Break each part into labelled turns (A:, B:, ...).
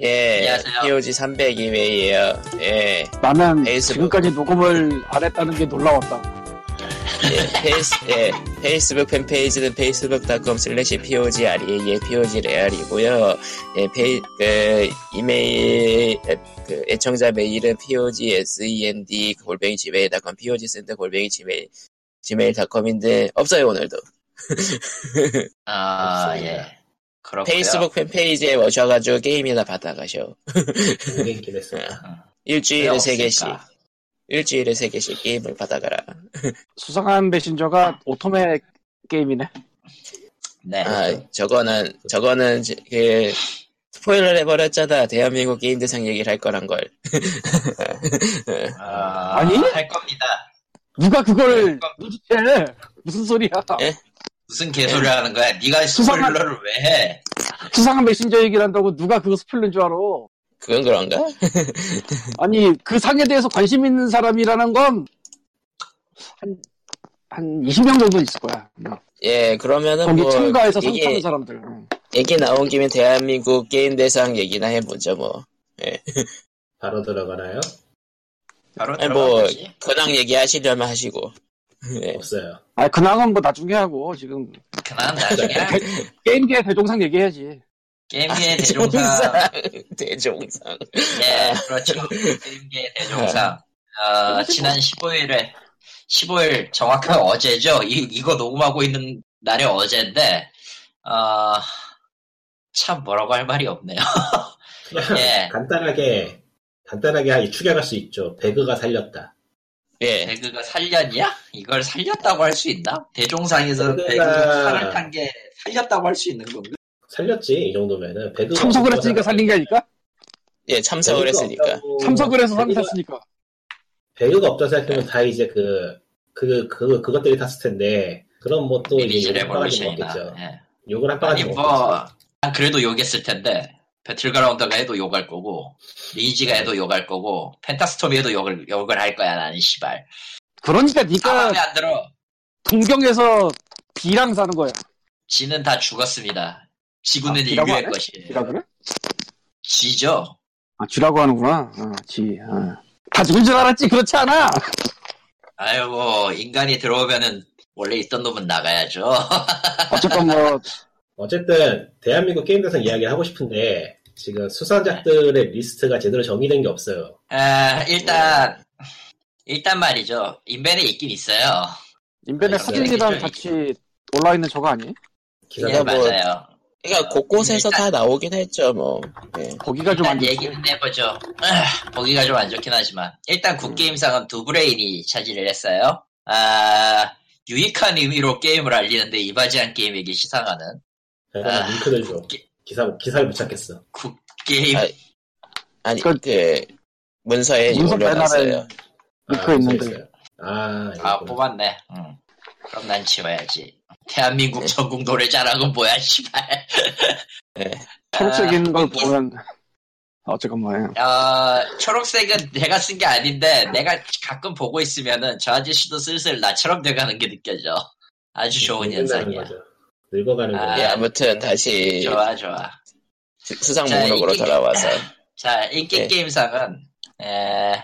A: 예,
B: 안녕하세요.
A: POG 302회이에요. 예,
C: 나는
A: 베이스북.
C: 지금까지 녹음을 안 했다는 게 놀라웠다.
A: 예, 페이스, 예, 페이스북 팬페이지는 facebook.com slash POGRE, 예, POGREAL이고요. 예, 페이, 그, 이메일, 에, 그, 애청자 메일은 POGSEND E 골뱅이 gmail.com, POG센터 골뱅이 gmail, gmail.com인데, 없어요, 오늘도.
B: 아,
D: 없습니다.
B: 예. 그렇고요.
A: 페이스북 팬페이지에 오셔가지고 게임이나 받아가셔.
D: 그랬긴 했어.
A: 일주일에
B: 음. 왜
A: 3개씩.
B: 없을까?
A: 일주일에 3개씩 게임을 받아가라.
C: 수상한 메신저가 오토메 게임이네.
B: 네.
A: 아, 저거는, 저거는, 제- 그, 스포일러를 해버렸잖아. 대한민국 게임 대상 얘기를 할 거란 걸.
B: 아,
C: 아니?
B: 할 겁니다.
C: 누가
B: 네.
C: 그걸 누지해? 무슨 소리야?
A: 예?
B: 무슨 개소리 하는 거야? 네가
C: 수상한-
B: 스포일러를 왜 해?
C: 수상한 메신저 얘기를 한다고 누가 그거 스플린 줄 알아?
A: 그건 그런가?
C: 아니 그 상에 대해서 관심 있는 사람이라는 건 한, 한 20명 정도 있을 거야. 뭐
A: 예, 그러면은
C: 거기
A: 뭐,
C: 참가해서 상 타는
A: 얘기,
C: 사람들. 응.
A: 얘기 나온 김에 대한민국 게임 대상 얘기나 해보죠, 뭐.
D: 바로 들어가나요?
B: 바로
A: 아니, 뭐,
B: 들어가지.
A: 근황 얘기 하시려면 하시고. 예.
D: 없어요.
C: 아 근황은 뭐 나중에 하고 지금
B: 그만 나중에
C: 게임계 대종상 얘기해야지.
B: 게임계 예, 대종상.
A: 대종상.
B: 예, 그렇죠. 게임계 대종상. 어, 지난
C: 뭐.
B: 15일에 15일 정확하게 어제죠. 이, 이거 녹음하고 있는 날이 어제인데 어, 참 뭐라고 할 말이 없네요. 예,
D: 간단하게 간단하게 하- 축약할 수 있죠. 배그가 살렸다.
A: 예.
B: 배그가 살렸냐? 이걸 살렸다고 할 수 있나? 대종상에서
D: 배그가-
B: 배그가 칼을 탄 게 살렸다고 할 수 있는 건가?
D: 살렸지 이 정도면은 배그
A: 뭐
C: 참석을 했으니까 살린 게 아닐까?
A: 예, 참석을 했으니까.
C: 참석을 해서 상
D: 배그가,
C: 탔으니까.
D: 배그가 없다 생각하면 다 이제 그 그 그 그것들이 탔을 텐데 그럼 뭐 또
B: 미니지
D: 이제 욕을 한 바가지
B: 레볼루션이나.
D: 먹겠죠.
B: 예.
D: 욕을 한
B: 아니
D: 바가지 먹겠죠.
B: 뭐, 난 그래도 욕했을 텐데, 배틀그라운드가 해도 욕할 거고, 리지가 해도 욕할 거고, 펜타스톰이 해도 욕을, 욕을 할 거야, 나는, 씨발.
C: 그러니까
B: 아,
C: 네가
B: 마음에 안 들어.
C: 동경에서 비랑 사는 거야.
B: 지는 다 죽었습니다. 지구는
C: 아, 지라고
B: 인류의
C: 하네?
B: 것이에요.
C: 쥐라 그래?
B: 지죠?
C: 아, 쥐라고 하는구나. 아, 쥐. 아. 다 죽을 줄 알았지? 그렇지 않아?
B: 아이고, 인간이 들어오면은, 원래 있던 놈은 나가야죠.
C: 어쨌건 뭐,
D: 어쨌든 대한민국 게임 대상 이야기를 하고 싶은데 지금 수상작들의 리스트가 제대로 정리된 게 없어요.
B: 아, 일단, 일단 말이죠. 인벤에 있긴 있어요.
C: 인벤의
B: 네,
C: 사진이랑
B: 네.
C: 같이 올라있는 저거 아니?
D: 기사가
B: 예,
A: 뭐-
B: 맞아요.
A: 그러니까 곳곳에서 다 나오긴 했죠, 뭐. 예.
C: 거기가 좀 안
B: 일단
C: 좋지.
B: 얘기는 해보죠. 아, 보기가 좀 안 좋긴 하지만 일단
C: 음.
B: 굿게임상은 두브레인이 차지를 했어요. 아 유익한 의미로 게임을 알리는데 이바지한 게임에게 시상하는
D: 잠깐만
B: 아,
D: 링크를 줘. 기사 기사를 못 찾겠어.
B: 굿게임
A: 아, 아니, 그,
C: 그-
A: 문서에
C: 문서
A: 올려놨어요.
C: 배달은 링크 있는데.
D: 있어요. 아,
B: 아
D: 이거구나.
B: 뽑았네. 응. 그럼 난 지워야지.
C: 네.
B: 대한민국 전국 노래자랑은 뭐야, 씨발.
C: 초록색인 걸 보면, 어쨌건 뭐예요.
B: 어, 초록색은 내가 쓴 게 아닌데 내가 가끔 보고 있으면은 저 아저씨도 슬슬 나처럼 돼가는 게 느껴져.
D: 네,
B: 아주 좋은
D: 늙는다는
B: 현상이야.
D: 거죠. 늙어가는
B: 아,
A: 예,
D: 거예요.
A: 아무튼 다시
B: 좋아, 좋아.
A: 수상
B: 자,
A: 목록으로
B: 이게-
A: 돌아와서.
B: 자, 인기
A: 네.
B: 게임상은 에,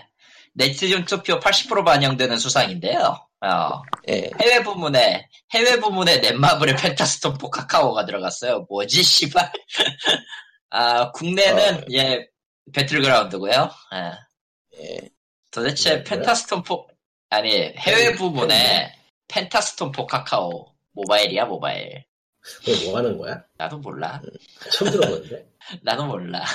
B: 네티즌 투표 80% 반영되는 수상인데요. 어,
A: 예.
B: 해외 부문에 해외 부문에 넷마블의 펜타스톰포 카카오가 들어갔어요. 뭐지, 씨발. 아, 국내는
A: 어.
B: 예 배틀그라운드고요. 예.
A: 예.
B: 도대체
D: 네,
B: 펜타스톰포 아니 해외 부문에 펜타스톰포 카카오 모바일이야 모바일.
D: 그게 뭐 하는 거야?
B: 나도 몰라.
D: 처음 들어보는데.
B: 나도 몰라.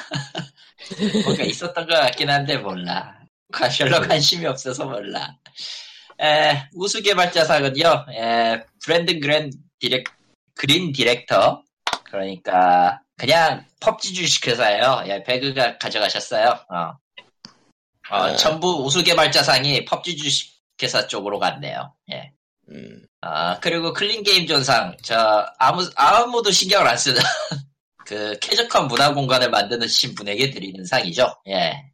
B: 뭔가 있었던 것 같긴 한데 몰라. 가- 별로 관심이 없어서 몰라. 에, 우수 개발자상은요, 에, 브랜든 그랜 디렉, 그린 디렉터. 그러니까, 그냥 펍지 주식회사예요. 예, 배그가 가져가셨어요. 어. 어,
A: 네.
B: 전부 우수 개발자상이 펍지 주식회사 쪽으로 갔네요. 예.
A: 음.
B: 아, 그리고 클린 게임 존상. 저, 아무, 아무도 신경을 안 쓰는, 그, 쾌적한 문화 공간을 만드는 신 분에게 드리는 상이죠. 예.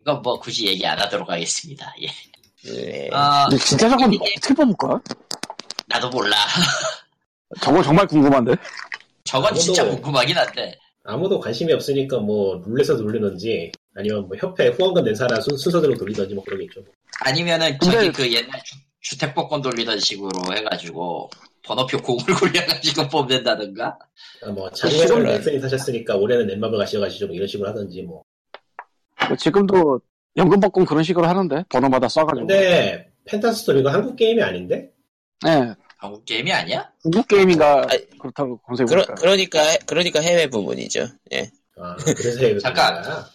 B: 이건 뭐 굳이 얘기 안 하도록 하겠습니다. 예.
C: 네.
A: 예.
B: 어,
C: 근데 진짜 저건 어떻게 뽑을까?
B: 나도 몰라.
C: 저거 정말 궁금한데?
B: 저건 진짜
D: 아무도-
B: 궁금하긴 한데.
D: 아무도 관심이 없으니까 뭐 룰에서 돌리든지 아니면 뭐 협회 후원금 낸 사람 순, 순서대로 돌리든지 뭐 그러겠죠.
B: 아니면은
C: 근데-
B: 저기 그 옛날 주, 택복권 돌리던 식으로 해가지고 번호표 공을 굴려가지고 뽑는다든가
D: 아, 뭐 작년에는
A: 시골은-
D: 넥슨이 사셨으니까 올해는 넷마블 가셔가지고 뭐 이런 식으로 하든지 뭐.
C: 뭐 지금도 연금 복권 그런 식으로 하는데 번호마다
B: 음.
C: 쏴가지고.
D: 근데 펜타스토리 이거 한국 게임이 아닌데?
C: 네.
B: 한국 게임이 아니야?
C: 중국 게임인가
A: 아니,
C: 그렇다고 검색해보니까.
A: 그러, 그러니까 그러니까 해외 부분이죠. 예.
D: 아 그래서 해외
B: 잠깐.
D: 분야가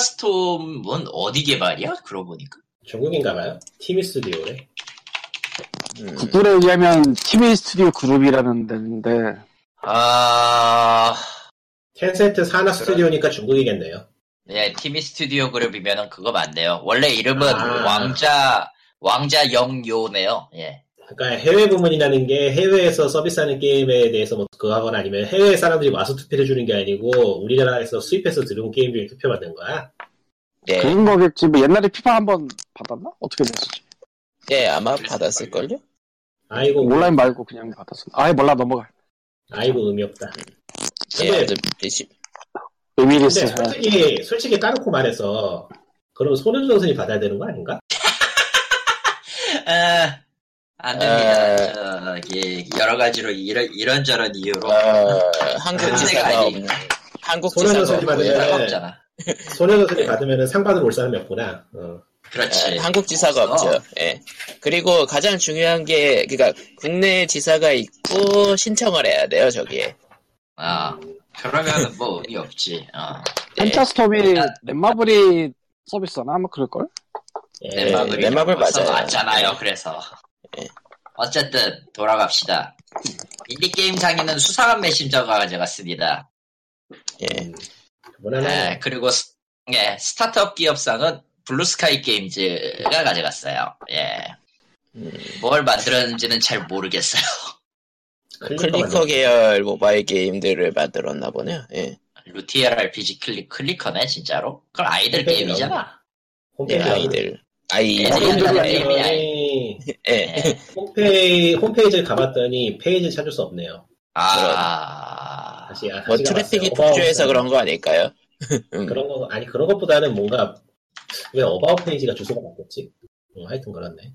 B: 페타스톰은 어디 개발이야? 그러고 보니까
D: 중국인가봐요. 티미 스튜디오래.
A: 음.
C: 구글에 의하면 TV 스튜디오 그룹이라는 데인데
B: 아...
D: 텐센트 산하 스튜디오니까
B: 그렇죠.
D: 중국이겠네요.
B: 네, 티미 스튜디오 그룹이면은 그거 맞네요. 원래 이름은
D: 아.
B: 왕자 왕자 영요네요. 예.
D: 그러니까 해외 부문이라는 게 해외에서 서비스하는 게임에 대해서 뭐 그거하거나 아니면 해외 사람들이 와서 투표를 해주는 게 아니고 우리나라에서 수입해서 들어온 게임 중에 투표 받는 거야.
A: 예.
C: 그런 거겠지. 뭐 옛날에 피파 한 번 받았나? 어떻게 됐었지?
A: 예, 아마 받았을걸요?
D: 아이고
C: 온라인 말고 그냥 받았어. 아예 몰라 넘어갈.
D: 아이고 의미 없다.
A: 예,
D: 근데-
A: 아주 PC
C: 의미를
D: 근데 네.
C: 쓰지.
D: 솔직히 솔직히 따놓고 말해서 그럼 손흥민선수이 받아야 되는 거 아닌가?
B: 아, 안 됩니다.
A: 에.
B: 저기 여러 가지로 이런 이런저런 이유로
A: 어, 한국
B: 네.
A: 지사가
B: 아, 아니.
A: 없는 한국
D: 소련
A: 지사가
D: 선수들이
A: 없고요. 예,
D: 받으면-
B: 상관
D: 네.
B: 없잖아.
D: 손흥민선수이 받으면 상 받으러 올 사람이 없구나. 어.
B: 그렇지. 그렇죠.
A: 예, 한국 지사가
B: 없어.
A: 없죠. 예. 그리고 가장 중요한 게 그러니까 국내 지사가 있고 신청을 해야 돼요 저기에.
B: 아, 그러면은 뭐 의미 없지. 어.
A: 예.
C: 펜타스톰이
D: 네.
C: 넷마블이 서비스나 아마 그럴걸?
D: 예.
A: 넷마블.
B: 넷마블이
A: 넷마블
B: 벌써
A: 맞아요.
B: 네. 맞잖아요. 네. 그래서 어쨌든 돌아갑시다. 인디 게임 장에는 수상한 메신저가 제가 씁니다.
A: 예.
D: 음. 무난하네.
B: 네, 그리고 스, 예, 스타트업 기업상은 블루스카이 게임즈가 가져갔어요. 예.
A: 음.
B: 뭘 만들었는지는 잘 모르겠어요.
A: 클리커 계열 모바일 게임들을 만들었나 보네요. 예.
B: 루티엘 RPG 클리, 클리커네, 진짜로? 그럼 아이들
D: 네,
B: 게임이잖아.
A: 예,
D: 홈페이지
A: 아이들. 아이,
B: 예,
D: 홈페이지
B: 아이들
D: 아이들이
B: 게임이
A: 예.
B: 예.
D: 홈페이 홈페이지에 가봤더니 페이지 찾을 수 없네요.
B: 아,
D: 다시 아,
A: 뭐
D: 다시
A: 트래픽이
D: 가봤어요.
A: 폭주해서 그런 거 아닐까요? 음.
D: 그런 거 아니 그런 것보다는 뭔가 왜 어바웃 페이지가 주소가 바뀌었지? 어, 하여튼 그렇네.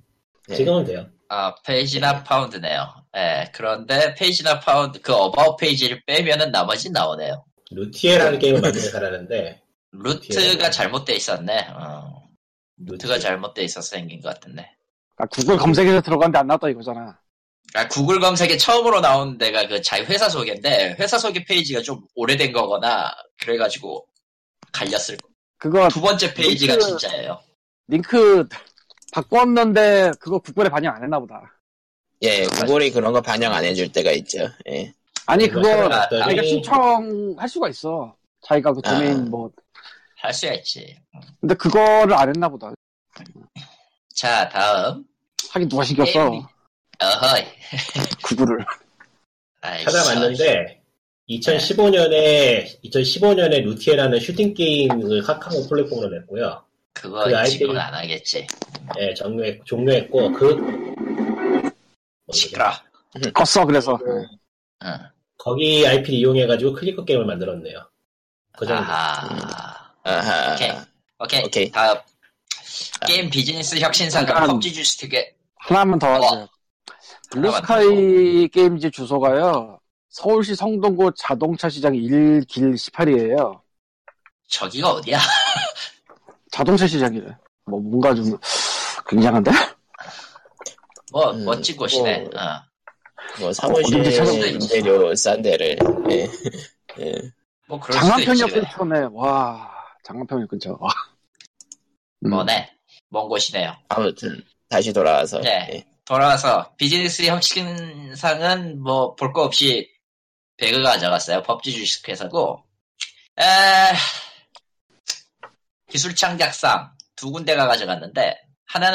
A: 네.
D: 지금은 돼요.
B: 아, 페이지나 파운드네요. 예, 그런데 페이지나 파운드, 그 어바웃 페이지를 빼면은 나머지 나오네요.
D: 루티에라는 게임을 만드는 사람인데
B: 루트가 잘못돼 있었네. 어, 루트가 잘못돼 있어서 생긴 것 같은데.
C: 아, 구글 검색해서 들어갔는데 안 나왔다 이거잖아.
B: 아, 구글 검색에 처음으로 나온 데가 그 자기 회사 소개인데 회사 소개 페이지가 좀 오래된 거거나 그래가지고 갈렸을 거.
C: 그거
B: 두 번째 페이지가
C: 그-
B: 진짜예요.
C: 링크 바꿨는데 그거 구글에 반영 안 했나 보다.
A: 예, 구글이 그런 거 반영 안 해줄 때가 있죠. 예.
C: 아니 그거
B: 아,
D: 네, 찾아봤더니
C: 자기가 신청할 수가 있어. 자기가 그 도메인
A: 아.
C: 뭐
B: 할 수야 있지.
C: 근데 그거를 안 했나 보다.
B: 자 다음.
C: 하긴 누가 신겼어
D: 네,
B: 게임이- 어허이.
C: 구글을.
B: 아이씨.
D: 찾아봤는데 2015년에 2015년에 루티에라는 슈팅 게임을 카카오 플랫폼으로 냈고요.
B: 그거
D: 그 아이템이-
B: 지금은 안 하겠지.
D: 예, 종료했, 종료했고 그
B: 시끄러.
C: 껐어 그래서.
D: 네.
B: 응.
D: 거기 IP를 이용해가지고 클리커 게임을 만들었네요. 그 정도.
B: 아하.
A: 아하.
B: 오케이. 오케이.
A: 오케이.
B: 다음. 게임 비즈니스 혁신사가
C: 잠깐.
B: 펍지 주스틱에
C: 하나만 더 하죠.
B: 어.
C: 블루스카이 게임즈 주소가요. 서울시 성동구 자동차 시장 1길 18이에요.
B: 저기가 어디야?
C: 자동차 시장이래. 뭐 뭔가 좀 굉장한데?
B: 뭐
A: 음,
B: 멋진 곳이네.
A: 뭐-
B: 어.
A: 뭐
C: 어딘지
A: 사무실
C: 찾아보자.
A: 임대료 싼 데를. 예. 예.
B: 뭐 그럴 수도 있지.
C: 장안편역
B: 그래.
C: 근처네. 와 장안편역 근처. 와. 음,
B: 뭐네. 먼 곳이네요.
A: 아무튼 다시 돌아와서.
B: 네.
A: 예.
B: 돌아와서 비즈니스 혁신상은 뭐 볼 거 없이 배그가 가져갔어요. 법지 주식회사고. 에... 기술창작상 두 군데가 가져갔는데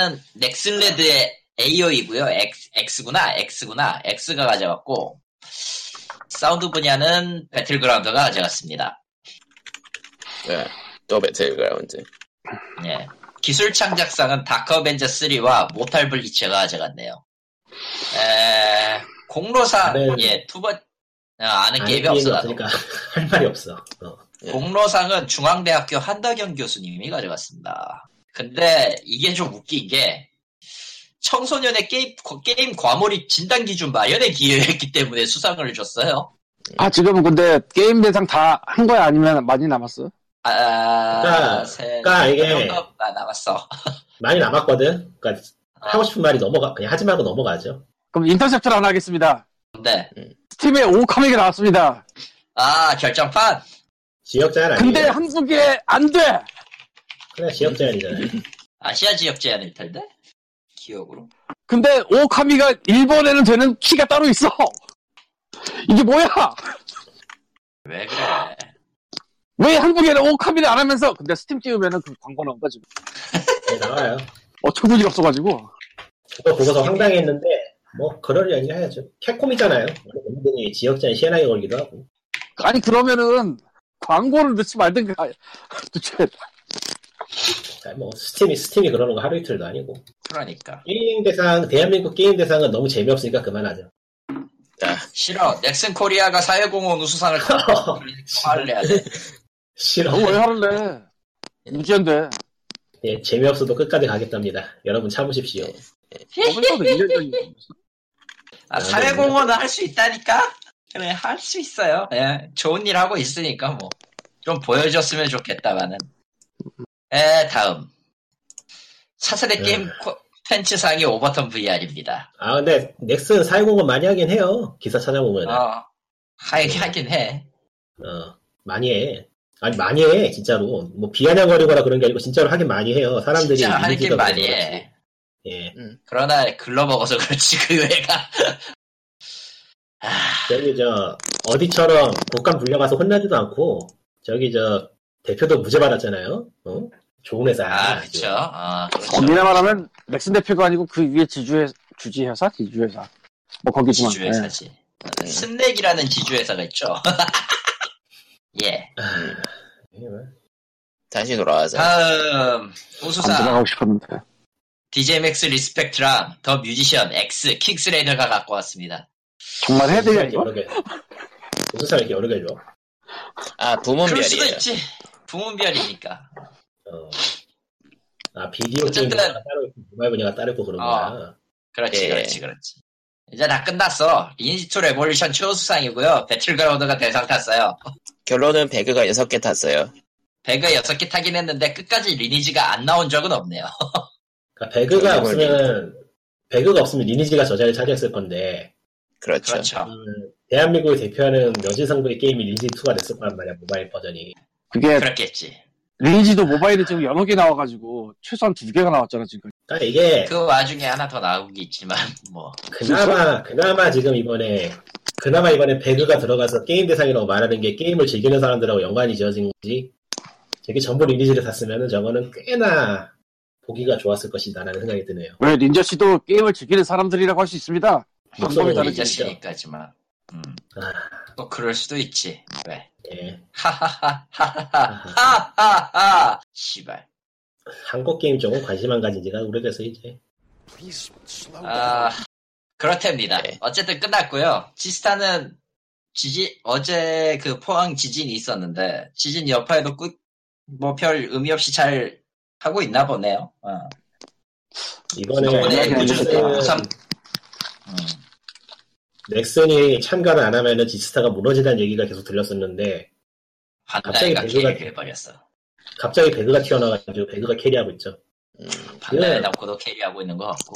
B: 하나는 넥슬레드의 AO이고요. X, 구나 X구나. X가 가져갔고 사운드 분야는 배틀그라운드가 가져갔습니다.
A: 예. 또 배틀그라운드.
B: 예. 기술 창작상은 다크어벤져 3와 모탈 블리츠가 가져갔네요. 에, 공로상,
D: 네.
B: 예, 두 번, 아, 아는
D: 아니,
B: 게임이 없어. 나도.
D: 없으니까 할 말이 없어. 어.
A: 예.
B: 공로상은 중앙대학교 한덕영 교수님이 가져갔습니다. 근데 이게 좀 웃긴 게 청소년의 게임, 거- 게임 과몰입 진단 기준 마련에 기여했기 때문에 수상을 줬어요.
C: 아 지금은 근데 게임 대상 다 한 거야 아니면 많이 남았어?
B: 아,
D: 그러니까-
B: 세,
D: 그러니까 이게-
B: 세 정도 나- 남았어.
D: 많이 남았거든. 그러니까
B: 아.
D: 하고 싶은 말이 넘어가 그냥 하지 말고 넘어가죠.
C: 그럼 인터셉트를 하나 하겠습니다.
D: 음.
B: 근데
C: 스팀에 오카맥이 나왔습니다.
B: 아 결정판
D: 지역
B: 네.
D: 제한 아니에요.
C: 근데 한국에 안 돼.
D: 그냥 지역 제한이잖아요.
B: 아시아 지역 제한일 텐데 기억으로.
C: 근데 오카미가 일본에는 되는 키가 따로 있어. 이게 뭐야?
B: 왜 그래?
C: 왜 한국에는 오카미를 안 하면서 근데 스팀 띄우면은 그 광고 나온다 지금.
D: 네, 나와요.
C: 어처구니 가 없어가지고.
D: 그거 보고서 황당했는데 뭐 그러려니 해야죠. 캡콤이잖아요. 은근히 지역 제한 시행하게 걸기도 하고.
C: 아니 그러면은 광고를 넣지 말든가. 아, 도대체
D: 아니, 뭐 스팀이 스팀이 그러는 거 하루 이틀도 아니고.
B: 그러니까
D: 게임 대상 대한민국 게임 대상은 너무 재미없으니까 그만하죠.
B: 싫어. 넥슨 코리아가 사회공헌 우수상을 화를 내야 돼.
D: 싫어.
C: 너왜 화를 내? 유지한데.
D: 예, 재미없어도 끝까지 가겠답니다. 여러분 참으십시오.
C: 거기서도 2년 전이.
D: 네,
B: 아, 사회공헌은 할 수 있다니까? 그래, 할 수 있어요. 예, 좋은 일 하고 있으니까 뭐. 좀 보여줬으면 좋겠다마는. 에, 다음. 차세대
D: 네.
B: 게임 콘텐츠상이 오버턴 VR입니다.
D: 아 근데 넥슨 사회공헌 많이 하긴 해요. 기사 찾아보면 은
B: 어, 하얘게 하긴 해.
D: 어, 많이 해. 아니 많이 해 진짜로. 뭐 비아냥거리거나 그런 게 아니고 진짜로 하긴 많이 해요. 사람들이
B: 진짜 하긴
D: 인지도가
B: 많이
D: 그래서 그렇지.
B: 해.
D: 예.
B: 그러나 글러먹어서 그렇지, 그 외가. 아,
D: 저기 저 어디처럼 국감 불려가서 혼나지도 않고 저기 저 대표도 무죄 받았잖아요. 어? 좋은 회사.
B: 아,
D: 네.
B: 그쵸. 어, 그렇죠.
C: 겁이나 말하면 넥슨 대표가 아니고 그 위에 지주회 주지회사 지주회사. 뭐 거기지만. 예.
B: 지주회사지. 스낵이라는 지주회사가 있죠. 예.
A: 네.
D: 예.
A: 다시 돌아와서
B: 다음
C: 안
B: 우수상
C: 들어가고 싶었는데.
B: DJ 맥스 리스펙트랑 더 뮤지션 X 킥스레이더가 갖고 왔습니다.
C: 정말 해야 되냐 이거?
D: 모르게. 무슨 사람 이렇게 여러 개 줘.
A: 아
B: 그럴 수도
A: 부문별이에요.
B: 있지. 부문별이니까.
D: 어. 아 비디오 게임
B: 어쨌든. 어.
D: 분야가 따로 있고 모바일 분야가 따로 있고 그런 거야.
B: 그렇지,
A: 예.
B: 그렇지, 그렇지. 이제 다 끝났어. 리니지 2 레볼루션 최우 수상이고요. 배틀그라운드가 대상 탔어요.
A: 결론은 배그가 6개 탔어요.
B: 배그 6개 타긴 했는데 끝까지 리니지가 안 나온 적은 없네요.
D: 그러니까 배그가
A: 그런 걸
D: 없으면 배그가 없으면 리니지가 저자를 차지했을 건데
A: 그렇죠.
B: 그렇죠.
D: 음, 대한민국을 대표하는 명진상부의 게임이 리니지 2가 됐을 거란 말이야 모바일 버전이.
C: 그게
B: 그렇겠지.
C: 리니지도 모바일이 지금 여러 개 나와가지고 최소한 두 개가 나왔잖아 지금.
D: 그러니까 이게
B: 그 와중에 하나 더 나온 게 있지만 뭐
D: 그나마 그나마 지금 이번에 그나마 이번에 배그가 들어가서 게임 대상이라고 말하는 게 게임을 즐기는 사람들하고 연관이 지어진 거지. 저게 전부 리니지를 샀으면은 저거는 꽤나 보기가 좋았을 것이다라는 생각이 드네요.
C: 왜 닌자 씨도 게임을 즐기는 사람들이라고 할 수 있습니다. 방법이
D: 목소리
C: 다르지.
D: 진짜.
B: 리니지니까지만. 음.
D: 아,
B: 또 그럴 수도 있지. 왜?
D: 예.
B: 하하하하하하하하 씨발
D: 한국 게임 쪽은 관심 안 가진 지가 오래돼서 이제
C: 음.
B: 아 그렇답니다
A: 네.
B: 어쨌든 끝났고요 지스타는 지진 어제 그 포항 지진이 있었는데 지진 여파에도 끝뭐별 의미 없이 잘 하고 있나 보네요 어.
D: 이번에
B: 이번에 그
C: 네,
B: 무슨
C: 네.
B: 무슨 음,
D: 넥슨이 참가를 안 하면은 지스타가 무너지다는 얘기가 계속 들렸었는데 갑자기
B: 반다이가
D: 배그가-
B: 계획을 버렸어
D: 갑자기 배그가 튀어나와가지고 배그가 캐리하고 있죠.
B: 반다이 남고도 캐리하고 있는 거 같고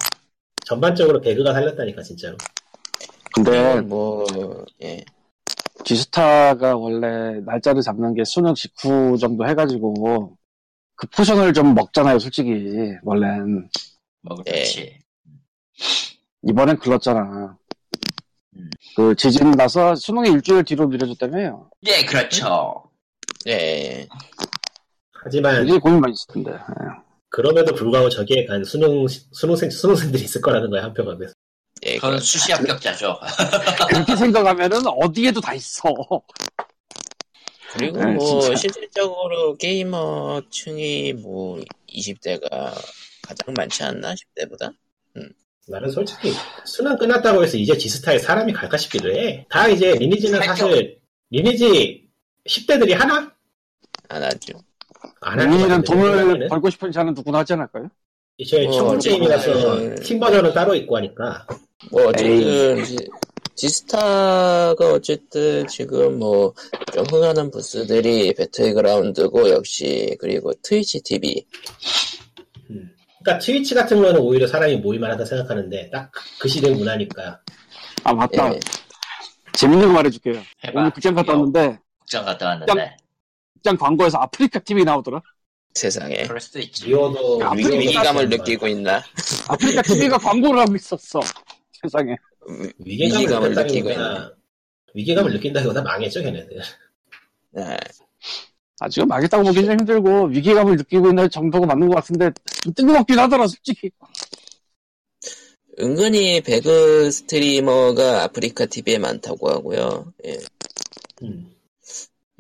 D: 전반적으로 배그가 살렸다니까 진짜로.
C: 근데
A: 뭐 예.
C: 지스타가 원래 날짜를 잡는 게 수능 직후 정도 해가지고 그 포션을 좀 먹잖아요 솔직히 원래는
B: 뭐
C: 네.
B: 그렇지
C: 이번엔 글렀잖아.
B: 음.
C: 그 지진 나서 수능이 일주일 뒤로 미뤄졌다며요.
B: 예 그렇죠
A: 예, 예.
D: 하지만
C: 굉장히 고민 많이 있을 텐데.
D: 그럼에도 불구하고 저기에 간 수능 수능생 수능생들이 있을 거라는 거야 한 표가 그래서
A: 예,
B: 그건
A: 그렇죠.
B: 수시 합격자죠
C: 그렇게 생각하면은 어디에도 다 있어.
A: 그리고
C: 네,
A: 뭐
C: 진짜.
A: 실질적으로 게이머층이 뭐 20대가 가장 많지 않나 10대보다?
D: 나는 솔직히 수능 끝났다고 해서 이제 지스타에 사람이 갈까 싶기도 해. 다 이제 리니지는
B: 살짝.
D: 사실 리니지 10대들이 하나?
A: 안 하죠.
D: 안 하는
C: 우리는
D: 것 같은데,
C: 돈을
D: 생각에는.
C: 벌고 싶은 자는 누구나 하지 않을까요?
D: 이제
A: 어,
D: 청구 게임이라서
A: 어쨌거나.
D: 팀 버전은 따로 있고 하니까
A: 뭐 어쨌든 지- 지스타가 어쨌든 지금 뭐 좀 흥하는 부스들이 배틀그라운드고 역시 그리고 트위치 TV
D: 그러니까 트위치 같은 거는 오히려 사람이 모일만하다 생각하는데 딱 그 시대 문화니까
C: 아 맞다.
A: 예.
C: 재밌는 거 말해줄게요.
B: 해봐.
C: 오늘 극장
B: 이거
C: 갔다 왔는데
B: 극장 갔다 왔는데.
C: 극장 광고에서 아프리카 TV 나오더라.
A: 세상에
B: 그럴 수도
D: 뭐
B: 있지.
D: 리오도
C: 야,
A: 위,
C: 아프리카
A: 위기감을
D: 같은
A: 느끼고 있나?
C: 아프리카 TV가 광고를 하고 있었어. 세상에.
A: 음,
D: 위기감을
A: 위기감을 느끼고
D: 느낀다기보다 위기감을 느낀다기보다 망했죠 걔네들.
A: 네.
C: 아 지금 망했다고 보기 좀 힘들고 위기감을 느끼고 있는 정도가 맞는 것 같은데 좀 뜬금없긴 하더라 솔직히.
A: 은근히 배그 스트리머가 아프리카 TV에 많다고 하고요. 예.
D: 음.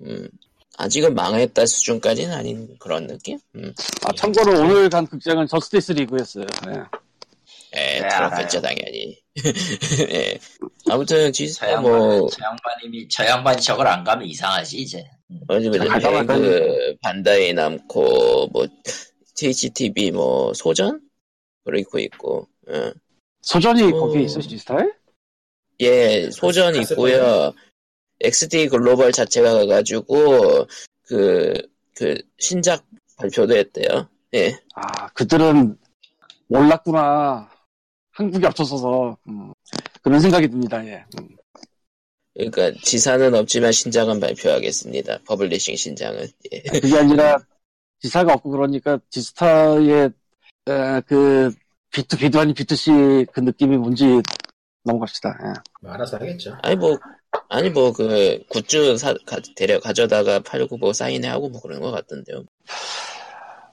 A: 음. 아직은 망했다 수준까지는 아닌 그런 느낌? 음.
C: 아 참고로 오늘 간 극장은 저스티스 리그였어요. 네.
A: 예,
B: 네,
A: 들었겠죠,
B: 알아요.
A: 당연히. 예. 아무튼,
B: 저
A: 지스타
B: 양반,
A: 뭐,
B: 저 양반이 저 양반이 저걸 안 가면 이상하지 이제.
A: 어디 보자.
C: 자, 가자,
A: 그, 반다이 남코, 뭐, THTV, 뭐, 소전? 그리고 있고, 예. 응.
C: 소전이
A: 어.
C: 거기 있어 지스타에?
A: 예, 소전
D: 가스
A: 있고요. XD 글로벌 자체가 가지고, 그, 그, 신작 발표도 했대요. 예.
C: 아 그들은 몰랐구나. 한국이 앞서서서 음, 그런 생각이 듭니다. 예. 음.
A: 그러니까 지사는 없지만 신작은 발표하겠습니다. 퍼블리싱 신작은. 예.
C: 그게 아니라 지사가 없고 그러니까 지스타의 에, 그 B2B도 아닌 B2C 그 느낌이 뭔지 넘어갑시다. 예.
D: 뭐 알아서 하겠죠.
A: 아니 뭐 아니 뭐 그 굿즈 사 가, 데려 가져다가 팔고 뭐 사인회 하고 뭐 그런 것 같던데요.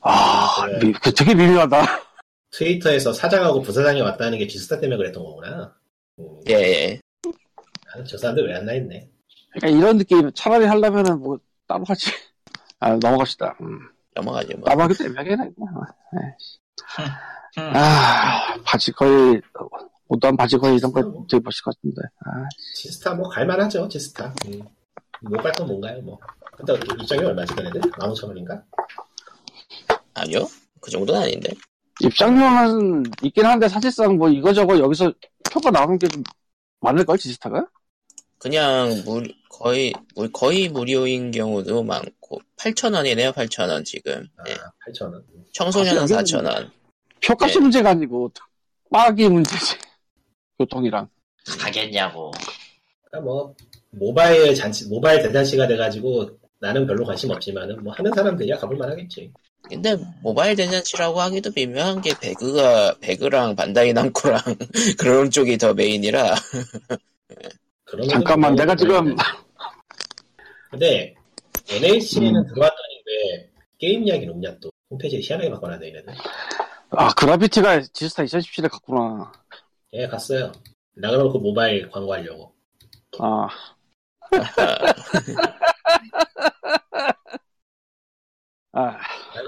C: 아, 미- 그 되게 미묘하다.
D: 트위터에서 사장하고 부사장이 왔다는 게 지스타 때문에 그랬던 거구나. 음,
A: 예, 예.
D: 나는 저 사람들 왜 안 나있네.
C: 그러니까 이런 느낌 차라리 하려면은 뭐 따로 하지. 아, 넘어갑시다. 음.
A: 넘어가죠 뭐.
C: 나만 그때 명예나 네. 아, 바지 거의 옷도 바지 거의 이런 거 되게 멋있을 것 같은데. 아,
D: 지스타 뭐 갈만하죠 지스타. 음. 못갈건 뭔가요 뭐. 근데 입장이 얼마지 걔네들? 만오천원인가?
A: 아니요. 그 정도는 아닌데.
C: 입장료만 있긴 한데 사실상 뭐 이거저거 여기서 표가 나오는 게 좀 많을 걸 지스타가?
A: 그냥 무 거의 무, 거의 무료인 경우도 많고 8,000원이네요. 8,000원 지금.
D: 아,
A: 예.
D: 8천원.
A: 청소년은
C: 여기는
A: 4,000원.
C: 표값이
A: 예.
C: 문제가 아니고 빡이 문제지 교통이랑
B: 가겠냐고.
D: 그러니까 뭐 모바일 잔치, 모바일 대잔치가 돼가지고 나는 별로 관심 없지만은 뭐 하는 사람들이야 가볼만 하겠지.
A: 근데 모바일 대잔치라고 하기도 미묘한 게 배그가 배그랑 반다이 남코랑 그런 쪽이 더 메인이라
D: 그런
C: 잠깐만
D: 것도
C: 내가 지금
D: 근데 NH에는
C: 음.
D: 들어왔다는데 게임 이야기 는 없냐 또 홈페이지 희한하게 바꿔놨네 얘네들.
C: 아 그라비티가 지스타 2017에 갔구나
D: 예 갔어요. 나가놓고 모바일 광고하려고.
C: 아 아,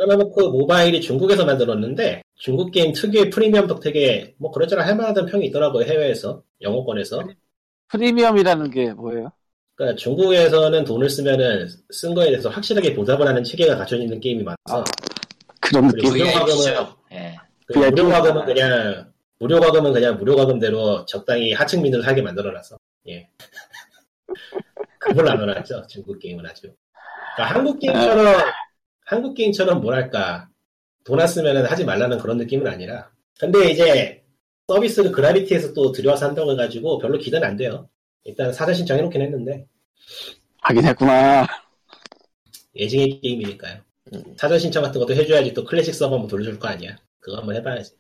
D: 나가놓고 모바일이 중국에서 만들었는데 중국 게임 특유의 프리미엄 덕택에 뭐 그러저러 할만하던 평이 있더라고요 해외에서 영어권에서.
C: 프리미엄이라는 게 뭐예요?
D: 그러니까 중국에서는 돈을 쓰면은 쓴 거에 대해서 확실하게 보답을 하는 체계가 갖춰져 있는 게임이 많아서
C: 아, 그런
B: 네.
C: 느낌.
D: 그리고 무료 과금은
B: VIP죠. 예.
D: 그
C: VIP.
D: 무료 과금은 그냥 무료 과금은 그냥 무료 과금대로 적당히 하층민을 사게 만들어놨어. 예. 그걸 나눠놨죠 중국 게임은 아주. 그러니까 한국 게임처럼 한국 게임처럼 뭐랄까 돈 안 쓰면은 하지 말라는 그런 느낌은 아니라. 근데 이제 서비스를 그라비티에서 또 들여와서 한다고 해가지고 별로 기대는 안 돼요. 일단 사전 신청해놓긴 했는데
C: 하긴 했구나.
D: 예징의 게임이니까요.
A: 음.
D: 사전 신청 같은 것도 해줘야지 또 클래식 서버 한번 돌려줄 거 아니야. 그거 한번 해봐야지.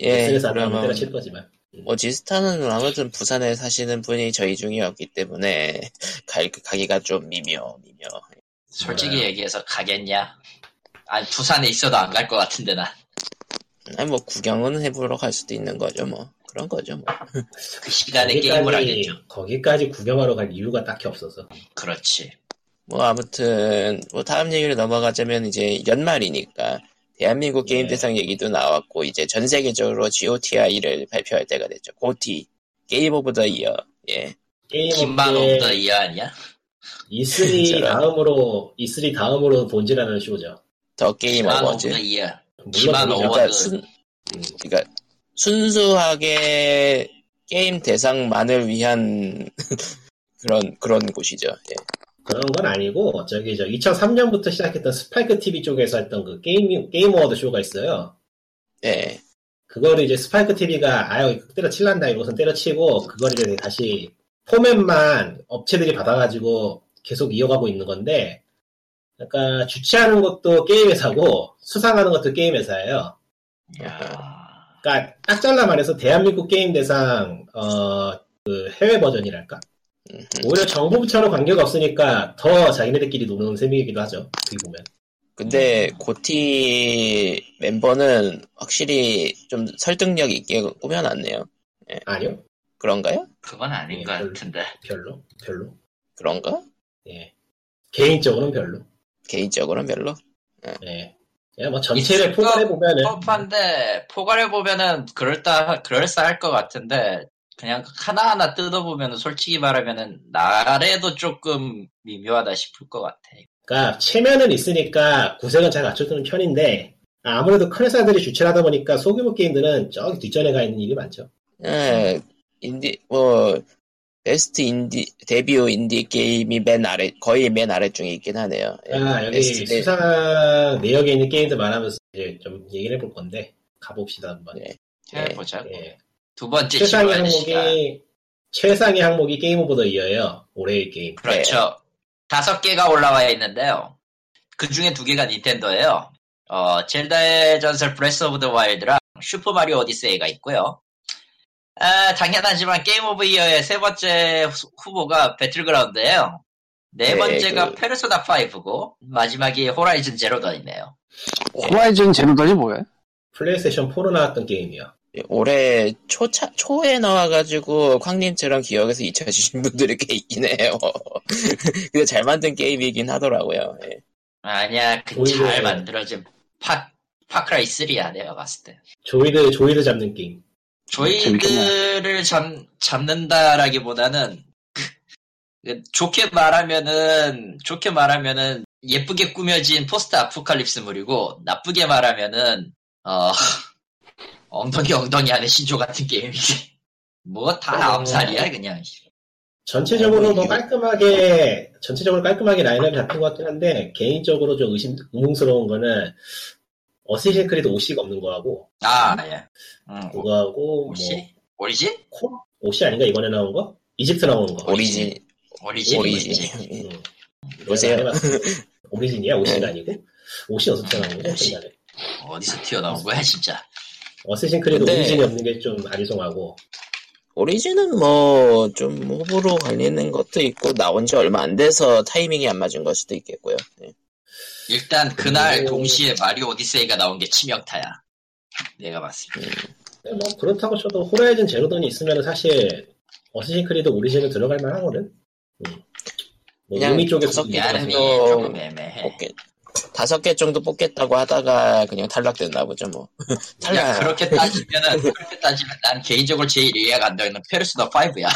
A: 예.
D: SNS에서 한번
A: 그러면
D: 때려칠 거지만.
A: 뭐 지스타는 아무튼 부산에 사시는 분이 저희 중이었기 때문에 갈 가기가 좀 미묘 미묘.
B: 솔직히
D: 몰라요.
B: 얘기해서 가겠냐? 아니 부산에 있어도 안 갈 것 같은데 난.
A: 아니 뭐 구경은 해보러 갈 수도 있는 거죠 뭐 그런 거죠 뭐.
B: 그 시간에 게임을 하겠죠.
D: 거기까지 구경하러 갈 이유가 딱히 없어서.
B: 그렇지.
A: 뭐 아무튼 뭐 다음 얘기를 넘어가자면 이제 연말이니까 대한민국 게임
D: 예.
A: 대상 얘기도 나왔고 이제 전 세계적으로 GOTI를 발표할 때가 됐죠. 고티 게임 오브 더 이어. 예.
D: 게임
B: 김만
D: 업계
B: 오브 이어 아니야?
D: E3
A: 저런.
D: 다음으로 E3 다음으로 본질하는 쇼죠.
A: 더 게임
B: 김만
A: 어워즈.
B: 오브 이어.
D: 물론
B: 김만
D: 그게
A: 그러니까
B: 오버워드.
A: 순
D: 음.
A: 그러니까 순수하게 게임 대상만을 위한 그런 그런 곳이죠. 예.
D: 그런 건 아니고 저기 저 2003년부터 시작했던 스파이크 TV 쪽에서 했던 그 게임 게임 어워드 쇼가 있어요.
A: 예.
D: 그거를 이제 스파이크 TV가 아유 그 때려칠란다 이것은 때려치고 그걸 이제 다시 포맷만 업체들이 받아가지고 계속 이어가고 있는 건데 그러니까 주최하는 것도 게임 회사고 수상하는 것도 게임 회사예요.
B: 야,
D: 그러니까 딱 잘라 말해서 대한민국 게임 대상 어그 해외 버전이랄까
A: 음.
D: 오히려 정부 부처로 관계가 없으니까 더 자기네들끼리 노는 셈이기도 하죠. 어떻게 보면.
A: 근데 고티 멤버는 확실히 좀 설득력 있게 꾸며놨네요.
D: 아니요,
A: 그런가요?
B: 그건 아닌
D: 예,
B: 것
D: 별로.
B: 같은데.
D: 별로, 별로.
A: 그런가?
D: 예, 개인적으로는 별로.
A: 개인적으로는 별로.
D: 예, 그냥 뭐 전체를 포괄해 보면은
A: 어.
B: 뻔뻔한데 포괄해 보면은 그럴다 그럴싸할 것 같은데 그냥 하나하나 뜯어보면은 솔직히 말하면은 나래도 조금 미묘하다 싶을 것 같아.
D: 그러니까 체면은 있으니까 구색은 잘 갖춰주는 편인데 아무래도 큰 회사들이 주최를 하다 보니까 소규모 게임들은 저기 뒷전에 가 있는 일이 많죠.
A: 예, 인디 뭐 베스트 인디 데뷔 인디 게임이 맨 아래 거의 맨 아래쪽에 있긴 하네요. 예.
D: 아, 여기
A: 베스트 네.
D: 수상 내역에 있는 게임들 말하면서 이제 좀 얘기를 해볼 건데 가봅시다 한번.
A: 네.
B: 해보자. 고
D: 예.
B: 두 번째
D: 최상위
B: 질문 시간.
D: 항목이 최상위 항목이 게임 오브 더 이어예요. 올해의 게임.
B: 그렇죠. 다섯 개가 올라와 있는데요. 그 중에 두 개가 닌텐도예요. 어, 젤다의 전설 브레스 오브 더 와일드랑 슈퍼 마리오 오디세이가 있고요. 아, 당연하지만 게임 오브 이어의 세 번째 후- 후보가 배틀그라운드예요. 네,
A: 네,
B: 번째가
A: 그-
B: 페르소나 5고 마지막이 호라이즌 제로던이네요.
C: 호라이즌 제로던이 뭐야?
D: 플레이스테이션 4로 나왔던 게임이요.
A: 예, 올해 초차 초에 나와가지고 광님처럼 기억에서 잊혀지신 분들이 꽤 있긴 해요. 근데 잘 만든 게임이긴 하더라고요. 예.
B: 아니야, 그
D: 오히려-
B: 잘 만들어진 파 파크라이 3야 내가 봤을 때.
D: 조이드 조이드 잡는 게임.
B: 조이드를 잡, 잡는다라기보다는 그- 좋게 말하면은 좋게 말하면은 예쁘게 꾸며진 포스트 아포칼립스물이고 나쁘게 말하면은 어, 엉덩이 엉덩이 안에 신조 같은 게임이지 뭐 다 암살이야 그냥
D: 전체적으로 뭐
A: 아, 이거-
D: 깔끔하게 전체적으로 깔끔하게 라인업이 잡힌 것 같긴 한데 개인적으로 좀 의심 의문스러운 거는 어쌔신 크리드 옷이 없는 거하고
B: 아예 음,
D: 그거하고 어, 뭐
B: 오시 오리진
D: 코? 옷이 아닌가 이번에 나온 거? 이집트 나온 거.
A: 오리진
B: 오리진
A: 오리진.
B: 오리진
D: 음.
A: 보세요.
D: 내가 해봤어. 오리진이야? 옷이
A: 네.
D: 아니고? 옷이 어디서 튀어나온 거야?
B: 옷이.
D: 옛날에.
B: 어디서 튀어나온 거야 진짜
D: 어쌔신 크리드
A: 근데-
D: 오리진이 없는 게 좀 아리송하고
A: 오리진은 뭐 좀 호불호 갈리는 것도 있고 나온 지 얼마 안 돼서 타이밍이 안 맞은 걸 수도 있겠고요. 예.
B: 일단 그날
D: 오.
B: 동시에 마리오 오디세이가 나온 게 치명타야 내가 봤을 때
D: 근데 뭐 그렇다고 쳐도 호라이즌 제로던이 있으면 사실 어쌔신 크리드 오리진은 들어갈 만하거든? 음. 뭐
A: 그냥
D: 의미 쪽에
A: 다섯 개
D: 분위기가
B: 야름이
A: 그래서-
B: 조금 애매해.
A: 뽑게- 다섯 개 정도 뽑겠다고 하다가 그냥 탈락됐나 보죠 뭐.
B: 야,
A: 탈락.
B: 그렇게 따지면은 그렇게 따지면 난 개인적으로 제일 이해가 안 되는 페르소나
D: 아,
B: 5야.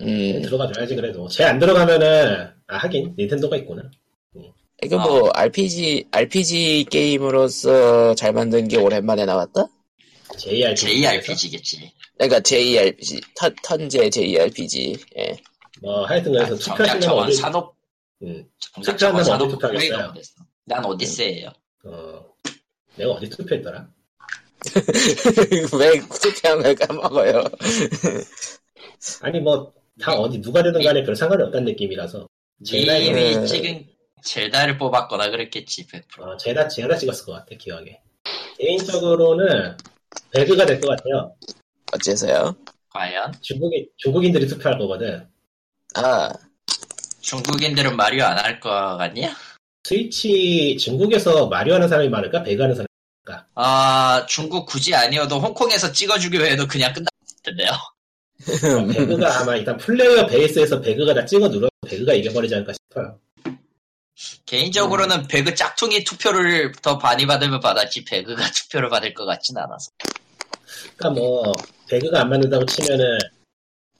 A: 음.
D: 들어가줘야지 그래도 쟤 안 들어가면은 아 하긴 닌텐도가 있구나
A: 이거 뭐 RPG RPG 게임으로서 잘 만든 게 오랜만에 나왔다.
D: JRPG
B: JRPG겠지.
A: 그러니까 JRPG 턴, 턴제 JRPG. 예.
D: 뭐 하여튼 그래서
B: 정작
D: 투표하려면
B: 아, 저건
D: 어디
B: 산업
D: 음,
B: 정작 저건
D: 투표하면
B: 산업
D: 어디 투표하겠어요? 네.
B: 플레이가 안 됐어. 난 오디세이예요.
D: 어, 내가 어디 투표했더라
A: 왜 투표한 걸 까먹어요.
D: 아니 뭐 다 어디 누가 되든 간에 별 상관이 없다는 느낌이라서 제다이
A: 음.
B: 님이 찍은 젤다를 뽑았거나 그랬겠지 100%.
D: 어, 제다 제다 찍었을 것 같아 기억에 개인적으로는 배그가 될 것 같아요
A: 어째서요?
B: 과연
D: 중국인 중국인들이 투표할 거거든
A: 아
B: 중국인들은 마리오 안 할 거 같냐?
D: 스위치 중국에서 마리오 하는 사람이 많을까 배그 하는 사람이
B: 아 중국 굳이 아니어도 홍콩에서 찍어주기로 해도 그냥 끝났던데요.
D: 많을까 배그가 아마 일단 플레이어 베이스에서 배그가 다 찍어 눌러서 배그가 이겨버리지 않을까 싶어요 음.
B: 개인적으로는 배그 짝퉁이 투표를 더 많이 받으면 받았지 배그가 투표를 받을 것 같진 않아서
D: 그러니까 뭐 배그가 안 맞는다고 치면은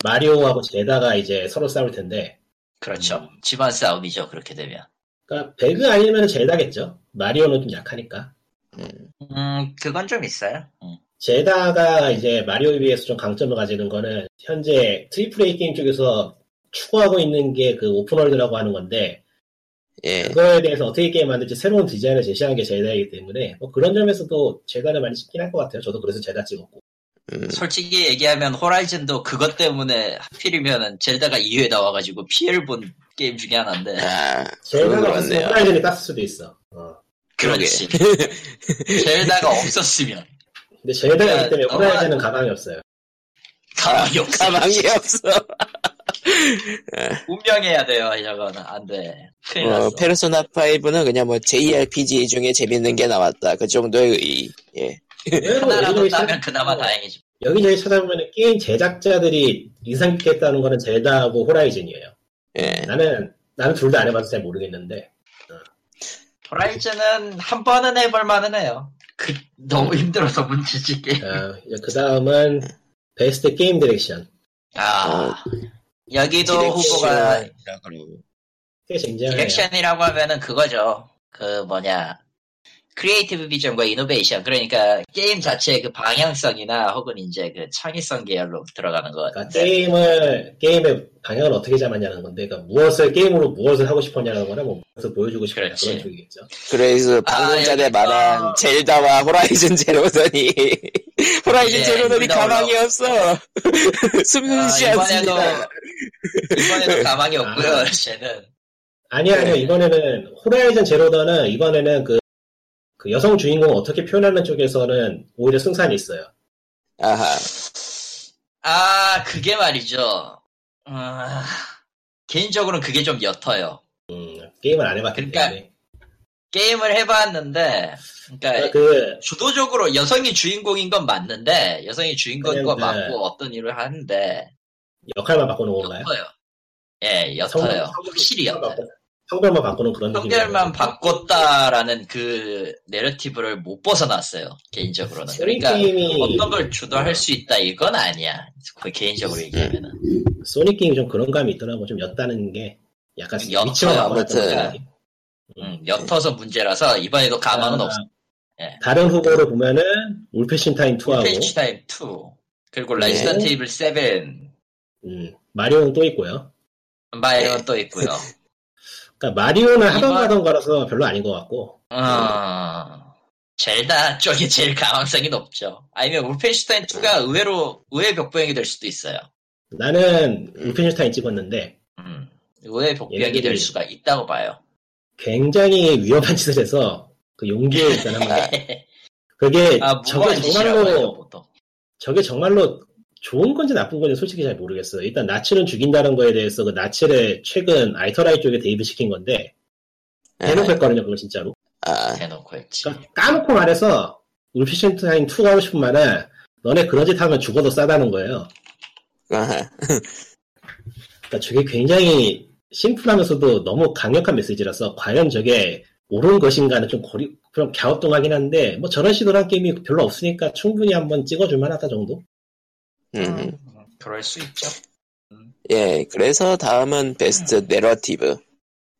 D: 마리오하고 제다가 이제 서로 싸울 텐데
B: 그렇죠 집안 싸움이죠 그렇게 되면
D: 그러니까 배그 아니면 제다겠죠. 마리오는 좀 약하니까.
B: 음 그건 좀 있어요 음.
D: 제다가 이제 마리오에 비해서 좀 강점을 가지는 거는 현재 트리플 A 게임 쪽에서 추구하고 있는 게 그 오픈월드라고 하는 건데
A: 예.
D: 그거에 대해서 어떻게 게임 만들지 새로운 디자인을 제시하는 게 제다이기 때문에 뭐 그런 점에서도 제다를 많이 찍긴 할 것 같아요. 저도 그래서 제다 찍었고.
A: 음.
B: 솔직히 얘기하면 호라이즌도 그것 때문에 하필이면은 젤다가 2회 나와가지고 피해를 본 게임 중에 하나인데
A: 아, 그건
D: 제다가
A: 그렇네요.
D: 없으면 호라이즌이 땄을 수도 있어. 어.
A: 그러게.
B: 그렇지 젤다가 없었으면
D: 근데 제다이기 때문에
B: 어,
D: 호라이즌은 가방이 없어요.
B: 가망이 없어
A: 가방이 없어.
B: 운명해야 돼요 이건 안돼 큰일
A: 어,
B: 났어
A: 페르소나 5는 그냥 뭐 JRPG 중에 재밌는 게 나왔다. 그 정도의 의의. 예.
D: 의외로
B: 하나라도
D: 여기저기
B: 따면
D: 찾-
B: 그나마
D: 어,
B: 다행이지
D: 여기저기 찾아보면 게임 제작자들이 인상 깊겠다는 거는 젤다하고 호라이즌이에요.
A: 예.
D: 나는 나는 둘 다 안 해봐서 잘 모르겠는데
B: 호라이즌은 한 번은 해볼 만은 해요 그 너무 힘들어서 문제지 게임
D: 그 다음은 베스트 게임 디렉션
B: 아 여기도
A: 아.
B: 후보가
A: 디렉션이라고 그러고.
D: 꽤
A: 예.
D: 쟁쟁해요.
B: 디렉션이라고 하면은 그거죠. 그 뭐냐. 크리에이티브 비전과 이노베이션. 그러니까 게임 자체의 그 방향성이나 혹은 이제 그 창의성 계열로 들어가는
A: 아,
B: 것
D: 그러니까
B: 같은데.
D: 게임을 게임의 방향을 어떻게 잡았냐는 건데, 그러니까 무엇을 게임으로 무엇을 하고 싶었냐는 거나 뭐 무엇을 보여주고 싶냐
B: 그렇지.
D: 그런 쪽이겠죠.
A: 그래서 방금
B: 아,
A: 전에
B: 여기서-
A: 말한 젤다와 호라이즌 제로더니 호라이즌
B: 예,
A: 제로더니
B: 둘다
A: 가방이 없어. 숨을 쉬지
B: 아, 이번에도,
A: 않습니다.
B: 이번에도 가망이 없고요,
D: 아.
B: 쟤는.
D: 아니 아니요
A: 네.
D: 이번에는 호라이즌 제로더는 이번에는 그, 그 여성 주인공을 어떻게 표현하는 쪽에서는 오히려 승산이 있어요.
A: 아하.
B: 아, 그게 말이죠. 아, 개인적으로는 그게 좀 옅어요.
D: 게임을 안 해봤기
B: 그러니까
D: 때문에
B: 게임을 해봤는데, 그러니까
A: 아,
D: 그러니까 그
B: 주도적으로 여성이 주인공인 건 맞는데, 여성이 주인공인
A: 네,
B: 건
D: 그런데-
B: 맞고 어떤 일을 하는데,
D: 역할만 바꾸는 건가요?
B: 옅어요. 예,
D: 성별-
B: 옅어요.
D: 성별-
B: 확실히 옅어요.
D: 성별만 바꾸는 그런
B: 성별만 바꿨다라는 그 내러티브를 못 벗어났어요. 개인적으로는.
D: 그러니까
B: 그러니까
D: 게임이
B: 어떤 걸 주도할 수 있다 이건 아니야. 거의
D: 음.
B: 개인적으로 얘기하면은.
D: 소닉 게임이 좀 그런 감이 있더라고 좀 엿다는 게 약간
B: 엿어요,
D: 위치만 바꿨다는
A: 아무튼.
D: 느낌.
B: 음, 옅어서 문제라서 이번에도 가망은
D: 아,
B: 없어.
D: 다른 후보를 보면은 울페신 타임 2하고
B: 페이치타임 2 그리고
A: 네.
B: 레지던트 이블 7
D: 음, 마리오는 또 있고요.
B: 마이런 또 있고요.
D: 그러니까 마리오는 하던
B: 이번-
D: 가던 거라서 별로 아닌 것 같고
B: 어, 젤다 쪽이 제일 가망성이 높죠. 아니면 울펜슈타인 2가 의외로 의외 벽보행이 될 수도 있어요.
D: 나는 울페신 타임 찍었는데
B: 음, 의외의 복병이
D: 얘네들이-
B: 될 수가 있다고 봐요.
D: 굉장히 위험한 짓을 해서 그 용기에 일단 한번
A: 아,
D: 그게
B: 아,
D: 저게
B: 무거운 짓이라고 해요,
D: 정말로
B: 보통.
D: 저게 정말로 좋은 건지 나쁜 건지 솔직히 잘 모르겠어요. 일단 나치를 죽인다는 거에 대해서 그 나치를 최근 아이터라이 쪽에 대입을 시킨 건데
B: 네.
D: 대놓고 했거든요, 그거 진짜로.
A: 아,
B: 대놓고 했지.
D: 그러니까 까놓고 말해서 울피션타임 2 가고 싶은 말은 너네 그런 짓 하면 죽어도 싸다는 거예요.
A: 아하.
D: 그러니까 저게 굉장히 심플하면서도 너무 강력한 메시지라서 과연 저게 옳은 것인가는 좀 고리 좀 갸우뚱하긴 한데 뭐 저런 시도란 게임이 별로 없으니까 충분히 한번 찍어줄 만하다 정도.
A: 음.
B: 음, 그럴 수 있죠.
A: 예, 그래서 다음은 베스트 내러티브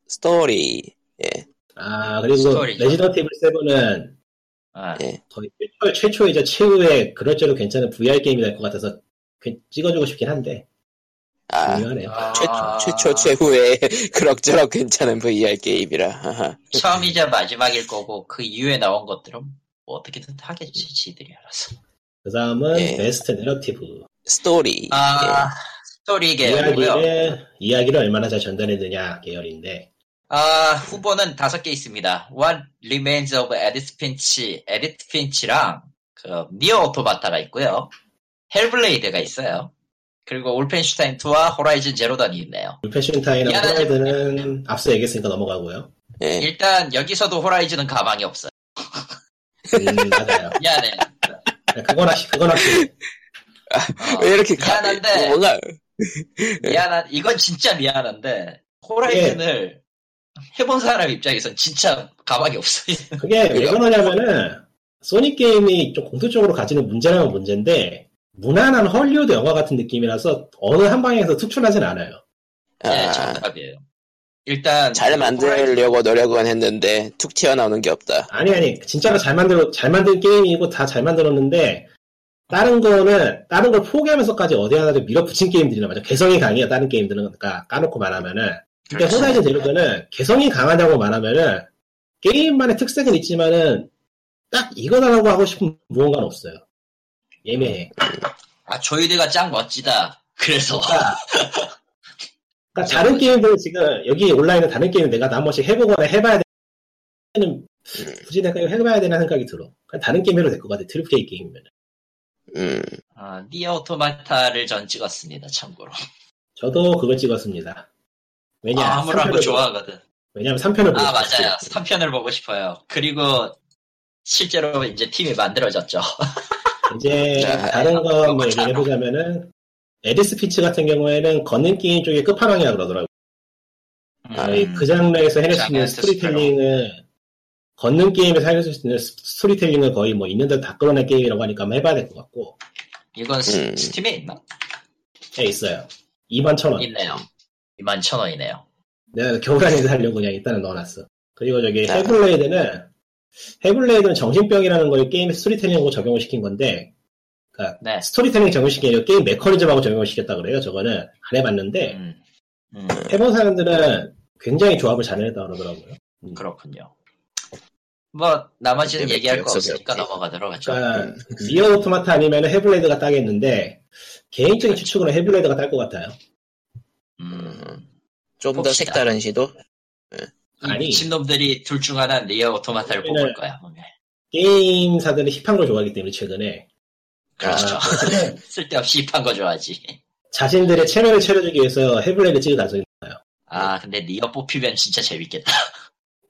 A: 스토리. 예,
D: 아 그리고
B: 스토리죠.
D: 레지던트 이블 7은
B: 아,
A: 예.
D: 거의 최초, 최초이자 최후의 그럴저로 괜찮은 VR 게임이 될 것 같아서 그- 찍어주고 싶긴 한데
A: 아,
D: 중요하네요.
A: 최,
B: 아,
A: 최초 최후의 그럭저럭 괜찮은 VR 게임이라. 아하.
B: 처음이자 마지막일 거고 그 이후에 나온 것들은 뭐 어떻게든 하겠지 지들이 알아서.
D: 그 다음은
A: 예.
D: 베스트 내러티브
A: 스토리.
B: 아
D: 예,
B: 스토리 계열고요.
D: 이야기를 이야기를 얼마나 잘 전달해드냐 계열인데
B: 아 후보는 다섯 개 있습니다. What Remains of Edith Finch, Edith Finch랑 그 미어 오토바타가 있고요. 헬블레이드가 있어요. 그리고 올펜슈타인 2와 호라이즌 제로던이 있네요.
D: 울펜슈타인이나
B: 미안하지.
D: 호라이드는 앞서 얘기했으니까 넘어가고요.
A: 예, 예.
B: 일단 여기서도 호라이즌은 가방이 없어요.
D: 음, 맞아요.
B: 미안해.
D: 네, 그건 확실 그건 확실
B: 어,
A: 왜 이렇게 가- 뭐,
B: 미안한데
A: 뭔가
B: 미안한 이건 진짜 미안한데 호라이즌을 해본 사람 입장에선 진짜 가망이 없어요.
D: 그게 왜 그러냐면은 소닉 게임이 좀 공통적으로 가지는 문제라면 문제인데 무난한 헐리우드 영화 같은 느낌이라서 어느 한 방향에서 특출하진 않아요.
B: 네,
A: 아,
B: 정답이에요. 일단 그
A: 잘 만들려고 노력은 했는데 툭 튀어나오는 게 없다.
D: 아니 아니 진짜로 잘 만들어 잘 만든 게임이고 다 잘 만들었는데 다른 거는 다른 걸 포기하면서까지 어디 하나를 밀어붙인 게임들이나 맞아 개성이 강해요 다른 게임들은 그러니까 까놓고 말하면은 근데
B: 그렇죠.
D: 호라이즌 제로드는 개성이 강하다고 말하면은 게임만의 특색은 있지만은 딱 이거다라고 하고 싶은 무언가는 없어요 예매해
B: 아 조이드가 짱 멋지다. 그래서
D: 그러니까 다른 게임들 지금 여기 온라인은 다른 게임 내가 한 번씩 해보거나 해봐야 되는 굳이 내가 이거 해봐야 되나 생각이 들어. 그냥 다른 게임으로 될 것 같아. 트리플 A 게임이면.
A: 음,
B: 아, 니어 오토마타를 전 찍었습니다. 참고로.
D: 저도 그걸 찍었습니다. 왜냐?
B: 아, 아무런 거
D: 3편을
B: 좋아하거든.
D: 왜냐면 3편을
B: 아 맞아요. 3편을 보고 싶어요. 그리고 실제로 이제 팀이 만들어졌죠.
D: 이제
A: 자,
D: 다른
B: 그거
D: 거뭐 얘기를
B: 참.
D: 해보자면은 에리스 피치 같은 경우에는 걷는 게임 쪽의 끝판왕이라 그러더라고요.
B: 아,
A: 아,
D: 거의
B: 음,
D: 그 장르에서 해낼 수 있는
B: 장르에서
D: 스토리텔링을 걷는 게임에서 해낼 수 있는 스- 스토리텔링을 거의 뭐 있는 대로 다 끌어낸 게임이라고 하니까 한번 해봐야 될 것 같고
B: 이건 스-
A: 음.
B: 스팀에 있나?
D: 예, 있어요. 2만 천 원.
B: 있네요. 21,000원이네요.
D: 내가 겨울안에서 하려고 그냥 일단은 넣어놨어. 그리고 저기
A: 아.
D: 해블레이드는 해블레이드는 정신병이라는 걸 게임 스토리텔링하고 적용을 시킨 건데 그러니까
B: 네.
D: 스토리텔링 적용시킨 게 아니라 게임 메커니즘하고 적용을 시켰다 그래요. 저거는 안 해봤는데
B: 음. 음,
D: 해본 사람들은 굉장히 조합을 잘해냈다 그러더라고요.
B: 그렇군요. 뭐 나머지는
A: 근데 왜
B: 얘기할 거
A: 기억속이
B: 없으니까
A: 없지?
B: 넘어가도록 하죠.
D: 그러니까 리어 오토마타 아니면 해블레이드가 따겠는데 개인적인 추측으로 해블레이드가 딸 것 같아요.
B: 음.
A: 좀 더
B: 혹시나.
A: 색다른 시도?
B: 이
D: 아니.
B: 미친놈들이 둘 중 하나는 리어 오토마타를
D: 왜냐면-
B: 뽑을 거야. 분명히.
D: 게임사들은 힙한 걸 좋아하기 때문에 최근에
B: 그렇죠.
D: 아, 그래서
B: 쓸데없이 힙한 거 좋아하지.
D: 자신들의 체면을 채워주기 위해서 해블레이드 찍을 가능성이 높아요.
B: 아 근데 리어 뽑히면 진짜 재밌겠다.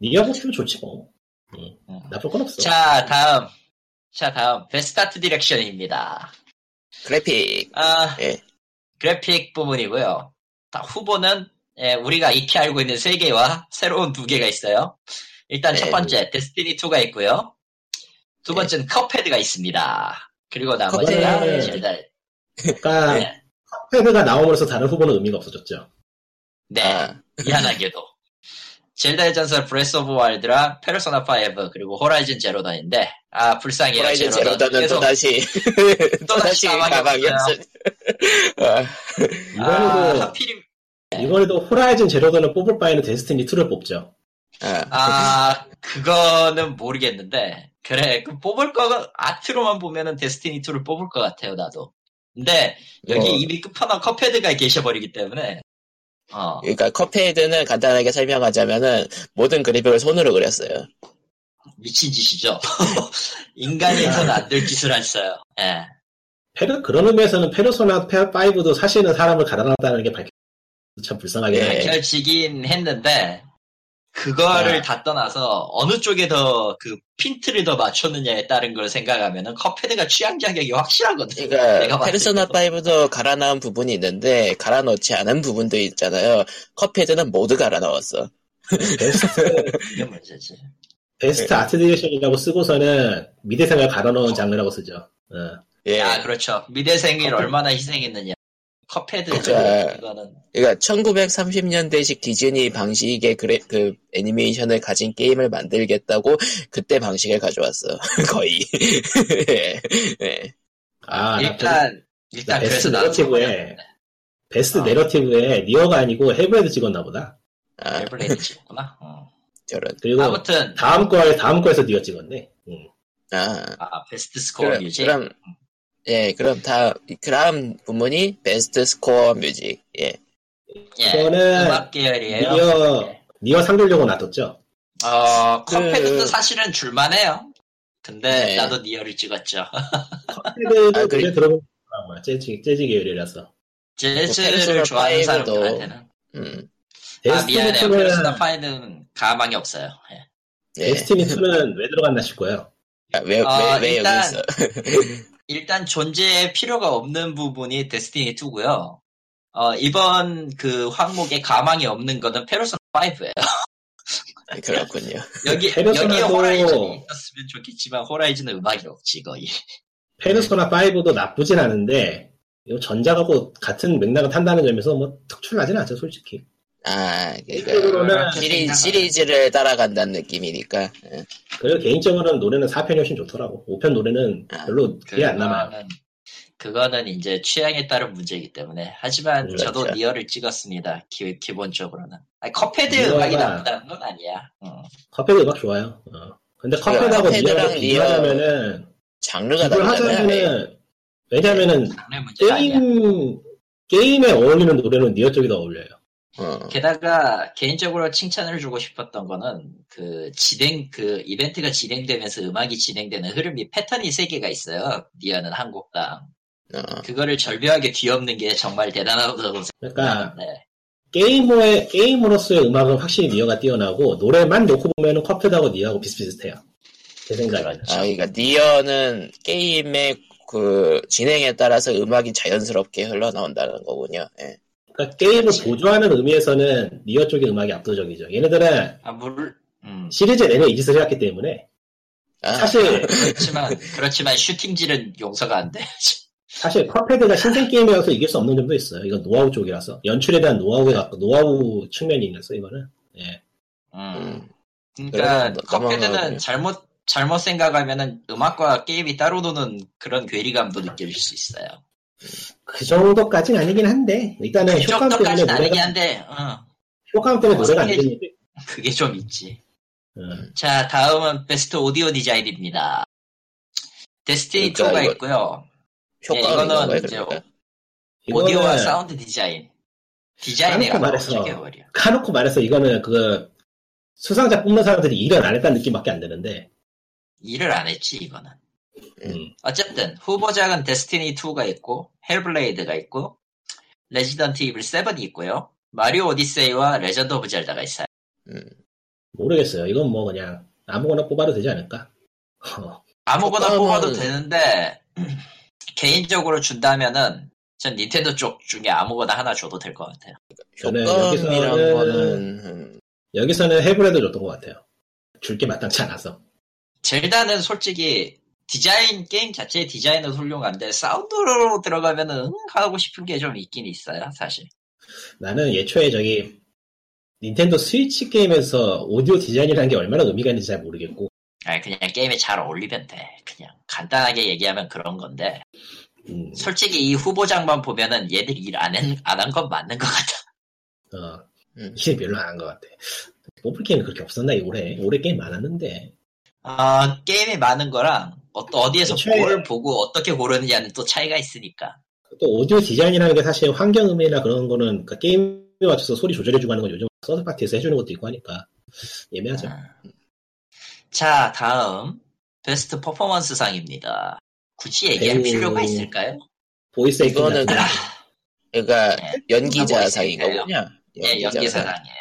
D: 니가 보시면 좋지 뭐. 응. 나쁠 건 없어.
B: 음. 자 다음. 자 다음 베스타트 디렉션입니다.
A: 그래픽.
B: 아,
A: 예.
B: 그래픽 부분이고요. 다 후보는 예, 우리가 익히 알고 있는 세 개와 새로운 두 개가 있어요. 일단
A: 네.
B: 첫 번째 데스티니 2가 있고요.
A: 예.
B: 두 번째는 컵헤드가 있습니다. 그리고 나머지가
A: 컵헤드.
B: 젤다.
D: 그러니까
B: 네.
D: 패드가 나옴으로써 다른 후보는 의미가 없어졌죠.
B: 네,
A: 아,
B: 미안하게도 젤다의 전설 브레스 오브 와일드랑 페르소나 5 그리고 호라이즌 제로던인데 아 불쌍해요.
A: 호라이즌
B: 제로던.
A: 제로다는
B: 계속
A: 또다시,
B: 또다시
A: 또다시
B: 가방이
A: 가방이
B: 없어요.
A: 없어. 아,
D: 이번에도
B: 아, 하필이면
D: 이번에도 호라이즌 제로던을 뽑을 바에는 데스티니 2를 뽑죠.
A: 아,
B: 아, 그거는 모르겠는데. 그래, 그 뽑을 거, 아트로만 보면은 데스티니2를 뽑을 것 같아요, 나도. 근데, 여기
A: 뭐.
B: 이미 끝판왕 컵헤드가 계셔버리기 때문에, 어,
A: 그러니까 컵헤이드는 간단하게 설명하자면은 모든 그래픽을 손으로 그렸어요.
B: 미친 짓이죠. 인간에서는 안 될 짓을 했어요. 예.
D: 페르, 그런 의미에서는 페르소나 5도 사실은 사람을 가다놨다는 게 밝혀 참 불쌍하긴
B: 예.
A: 네.
D: 하네.
B: 결지긴 했는데, 그거를
A: 네.
D: 아.
B: 다 떠나서, 어느 쪽에 더 그 핀트를 더 맞췄느냐에 따른 걸 생각하면은 컵헤드가 취향 자격이 확실하거든요. 내가
A: 그러니까
B: 봤을
A: 페르소나
B: 때도.
A: 5도 갈아 넣은 부분이 있는데 갈아 넣지 않은 부분도 있잖아요. 컵헤드는 모두 갈아 넣었어.
B: 이게 문제지.
D: 베스트
B: 예.
D: 아트 디렉션이라고 쓰고서는 미대생을 갈아넣은 장르라고 쓰죠. 어.
A: 예.
B: 아, 그렇죠. 미대생일 얼마나 희생했느냐. 컵헤드
A: 그렇죠.
B: 이거는
A: 그러니까 1930년대식 디즈니 방식의 그래, 그 애니메이션을 가진 게임을 만들겠다고 그때 방식을 가져왔어. 거의. 예. 예.
D: 아, 나
B: 일단
D: 베- 나
B: 일단 그래서
D: 베스트
B: 나는
D: 내러티브에 베스트
B: 아.
D: 내러티브에 리어가 아니고 헤브에도 찍었나 보다.
A: 아,
B: 레블레이드 찍었구나. 어.
A: 저런.
D: 그리고
B: 아무튼
D: 다음 거에 다음 거에서 니가 찍었네. 음. 응.
A: 아.
B: 아 베스트 스코어
A: 그럼,
B: 뮤직.
A: 그럼, 예, 그럼 다, 그다음 부문이 베스트 스코어 뮤직. 예.
B: 예,
D: 그거는
B: 음악 계열이에요.
D: 니어 니어 상대려고 놔뒀죠.
B: 어
A: 그-
B: 컵헤드도 사실은 줄만해요. 근데
A: 네.
B: 나도 니어를 찍었죠.
D: 팝패드도
A: 아, 그리-
D: 그래 들어보면 재즈 재즈 계열이라서
A: 페르소나
B: 재즈를 좋아하는
A: 파이브도-
B: 사람들한테는
A: 음.
B: 아 미안해요. 페르소나
D: 데스티니2는
B: 파이는 가망이 없어요. 예.
A: 예.
D: 데스티니2는 왜 들어갔나 싶고요.
A: 아, 왜,
B: 아,
A: 왜, 왜
B: 일단-
A: 여기 있어?
B: 일단 존재의 필요가 없는 부분이 데스티니 2고요. 어, 이번 그 항목에 가망이 없는 거는 페르소나 5예요.
A: 그렇군요.
B: 여기
D: 페르소나도-
B: 여기에 호라이즌이 있었으면 좋겠지만 호라이즌은 음악이 없지 거의.
D: 페르소나 5도 나쁘진 않은데 이 전작하고 같은 맥락을 탄다는 점에서 뭐 특출나진 않죠 솔직히.
A: 아, 그러니까
B: 어,
D: 이쪽으로는
A: 시리, 시리즈를 따라간다는 느낌이니까. 예.
D: 그리고 개인적으로는 노래는 4편이 훨씬 좋더라고. 5편 노래는
A: 아,
D: 별로 기대 안 남아.
B: 그거는- 그거는 이제 취향에 따른 문제이기 때문에. 하지만
D: 음,
B: 저도
A: 그렇죠.
B: 니어를 찍었습니다. 기, 기본적으로는. 아니, 컵헤드
D: 니어가-
B: 음악이 나쁘다는 건 아니야. 어.
D: 컵헤드 음악 좋아요. 어. 근데
A: 좋아요.
D: 컵헤드하고
A: 컵헤드랑
D: 리얼을
A: 리얼.
D: 비교하자면은
A: 장르가
D: 그걸
A: 다르잖아요. 네.
D: 하자면은 왜냐면은
B: 장르 문제가 아니야.
D: 게임 게임에 어울리는 노래는 니어 쪽이 더 어울려요.
A: 어.
B: 게다가 개인적으로 칭찬을 주고 싶었던 거는 그 진행 그 이벤트가 진행되면서 음악이 진행되는 흐름이 패턴이 세 개가 있어요. 니어는 한 곡당
A: 어.
B: 그거를 절묘하게 뒤엎는 게 정말 대단하다고
A: 네.
B: 네.
D: 그러니까
B: 생각하는데
D: 게임으로의 게임으로서의 음악은 확실히 니어가 뛰어나고 노래만 놓고 보면은 컵헤드하고 니어하고 비슷비슷해요. 제 생각에는.
A: 아, 그러니까 니어는 게임의 그 진행에 따라서 음악이 자연스럽게 흘러나온다는 거군요. 예.
D: 그러니까 게임을
B: 그렇지.
D: 보조하는 의미에서는 니어 쪽의 음악이 압도적이죠. 얘네들은
B: 아물 음.
D: 시리즈 내내 이 짓을 해왔기 때문에
A: 아,
D: 사실
B: 그렇지만 그렇지만 슈팅질은 용서가 안 돼.
D: 사실 컵헤드가 신생 게임이라서 이길 수 없는 점도 있어요. 이건 노하우 쪽이라서 연출에 대한 노하우에 갖고 노하우 측면이 있어서 이거는 예.
B: 음.
A: 음.
B: 그러니까
A: 그래서 뭐 넘어가고요.
B: 컵헤드는 잘못 잘못 생각하면은 음악과 게임이 따로 노는 그런 괴리감도 느껴질 수 있어요.
D: 그 정도까지는 아니긴 한데 일단은
A: 네,
B: 그
D: 효과음 때문에
B: 정도까지는 아니긴
D: 노래가
B: 한데 어,
D: 효과음 때문에 노래가 안
B: 어떻게
D: 되니까
B: 그게 좀 있지.
D: 음.
B: 자, 다음은 베스트 오디오 디자인입니다. 데스티니
A: 그러니까
B: 2가
A: 이거-
B: 있고요.
A: 효과가
B: 이거는
A: 있는 거예요,
B: 이제
A: 그러니까.
B: 오디오와
D: 이거는
B: 사운드 디자인. 디자인에
D: 까놓고
B: 가까워
D: 말해서.
B: 죽여버려.
D: 까놓고 말해서 이거는 그 수상자 뽑는 사람들이 일을 안 했다는 느낌밖에 안 드는데
B: 일을 안 했지, 이거는.
D: 음.
B: 어쨌든, 후보작은 데스티니 2가 있고, 헬블레이드가 있고, 레지던트 이블 7이 있고요. 마리오 오디세이와 레전드 오브 젤다가 있어요.
A: 음.
D: 모르겠어요. 이건 뭐 그냥 아무거나 뽑아도 되지 않을까? 어,
B: 아무거나
A: 그거는-
B: 뽑아도 되는데, 개인적으로 준다면은, 전 닌텐도 쪽 중에 아무거나 하나 줘도 될 것 같아요.
D: 저는
A: 효과음이란
D: 여기서는-
A: 거는 음,
D: 여기서는 해브레도 줬던 것 같아요. 줄 게 마땅치 않아서.
B: 젤다는 솔직히 디자인 게임 자체의 디자인은 훌륭한데 사운드로 들어가면은 응 하고 싶은 게 좀 있긴 있어요 사실
D: 나는 예초에 저기 닌텐도 스위치 게임에서 오디오 디자인이라는 게 얼마나 의미가 있는지 잘 모르겠고
B: 아 그냥 게임에 잘 어울리면 돼 그냥 간단하게 얘기하면 그런 건데
D: 음,
B: 솔직히 이 후보장만 보면은 얘들 일안안한 건 맞는 것 같아
D: 어,
A: 음.
D: 이게 별로 안 한 것 같아. 뽑을 게임은 그렇게 없었나 이 올해 올해 게임 많았는데
B: 아 게임이 많은 거랑 어, 어디에서
D: 애초에-
B: 뭘 보고 어떻게 고르느냐는 또 차이가 있으니까
D: 또 오디오 디자인이라는 게 사실 환경음이나 그런 거는 그 게임에 맞춰서 소리 조절해주고 하는 건 요즘 서드 파티에서 해주는 것도 있고 하니까 예매하죠.
B: 음. 자 다음 베스트 퍼포먼스 상입니다 굳이 얘기할
D: 배우-
B: 필요가 있을까요?
D: 보이스 액팅
A: 이거는
D: 같은 거.
A: 그러니까
B: 네.
A: 연기자상인
B: 뭐 있을까요?
A: 거군요.
D: 어,
B: 예, 연기사랑이에요.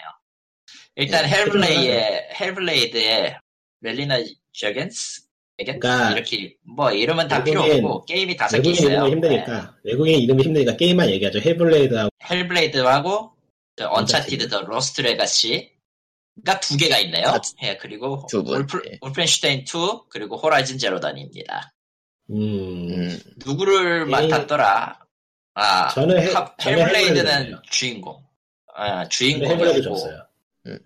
B: 일단
A: 예,
B: 헬블레이의 헬블레이드의 멜리나 저겐스 에겐
D: 그러니까
B: 이렇게 뭐 이름은 다 필요
D: 외국인-
B: 없고 게임이 다섯 개
D: 외국인
B: 있어요.
D: 이름이 힘드니까 외국인 이름이 힘드니까 게임만 얘기하죠. 헤블레이드하고
B: 네, 헬블레이드하고
D: 네,
B: 그 언차티드 더 로스트 레가시 가두 개가 있네요.
A: 아,
B: 예, 그리고
A: 두 분,
B: 울프,
A: 예.
B: 울펜슈테인 2 그리고 호라이즌 제로단입니다.
D: 음,
A: 음,
B: 누구를
D: 예.
B: 맡았더라? 아,
D: 저는 해-
B: 팝-
D: 저는
B: 헬블레이드는
D: 헬블레이드예요.
B: 주인공. 아,
D: 헤블레이드
B: 주인공이고
D: 줬어요.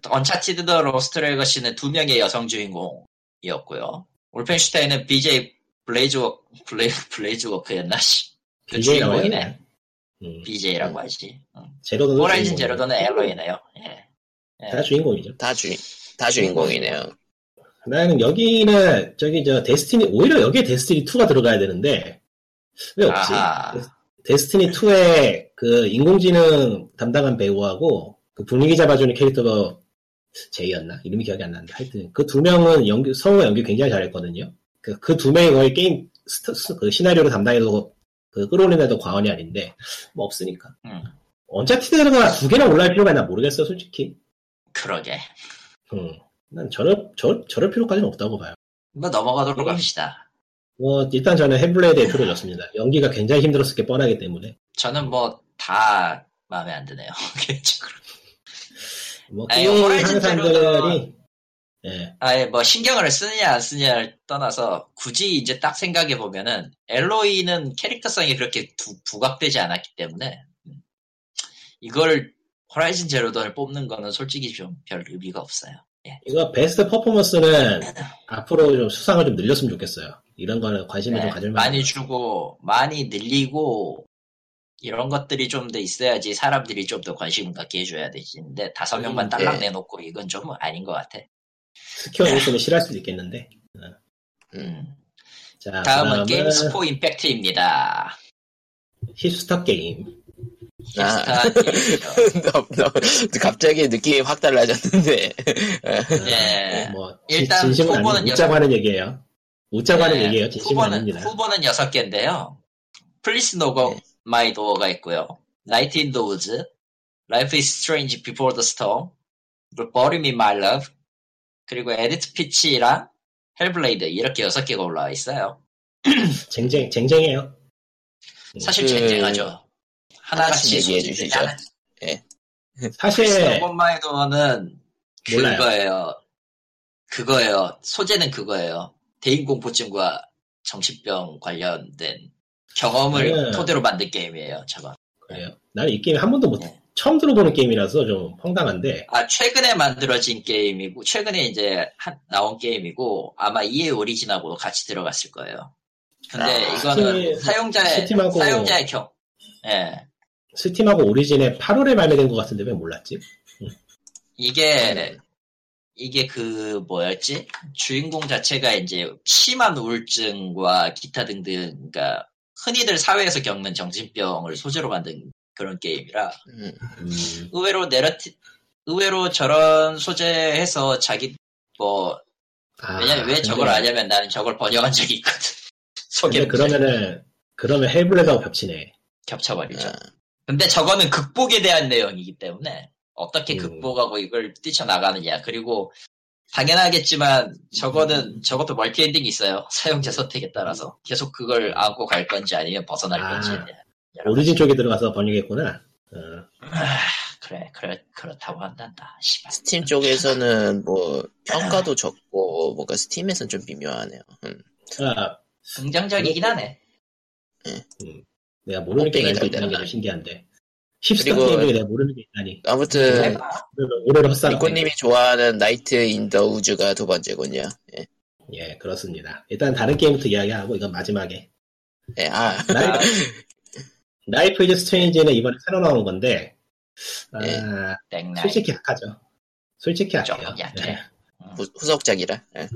B: 언차티드 더 로스트 레거시는 두 명의 여성 주인공이었고요. 올펜슈타인은 BJ 블레이즈워 블레이 블레이즈워크였나 씨. 그
D: BJ라고
B: 주인공이네.
D: 했네. 음,
B: BJ라고 하지. 응.
D: 제로도
B: 호라이즌
D: 주인공이고.
B: 제로더는 엘로이네요. 예. 예.
D: 다 주인공이죠.
A: 다 주인
B: 음.
A: 다 주인공이네요.
D: 나는 여기는 저기 저 데스티니 오히려 여기에 데스티니 2가 들어가야 되는데 왜 없지?
B: 아하.
D: 데스티니 2에 그 인공지능 담당한 배우하고 그 분위기 잡아주는 캐릭터가 제이였나? 이름이 기억이 안 난다. 하여튼 그 두 명은 연기 성우 연기 굉장히 잘했거든요. 그 그 두 명이 거의 게임 스타, 스- 그 시나리오를 담당해도 그 끌어올리는데도 과언이 아닌데 뭐 없으니까.
B: 음.
D: 언차티드가 두 개나 올라올 필요가 있나 모르겠어 솔직히.
B: 그러게.
D: 음. 난 저럴 저, 저럴 필요까지는 없다고 봐요.
B: 뭐 넘어가도록
D: 음.
B: 합시다.
D: 뭐 일단 저는 햄블레이드에 표를 줬습니다. 연기가 굉장히 힘들었을 게 뻔하기 때문에
B: 저는 뭐 다 마음에 안 드네요. 개인적으로.
D: 뭐
B: 아니,
D: 게임 하는
B: 호라이즌
D: 사람들이 예.
B: 아예 뭐 신경을 쓰느냐 안 쓰느냐를 떠나서 굳이 이제 딱 생각해 보면은 엘로이는 캐릭터성이 그렇게 부, 부각되지 않았기 때문에 음. 이걸 호라이즌 제로던을 뽑는 거는 솔직히 좀 별 의미가 없어요. 예.
D: 이거 베스트 퍼포먼스는 앞으로 좀 수상을 좀 늘렸으면 좋겠어요. 이런 거는 관심을
B: 네,
D: 좀 가질 만한.
B: 많이 주고 많이 늘리고 이런 것들이 좀 더 있어야지 사람들이 좀 더 관심을 갖게 해줘야 되지. 근데 다섯
D: 음,
B: 명만
A: 네.
B: 딸랑 내놓고 이건 좀 아닌 것 같아.
D: 스퀘어
B: 네.
D: 닉슨이 싫어할 수도 있겠는데.
B: 음.
D: 자,
B: 다음은
D: 아, 그다음은 아.
B: 게임스포 임팩트입니다.
D: 힙스터 게임.
A: 아.
B: 힙스타 게임이죠.
A: 너- 너- 갑자기 느낌이 확 달라졌는데.
B: 예.
D: 뭐
B: 일단
D: 진- 진심은
B: 후보는
D: 아니 웃자고
B: 여섯-
D: 하는 얘기예요. 웃자고 하는
B: 네,
D: 얘기예요. 진심은
B: 후보는,
D: 아닙니다.
B: 후보는 여섯 개인데요. 플리스 노거
A: 네.
B: 마이 도어가 있고요. 나이트 인 도우즈, 라이프 이스 스트레인지 비포 더 스톰, 그리고 버리 미 마이 러브, 그리고 에디트 피치랑 헬블레이드 이렇게 여섯 개가 올라와 있어요.
D: 쟁쟁 쟁쟁해요.
B: 사실
A: 그-
B: 쟁쟁하죠. 하나같이
A: 얘기해
B: 소진되지
A: 주시죠.
B: 않은-
D: 사실
B: 플리스 노거 마이 도어는
D: 예. 몰라요.
B: 그거예요. 그거예요. 소재는 그거예요. 대인 공포증과 정신병 관련된 경험을
D: 네.
B: 토대로 만든 게임이에요. 저건.
D: 그래요. 나는 이 게임 한 번도 못
B: 네.
D: 처음 들어보는 게임이라서 좀 황당한데
B: 아 최근에 만들어진 게임이고 최근에 이제 한- 나온 게임이고 아마 EA 오리진하고도 같이 들어갔을 거예요. 근데
A: 아,
B: 이거는
D: 스팀-
B: 사용자의
D: 스팀하고-
B: 사용자의 경. 예.
D: 스팀하고 오리진에 8월에 발매된 것 같은데 왜 몰랐지? 네.
B: 이게 이게 그 뭐였지 주인공 자체가 이제 심한 우울증과 기타 등등 그러니까 흔히들 사회에서 겪는 정신병을 소재로 만든 그런 게임이라
A: 음,
D: 음,
B: 의외로 내러티 의외로 저런 소재해서 자기 뭐
D: 아,
B: 왜냐면 왜
D: 근데-
B: 저걸 아냐면 나는 저걸 번역한 적이 있거든 소개
D: 근데 그러면은 그러면 헬블레드하고 겹치네.
B: 겹쳐버리죠
A: 아.
B: 근데 저거는 극복에 대한 내용이기 때문에 어떻게
D: 음.
B: 극복하고 이걸 뛰쳐나가느냐 그리고 당연하겠지만
D: 음.
B: 저거는 저것도 멀티엔딩이 있어요 사용자 선택에 따라서 계속 그걸 안고 갈 건지 아니면 벗어날
D: 아.
B: 건지 여러
D: 오리진 쪽에 들어가서 번역했구나. 어,
B: 가지. 그래 그래 그렇다고 한단다 씨발
A: 스팀 쪽에서는 뭐 평가도 적고 뭔가 스팀에선 좀 미묘하네요. 음.
D: 아,
B: 긍정적이긴 하네
D: 내가 모르는 게
A: 땡이다,
D: 나한테 있다는 게
A: 내가.
D: 좀 신기한데. 힙스터
A: 그리고-
D: 게임에 내가 모르는 게 있다니. 네.
A: 아무튼
B: 해봐.
D: 올해로 헛살아.
A: 리코님이 좋아하는 나이트 인 더 우즈가 두 번째군요. 예.
D: 예, 그렇습니다. 일단 다른 게임부터 이야기하고 이건 마지막에.
A: 예, 아,
B: 아,
D: 라이프, 라이프 이즈 스트레인지는 이번에 새로 나온 건데 아,
A: 예.
B: 땡나이
D: 솔직히 약하죠. 솔직히 약해요.
B: 조금 네. 약해.
D: 예.
A: 후- 후속작이라. 예.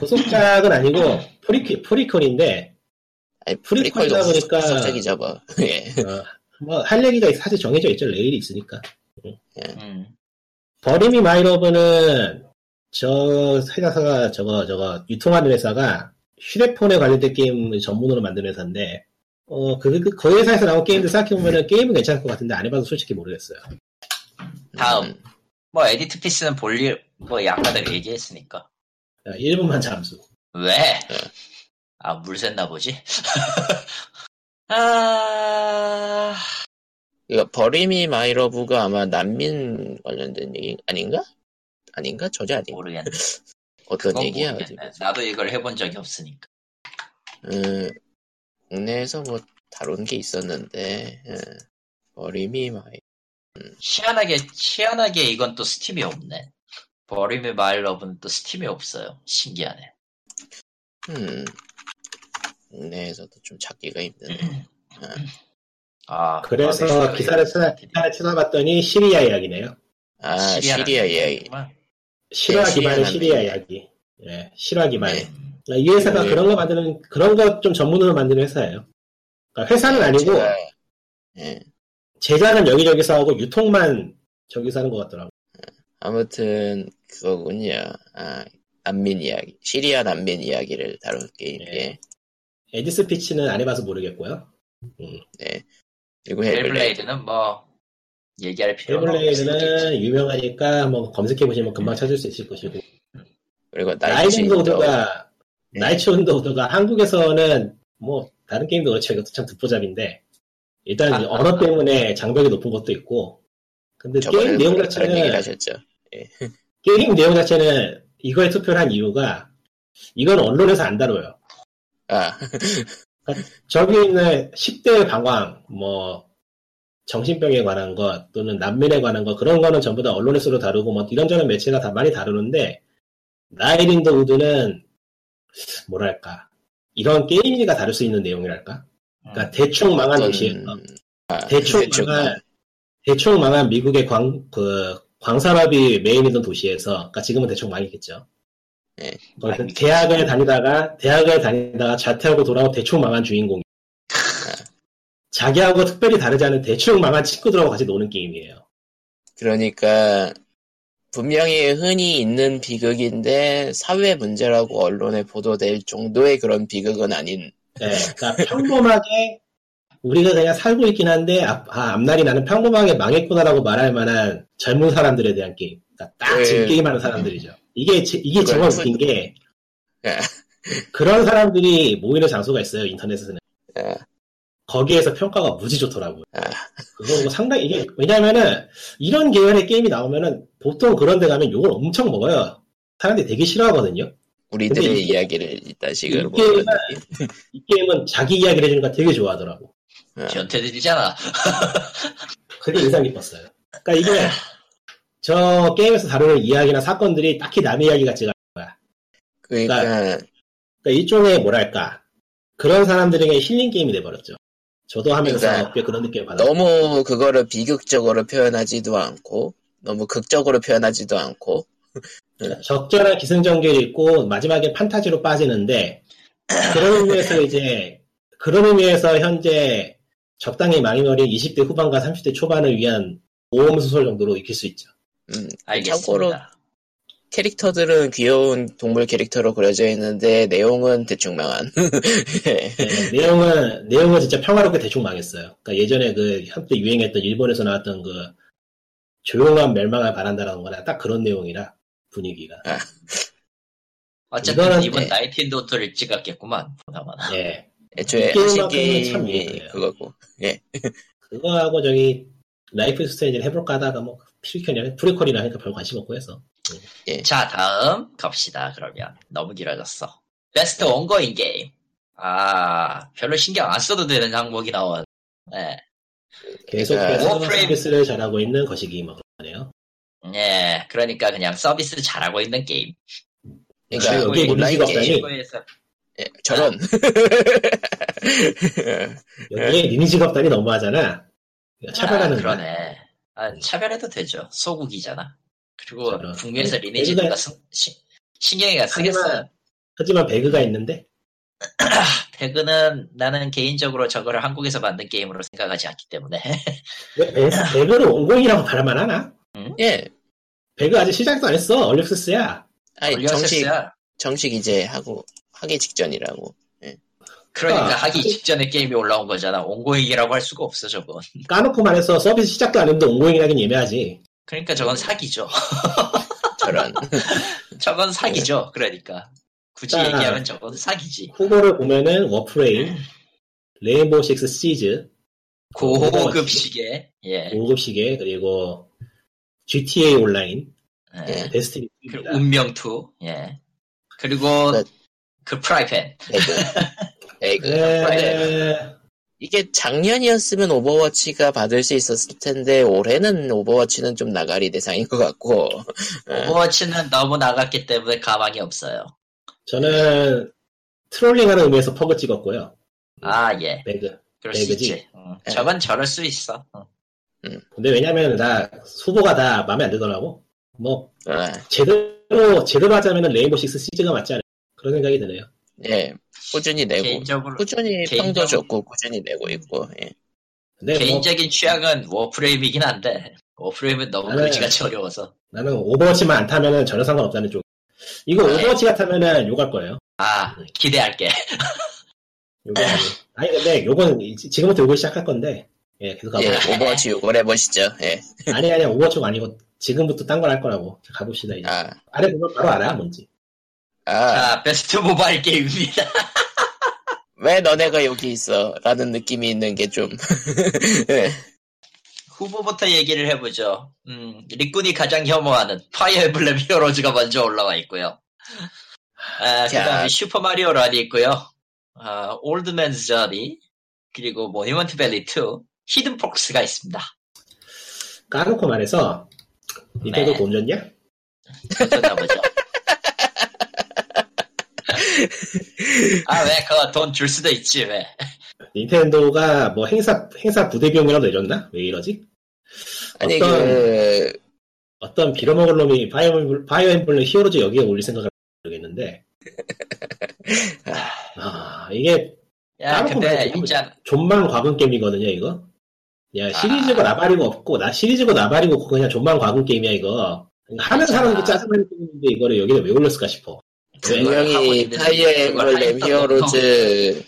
D: 후속작은 아니고 프리퀄, 프리퀄인데
A: 아니,
D: 프리퀄이다
A: 프리퀄도 후-
D: 보니까-
A: 후속작이죠 뭐. 예.
D: 어, 뭐할 얘기가 사실 정해져 있죠. 레일이 있으니까.
B: 음.
D: 버림이 마이러브는 저 회사가 저거 저거 유통하는 회사가 휴대폰에 관련된 게임을 전문으로 만드는 회사인데 어그 그, 그 회사에서 나온 게임들 생각해보면은 게임은 괜찮을 것 같은데 안 해봐서 솔직히 모르겠어요.
B: 다음.
A: 음,
B: 뭐 에디트 피스는 볼일 뭐 아까도 얘기했으니까
D: 1분만 잠수.
B: 왜?
D: 네.
B: 아, 물 샜나 보지? 아,
A: 이거 버림이 마이러브가 아마 난민 관련된 얘기 아닌가? 아닌가? 저게 아닌가?
B: 모르겠네.
A: 어떤
B: 뭐, 그건
A: 얘기야? 어디
B: 모르겠네. 나도 이걸 해본 적이 없으니까.
A: 음, 국내에서 뭐 다룬 게 있었는데 예. 버림이 마이
B: 희한하게, 희한하게 이건 또 스팀이 없네. 버림의 마일러브는 또 스팀이 없어요. 신기하네.
A: 음, 국내에서도 좀 찾기가 힘드네.
B: 아,
D: 그래서
B: 버림의
D: 기사를 찾아,
B: 마일러브.
D: 기사를 찾아봤더니 시리아 이야기네요.
A: 아
B: 시리아라는
A: 시리아 예. 이야기.
B: 거구나.
D: 실화
A: 네,
D: 기반의
A: 시리아라는
D: 시리아
A: 얘기.
D: 이야기. 예, 실화 기반.
A: 네.
D: 그러니까 이 회사가
A: 네.
D: 그런 거 만드는 그런 거 좀 전문으로 만드는 회사예요. 그러니까 회사는 아니고
A: 제가, 예.
D: 제작은 여기저기서 하고 유통만 저기서 하는 것 같더라고.
A: 아무튼 그거군요. 아, 난민 이야기, 시리아 난민 이야기를 다룬 게임.
D: 네.
A: 예.
D: 에디스 피치는 안 해봐서 모르겠고요.
A: 그리고 네, 헬블레이드.
B: 헬블레이드는 뭐, 얘기할 필요는 없겠지.
D: 헬블레이드는 유명하니까 한번 검색해 보시면 금방 찾을 수 있을 것이고
A: 그리고 음. 나이트
D: 나이츠 온더 오더가
A: 네.
D: 나이츠 온더 오더가 한국에서는 뭐 다른 게임도 그렇죠. 이것도 참 듣보잡인데 일단
B: 아,
D: 이
B: 아,
D: 언어
B: 아.
D: 때문에 장벽이 높은 것도 있고 근데
A: 저번에 뭐
D: 게임 내용
A: 다른 얘기를
D: 자체는
A: 하셨죠.
D: 게임 내용 자체는 이거에 투표를 한 이유가 이건 언론에서 안 다뤄요.
A: 아,
D: 저기 있는 10대 방황, 뭐, 정신병에 관한 것, 또는 난민에 관한 것, 그런 거는 전부 다 언론에서도 다루고, 뭐, 이런저런 매체가 다 많이 다루는데, 나이린더 우드는, 뭐랄까, 이런 게임이가 다룰 수 있는 내용이랄까? 그러니까 대충 망한
A: 어떤-
D: 도시의 것,
A: 아,
D: 네, 대충 망한, 대충 망한 미국의 광, 그, 광산업이 메인이던 도시에서, 그러니까 지금은 대충 망했겠죠.
A: 네.
D: 뭐, 하여튼 대학을 다니다가, 대학을 다니다가 자퇴하고 돌아와 대충 망한 주인공. 아. 자기하고 특별히 다르지 않은 대충 망한 친구들하고 같이 노는 게임이에요.
A: 그러니까 분명히 흔히 있는 비극인데 사회 문제라고 언론에 보도될 정도의 그런 비극은 아닌
D: 네, 그러니까 평범하게 우리가 그냥 살고 있긴 한데 앞, 아, 앞날이 나는 평범하게 망했구나라고 말할 만한 젊은 사람들에 대한 게임. 그러니까 딱 지금
A: 예. 그러니까
D: 게임하는 사람들이죠. 이게 제- 이게 제가
A: 그걸
D: 웃긴 게
A: 예.
D: 그런 사람들이 모이는 장소가 있어요 인터넷에서는.
A: 예.
D: 거기에서 평가가 무지 좋더라고요.
A: 예.
D: 그거 뭐 상당히 이게 왜냐면은 이런 계열의 게임이 나오면은 보통 그런 데 가면 욕을 엄청 먹어요. 사람들이 되게 싫어하거든요. 근데
A: 우리들의
D: 이-
A: 이야기를 일단 식으로
D: 이
A: 보는
D: 게임은- 이 게임은 자기 이야기를 해주는 거 되게 좋아하더라고.
B: 음, 변태들이잖아.
D: 그게 인상 깊었어요. 그러니까 이게 저 게임에서 다루는 이야기나 사건들이 딱히 남의 이야기 같지가
A: 그러니까
D: 그러니까 일종의 뭐랄까 그런 사람들에게 힐링 게임이 돼버렸죠. 저도 하면서
A: 그러니까
D: 꽤 그런 느낌을 받았어요.
A: 너무 그거를 비극적으로 표현하지도 않고 너무 극적으로 표현하지도 않고
D: 적절한 기승전결이 있고 마지막에 판타지로 빠지는데 그런 의미에서 이제 그런 의미에서 현재 적당히 많이 어린 20대 후반과 30대 초반을 위한 모험 소설 정도로 익힐 수 있죠.
A: 음,
B: 알겠습니다.
A: 참고로 캐릭터들은 귀여운 동물 캐릭터로 그려져 있는데 내용은 대충 망한
D: 네, 내용은 내용은 진짜 평화롭게 대충 망했어요. 그러니까 예전에 그 한때 유행했던 일본에서 나왔던 그 조용한 멸망을 바란다라는 거나 딱 그런 내용이라 분위기가.
B: 어쨌든
D: 이거는-
B: 이번
A: 네.
B: 나이틴 도토를 찍었겠구만. 보나마나.
D: 예.
A: 애초에
D: 게임만큼은
A: 하신
D: 참
A: 게임이
D: 예쁘네요.
A: 그거고
D: 그거하고 저기 라이프 스테이지를 해볼까 하다가 뭐 필리콘이라 프리퀄이라 하니까 별 관심 없고 해서.
B: 자, 다음 갑시다. 그러면 너무 길어졌어. 베스트 원거인 게임. 아, 별로 신경 안 써도 되는 항목이 나온. 네,
D: 계속해서
B: 워프레임.
D: 서비스를 잘하고 있는 거시기 뭐 그러네요.
B: 네, 그러니까 그냥 서비스 잘하고 있는 게임.
A: 그러니까
D: 네, 아, 그리고 이게
A: 온라인
D: 문제가 없다니
A: 게임
B: 최고에서
A: 예, 저런
D: 여기에 리니지가 없다니 너무하잖아.
B: 네. 아,
D: 차별하는
B: 그러네. 아, 차별해도 되죠. 소국이잖아. 그리고
D: 저런.
B: 북미에서
D: 아니,
B: 리니지가
D: 배그가-
B: 신경이가 쓰겠어.
D: 네. 하지만- 하지만 배그가 있는데
B: 배그는 나는 개인적으로 저거를 한국에서 만든 게임으로 생각하지 않기 때문에
D: 왜 배- 배그를 원공이라고 말하면 하나?
A: 예
D: 배그 아직 시작도 안 했어. 얼리스스야.
A: 아니 정식
B: 얼리어세스야.
A: 정식 이제 하고 하기 직전이라고
B: 그러니까
D: 아.
B: 하기 직전에 게임이 올라온 거잖아. 온고잉이라고 할 수가 없어 저건.
D: 까놓고 말해서 서비스 시작도 안 했는데 온고잉이라긴 예매하지.
B: 그러니까 저건 사기죠.
A: 저런
B: 저건 사기죠. 그러니까 굳이
D: 아.
B: 얘기하면 저건 사기지.
D: 후보를 보면은 워프레임, 레인보우 식스 시즈,
B: 고급 시계. 예.
D: 5급 시계, 그리고 GTA 온라인,
B: 예.
A: 예.
D: 데스티니
B: 그
D: 2입니다.
B: 운명 투 예. 그리고
A: 네.
B: 그 프라이팬.
A: 배그 배그
B: 아,
A: 근데
D: 네.
A: 이게 작년이었으면 오버워치가 받을 수 있었을 텐데 올해는 오버워치는 좀 나가리 대상인 것 같고
B: 오버워치는 너무 나갔기 때문에 가망이 없어요.
D: 저는 트롤링하는 의미에서 퍼그 찍었고요.
B: 아 예.
D: 배그.
B: 그럴
D: 네,
B: 수
D: 그지?
B: 있지. 응.
A: 예.
B: 저건 저럴 수 있어. 응.
D: 근데 왜냐면 나 후보가 다 마음에 안 들더라고. 뭐
A: 아,
D: 제대로 제대로 하자면은 레인보우 식스 시즈가 맞지 않을까 그런 생각이 드네요.
A: 예 꾸준히 내고
B: 개인적으로
A: 꾸준히
B: 개인적으로-
A: 평도 좋고 꾸준히 내고 있고 예.
D: 근데 뭐
B: 개인적인 취향은 워프레임이긴 한데 워프레임은 너무
D: 나는-
B: 글씨같이 어려워서.
D: 나는 오버워치만 안 타면은 전혀 상관없다는 쪽. 이거
B: 네.
D: 오버워치가 타면은 욕할 거예요.
B: 아 기대할게.
D: 요건 아니. 아니 근데 요건 이- 지금부터 욕을 시작할 건데 예 계속 가보
A: 예, 오버워치 욕을 해보시죠. 예.
D: 아니 아니 오버워치가 아니고 지금부터 딴 걸 할 거라고 자, 가봅시다 이제
A: 아,
D: 아래 보면 바로 알아 뭔지
A: 아,
B: 자 베스트 모바일 게임입니다.
A: 왜 너네가 여기 있어? 라는 느낌이 있는 게 좀, 예.
B: 후보부터 얘기를 해보죠. 음, 리꾼이 가장 혐오하는 파이어 엠블렘 히어로즈가 먼저 올라와 있고요. 아, 그
A: 자.
B: 다음에 슈퍼마리오 란이 있고요. 아, 올드맨스 저리, 그리고 모니먼트 밸리 2, 히든 폭스가 있습니다.
D: 까놓고 그러니까 말해서 닌텐도
B: 네.
D: 돈 줬냐?
B: 어쩌나 보죠. 아, 왜, 그거 돈 줄 수도 있지, 왜.
D: 닌텐도가 뭐 행사 행사 부대 비용이라도 내줬나? 왜 이러지?
A: 아니
D: 어떤-
A: 그
D: 어떤 빌어먹을 놈이 바이오 엠블- 바이오 엠블렘 히어로즈 여기에 올릴 생각을 모르겠는데 아 이게
B: 야,
D: 까놓고
B: 근데,
D: 말해도
B: 인자,
D: 존만 과금 게임이거든요 이거 야
B: 아.
D: 시리즈고 나발이고 없고 나 시리즈고 나발이고 없고 그냥 존만 과금 게임이야 이거 그러니까 하면서 하는 게 짜증나는 게임인데 이거를 여기다 왜 올렸을까 싶어 왜?
B: 그거야. 하고
A: 분명히
B: 있는데
A: 파이어
B: 그걸
A: 엠블렘
B: 하니까
A: 히어로즈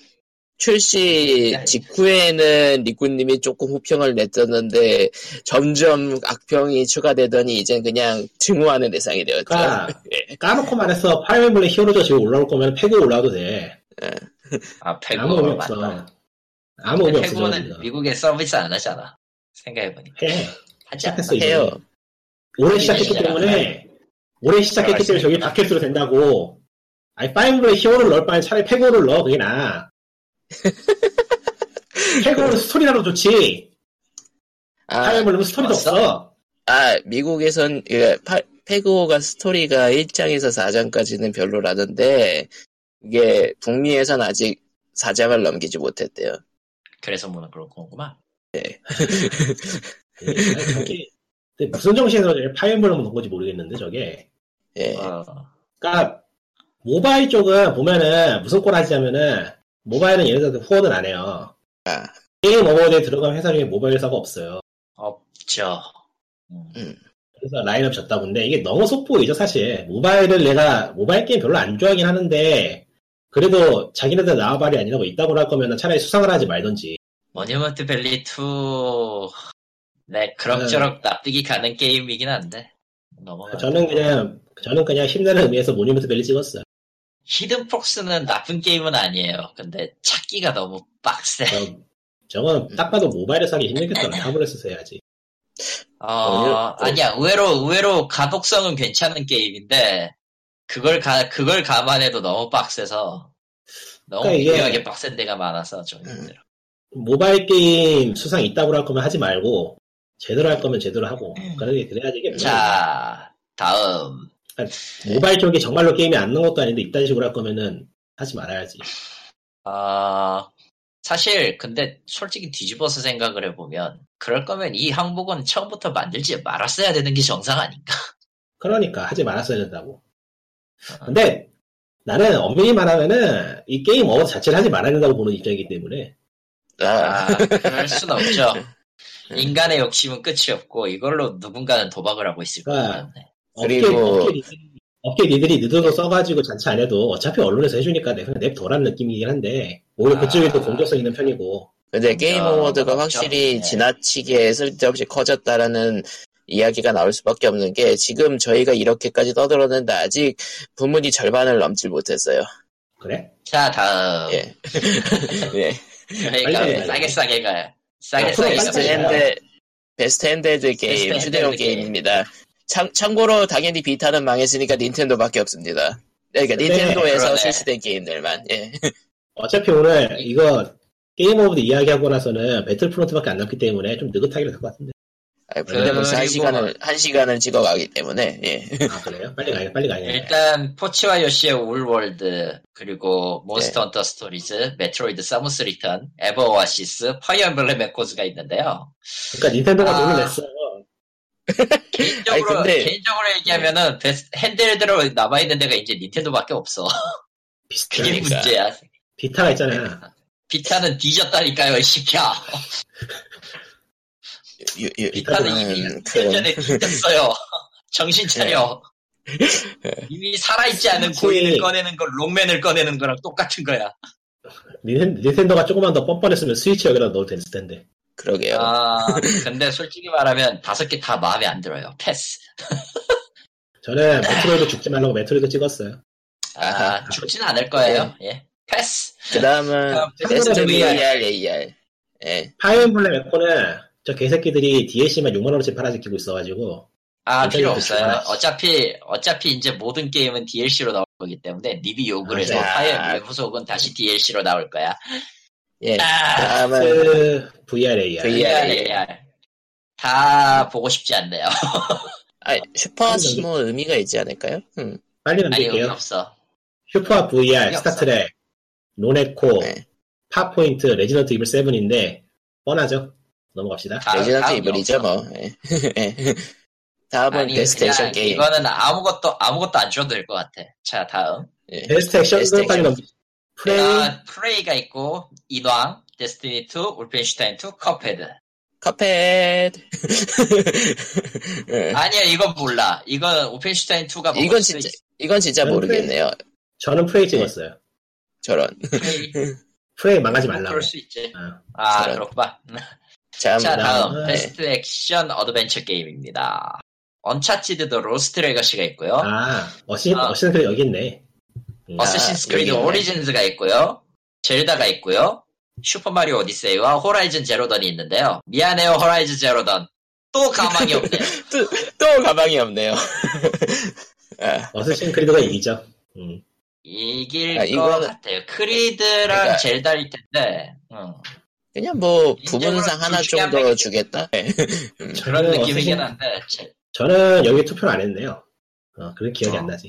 A: 출시
B: 야,
A: 직후에는 리꾸님이 조금 호평을 냈었는데 점점 악평이 추가되더니 이젠 그냥 증오하는 대상이 되었죠.
D: 그러니까
B: 네.
D: 까놓고 말해서 파이어 엠블렘 히어로즈 지금 올라올 거면 패고 올라와도 돼
B: 아,
D: 아무 의미
B: 페고
D: 없어
B: 맞다.
D: 아무 의미
B: 근데
D: 없어 저거
B: 페고는
D: 지금.
B: 네, 미국에 서비스 안 하잖아. 생각해보니까.
D: 해
B: 하지 않나?
D: 시작했어 이제
A: 해요.
D: 올해 시작했기 때문에 올해 시작했기 때문에
B: 아,
D: 저기 바켓으로 된다고 아니 파인블에 히어로를 넣을 바엔 차라리 페고를 넣어 그게 나아 페고는 스토리라도 좋지
A: 아,
D: 파인블은 스토리도
B: 맞어?
D: 없어
A: 아, 미국에선 그 파- 페고가 스토리가 1장에서 4장까지는 별로라던데 이게 북미에선 아직 4장을 넘기지 못했대요.
B: 그래서 뭐는 그런 거구만.
D: 아니,
A: 예.
D: 저게 근데 무슨 정신으로 저게 파인블을 넣은 건지 모르겠는데 저게 네.
A: 예.
B: 어,
D: 그러니까 모바일 쪽은 보면은 무슨 꼴 하자면은 모바일은 얘네들한테 후원을 안 해요
A: 아.
D: 게임 어워드에 들어간 회사 중에 모바일 회사가 없어요
B: 없죠. 음.
D: 그래서 라인업 졌다 본데 이게 너무 속보이죠 사실 모바일을 내가 모바일 게임 별로 안 좋아하긴 하는데 그래도 자기네들 나와발이 아니라고 있다고 할 거면 차라리 수상을 하지 말던지
B: 모니먼트 밸리 2, 네, 그럭저럭 납득이 가는 게임이긴 한데. 넘어가.
D: 음. 저는 그냥 저는 그냥 힘내는 의미에서 모니멘트 벨리 찍었어요
B: 히든 폭스는 나쁜 게임은 아니에요. 근데 찾기가 너무 빡세.
D: 저- 저건
A: 음.
D: 딱 봐도 모바일에서 하기 힘들겠더라 타블렛에서 해야지
B: 어,
D: 어.
A: 아니요.
B: 아니야. 의외로, 의외로 가독성은 괜찮은 게임인데, 그걸 가, 그걸 감안해도 너무 빡세서, 너무
D: 그러니까 이게- 음.
B: 미묘하게 빡센 데가 많아서 좀 힘들어.
D: 모바일 게임 수상 있다고 할 거면 하지 말고 제대로 할 거면 제대로 하고
A: 음.
D: 그래, 그래야지 이게 네.
B: 자, 다음.
D: 모바일 쪽이 정말로 게임이 안 나온 것도 아닌데 이딴 식으로 할 거면은 하지 말아야지
B: 아, 사실, 근데 솔직히 뒤집어서 생각을 해보면, 그럴 거면 이 항목은 처음부터 만들지 말았어야 되는 게 정상 아닌가?
D: 그러니까 하지 말았어야 된다고. 근데 나는 엄밀히 말하면은 이 게임 어워 자체를 하지 말아야 된다고 보는 입장이기 때문에
A: 아,
B: 아, 그럴 순 없죠.
D: 네.
B: 인간의 욕심은 끝이 없고, 이걸로 누군가는 도박을 하고 있을 거기
D: 아.
B: 때문에.
D: 업계,
A: 그리고-
D: 업계 리들이- 업계 니들이 느어서 써가지고 잔치 안 해도 어차피 언론에서 해주니까 내가 냅둬라는 느낌이긴 한데 오히려 그쪽이
B: 아.
D: 더 공격성 있는 편이고
A: 근데 게임 어워드가
B: 맞죠.
A: 확실히
B: 네.
A: 지나치게 쓸데없이 커졌다라는 이야기가 나올 수밖에 없는 게 지금 저희가 이렇게까지 떠들었는데 아직 부문이 절반을 넘지 못했어요.
D: 그래?
B: 자, 다음.
A: 예.
B: 아.
A: 예.
B: 그러니까
D: 빨리 가요.
B: 싸게 싸게 가요. 싸게
D: 앞으로
B: 싸게
D: 빨리
A: 베스트
D: 가요.
B: 가요.
A: 핸드 베스트 핸드드
B: 아, 베스트
A: 게임
B: 핸드드
A: 휴대용
B: 게임.
A: 게임입니다. 참, 참고로 당연히 비타는 망했으니까 닌텐도밖에 없습니다. 그러니까
D: 네,
A: 닌텐도에서
B: 그러네.
A: 출시된 게임들만. 예.
D: 어차피 오늘 이거 게임 오브 이야기하고 나서는 배틀프론트밖에 안 남기 때문에 좀 느긋하게 될 것 같은데
A: 아, 근데 벌써 한
B: 그리고-
A: 시간을 한 시간을 찍어가기 때문에 예.
D: 아 그래요? 빨리 가야 빨리
A: 네.
D: 가야
B: 일단 포츠와 요시의 울월드 그리고
A: 네.
B: 몬스터 헌터 스토리즈, 메트로이드 사무스 리턴, 에버 오아시스, 파이어 엠블렘 에코즈가 있는데요.
D: 그러니까 닌텐도가
B: 아.
D: 돈을 냈어
B: 개인적으로
A: 근데- 네.
B: 개인적으로 얘기하면은 베스- 핸들드로 남아 있는 데가 이제 닌텐도밖에 없어.
D: 비슷해
B: 그게
A: 그러니까.
B: 문제야.
D: 비타가 있잖아
B: 비타는 뒤졌다니까요, 이 새끼야.
A: 유- 유-
B: 비타는 이미
A: 음,
B: 1년 전에 뒤졌어요. 정신
A: 네.
B: 차려. 이미 살아있지 않은 고인을
D: 그치.
B: 꺼내는 걸 롱맨을 꺼내는 거랑 똑같은 거야.
D: 닌- 닌텐도가 조금만 더 뻔뻔했으면 스위치 여기다 넣을 텐데
A: 그러게요.
B: 아, 근데 솔직히 말하면 다섯 개 다 마음에 안 들어요. 패스.
D: 저는 메트로이드 죽지 말라고 메트로이드 찍었어요.
B: 아, 죽진 않을 거예요.
A: 네.
B: 예. 패스.
A: 그 다음은
B: 다음,
A: 베스트
D: 다음
A: VR AR. 예.
D: 파이어엠블렘 에코는 저 개새끼들이 DLC만 6만원어치 팔아지키고 있어가지고
B: 아
D: 어차피
B: 필요
D: 그
B: 없어요.
D: 중간에-
B: 어차피 어차피 이제 모든 게임은 DLC로 나올 거기 때문에 님이 욕을 해서
A: 아,
B: 파이어 후속은 다시 DLC로 나올 거야.
A: 예.
B: 아,
A: 다음은
D: 그 VRAR
A: VR.
B: VR, AR.
A: 음.
B: 다 보고 싶지 않네요.
A: 아, 슈퍼스 뭐 의미가 있지 않을까요? 음.
D: 빨리
B: 아니 의미
D: 넘길게요
B: 없어.
D: 슈퍼 VR,
B: 없어.
D: 스타트랙,
B: 뭐.
D: 노네코,
A: 네.
D: 파포인트, 레지던트 이블 7인데 뻔하죠 넘어갑시다
B: 다-
A: 레지던트
B: 아, 다음이
A: 이블이죠
B: 없어.
A: 뭐. 예. 예. 다음은
B: 아니,
A: 베스트
B: 그냥
A: 액션 게임.
B: 이거는 아무것도 아무것도 안 줘도 될 것 같아. 자 다음.
A: 예.
D: 베스트
A: 베스트
D: 액션도 빨리
A: 액션.
D: 넘기 프레임
B: 아, 프레이가 있고 인왕, 데스티니 2, 울펜슈타인 2, 컵헤드.
A: 컵헥. 예.
B: 아니야 이건 몰라. 이건 울펜슈타인 2가
A: 이건 진짜 이건 진짜
D: 저는
A: 모르겠네요.
D: 저는 프레이 찍었어요
A: 저런.
B: 프레이
D: 프레이 망하지 말라고
B: 그럴 수 있지.
D: 아,
B: 아
A: 저런.
B: 그렇구나.
A: 참.
B: 자 다음
D: 다음은-
B: 베스트 액션 어드벤처 게임입니다. 언차치드도 로스트 레거시가 있고요.
D: 아 어신
B: 아.
D: 어신 그래 여기 있네 음.
B: 어쌔신스 크리드
A: 여기 있네.
B: 오리진즈가 있고요. 젤다가 있고요. 슈퍼마리오 오디세이와 호라이즌 제로던이 있는데요. 미안해요 호라이즌 제로던. 또 가망이 없네요.
A: 또 가방이 없네요. 아,
D: 어쌔신 크리드가 이기죠 음.
B: 이길
A: 아,
B: 것
A: 이거는-
B: 같아요. 크리드랑
A: 그러니까-
B: 젤다일 텐데 음,
A: 그냥 뭐
B: 인정으로
A: 부분상 하나
B: 둘 중에 한 네.
A: 정도
B: 명이-
A: 주겠다. 예.
B: 그런
D: 저는
B: 느낌이긴
D: 어쌔신-
B: 한데 제-
D: 저는 여기 투표를 안 했네요 어, 그런 기억이
B: 어.
D: 안 나지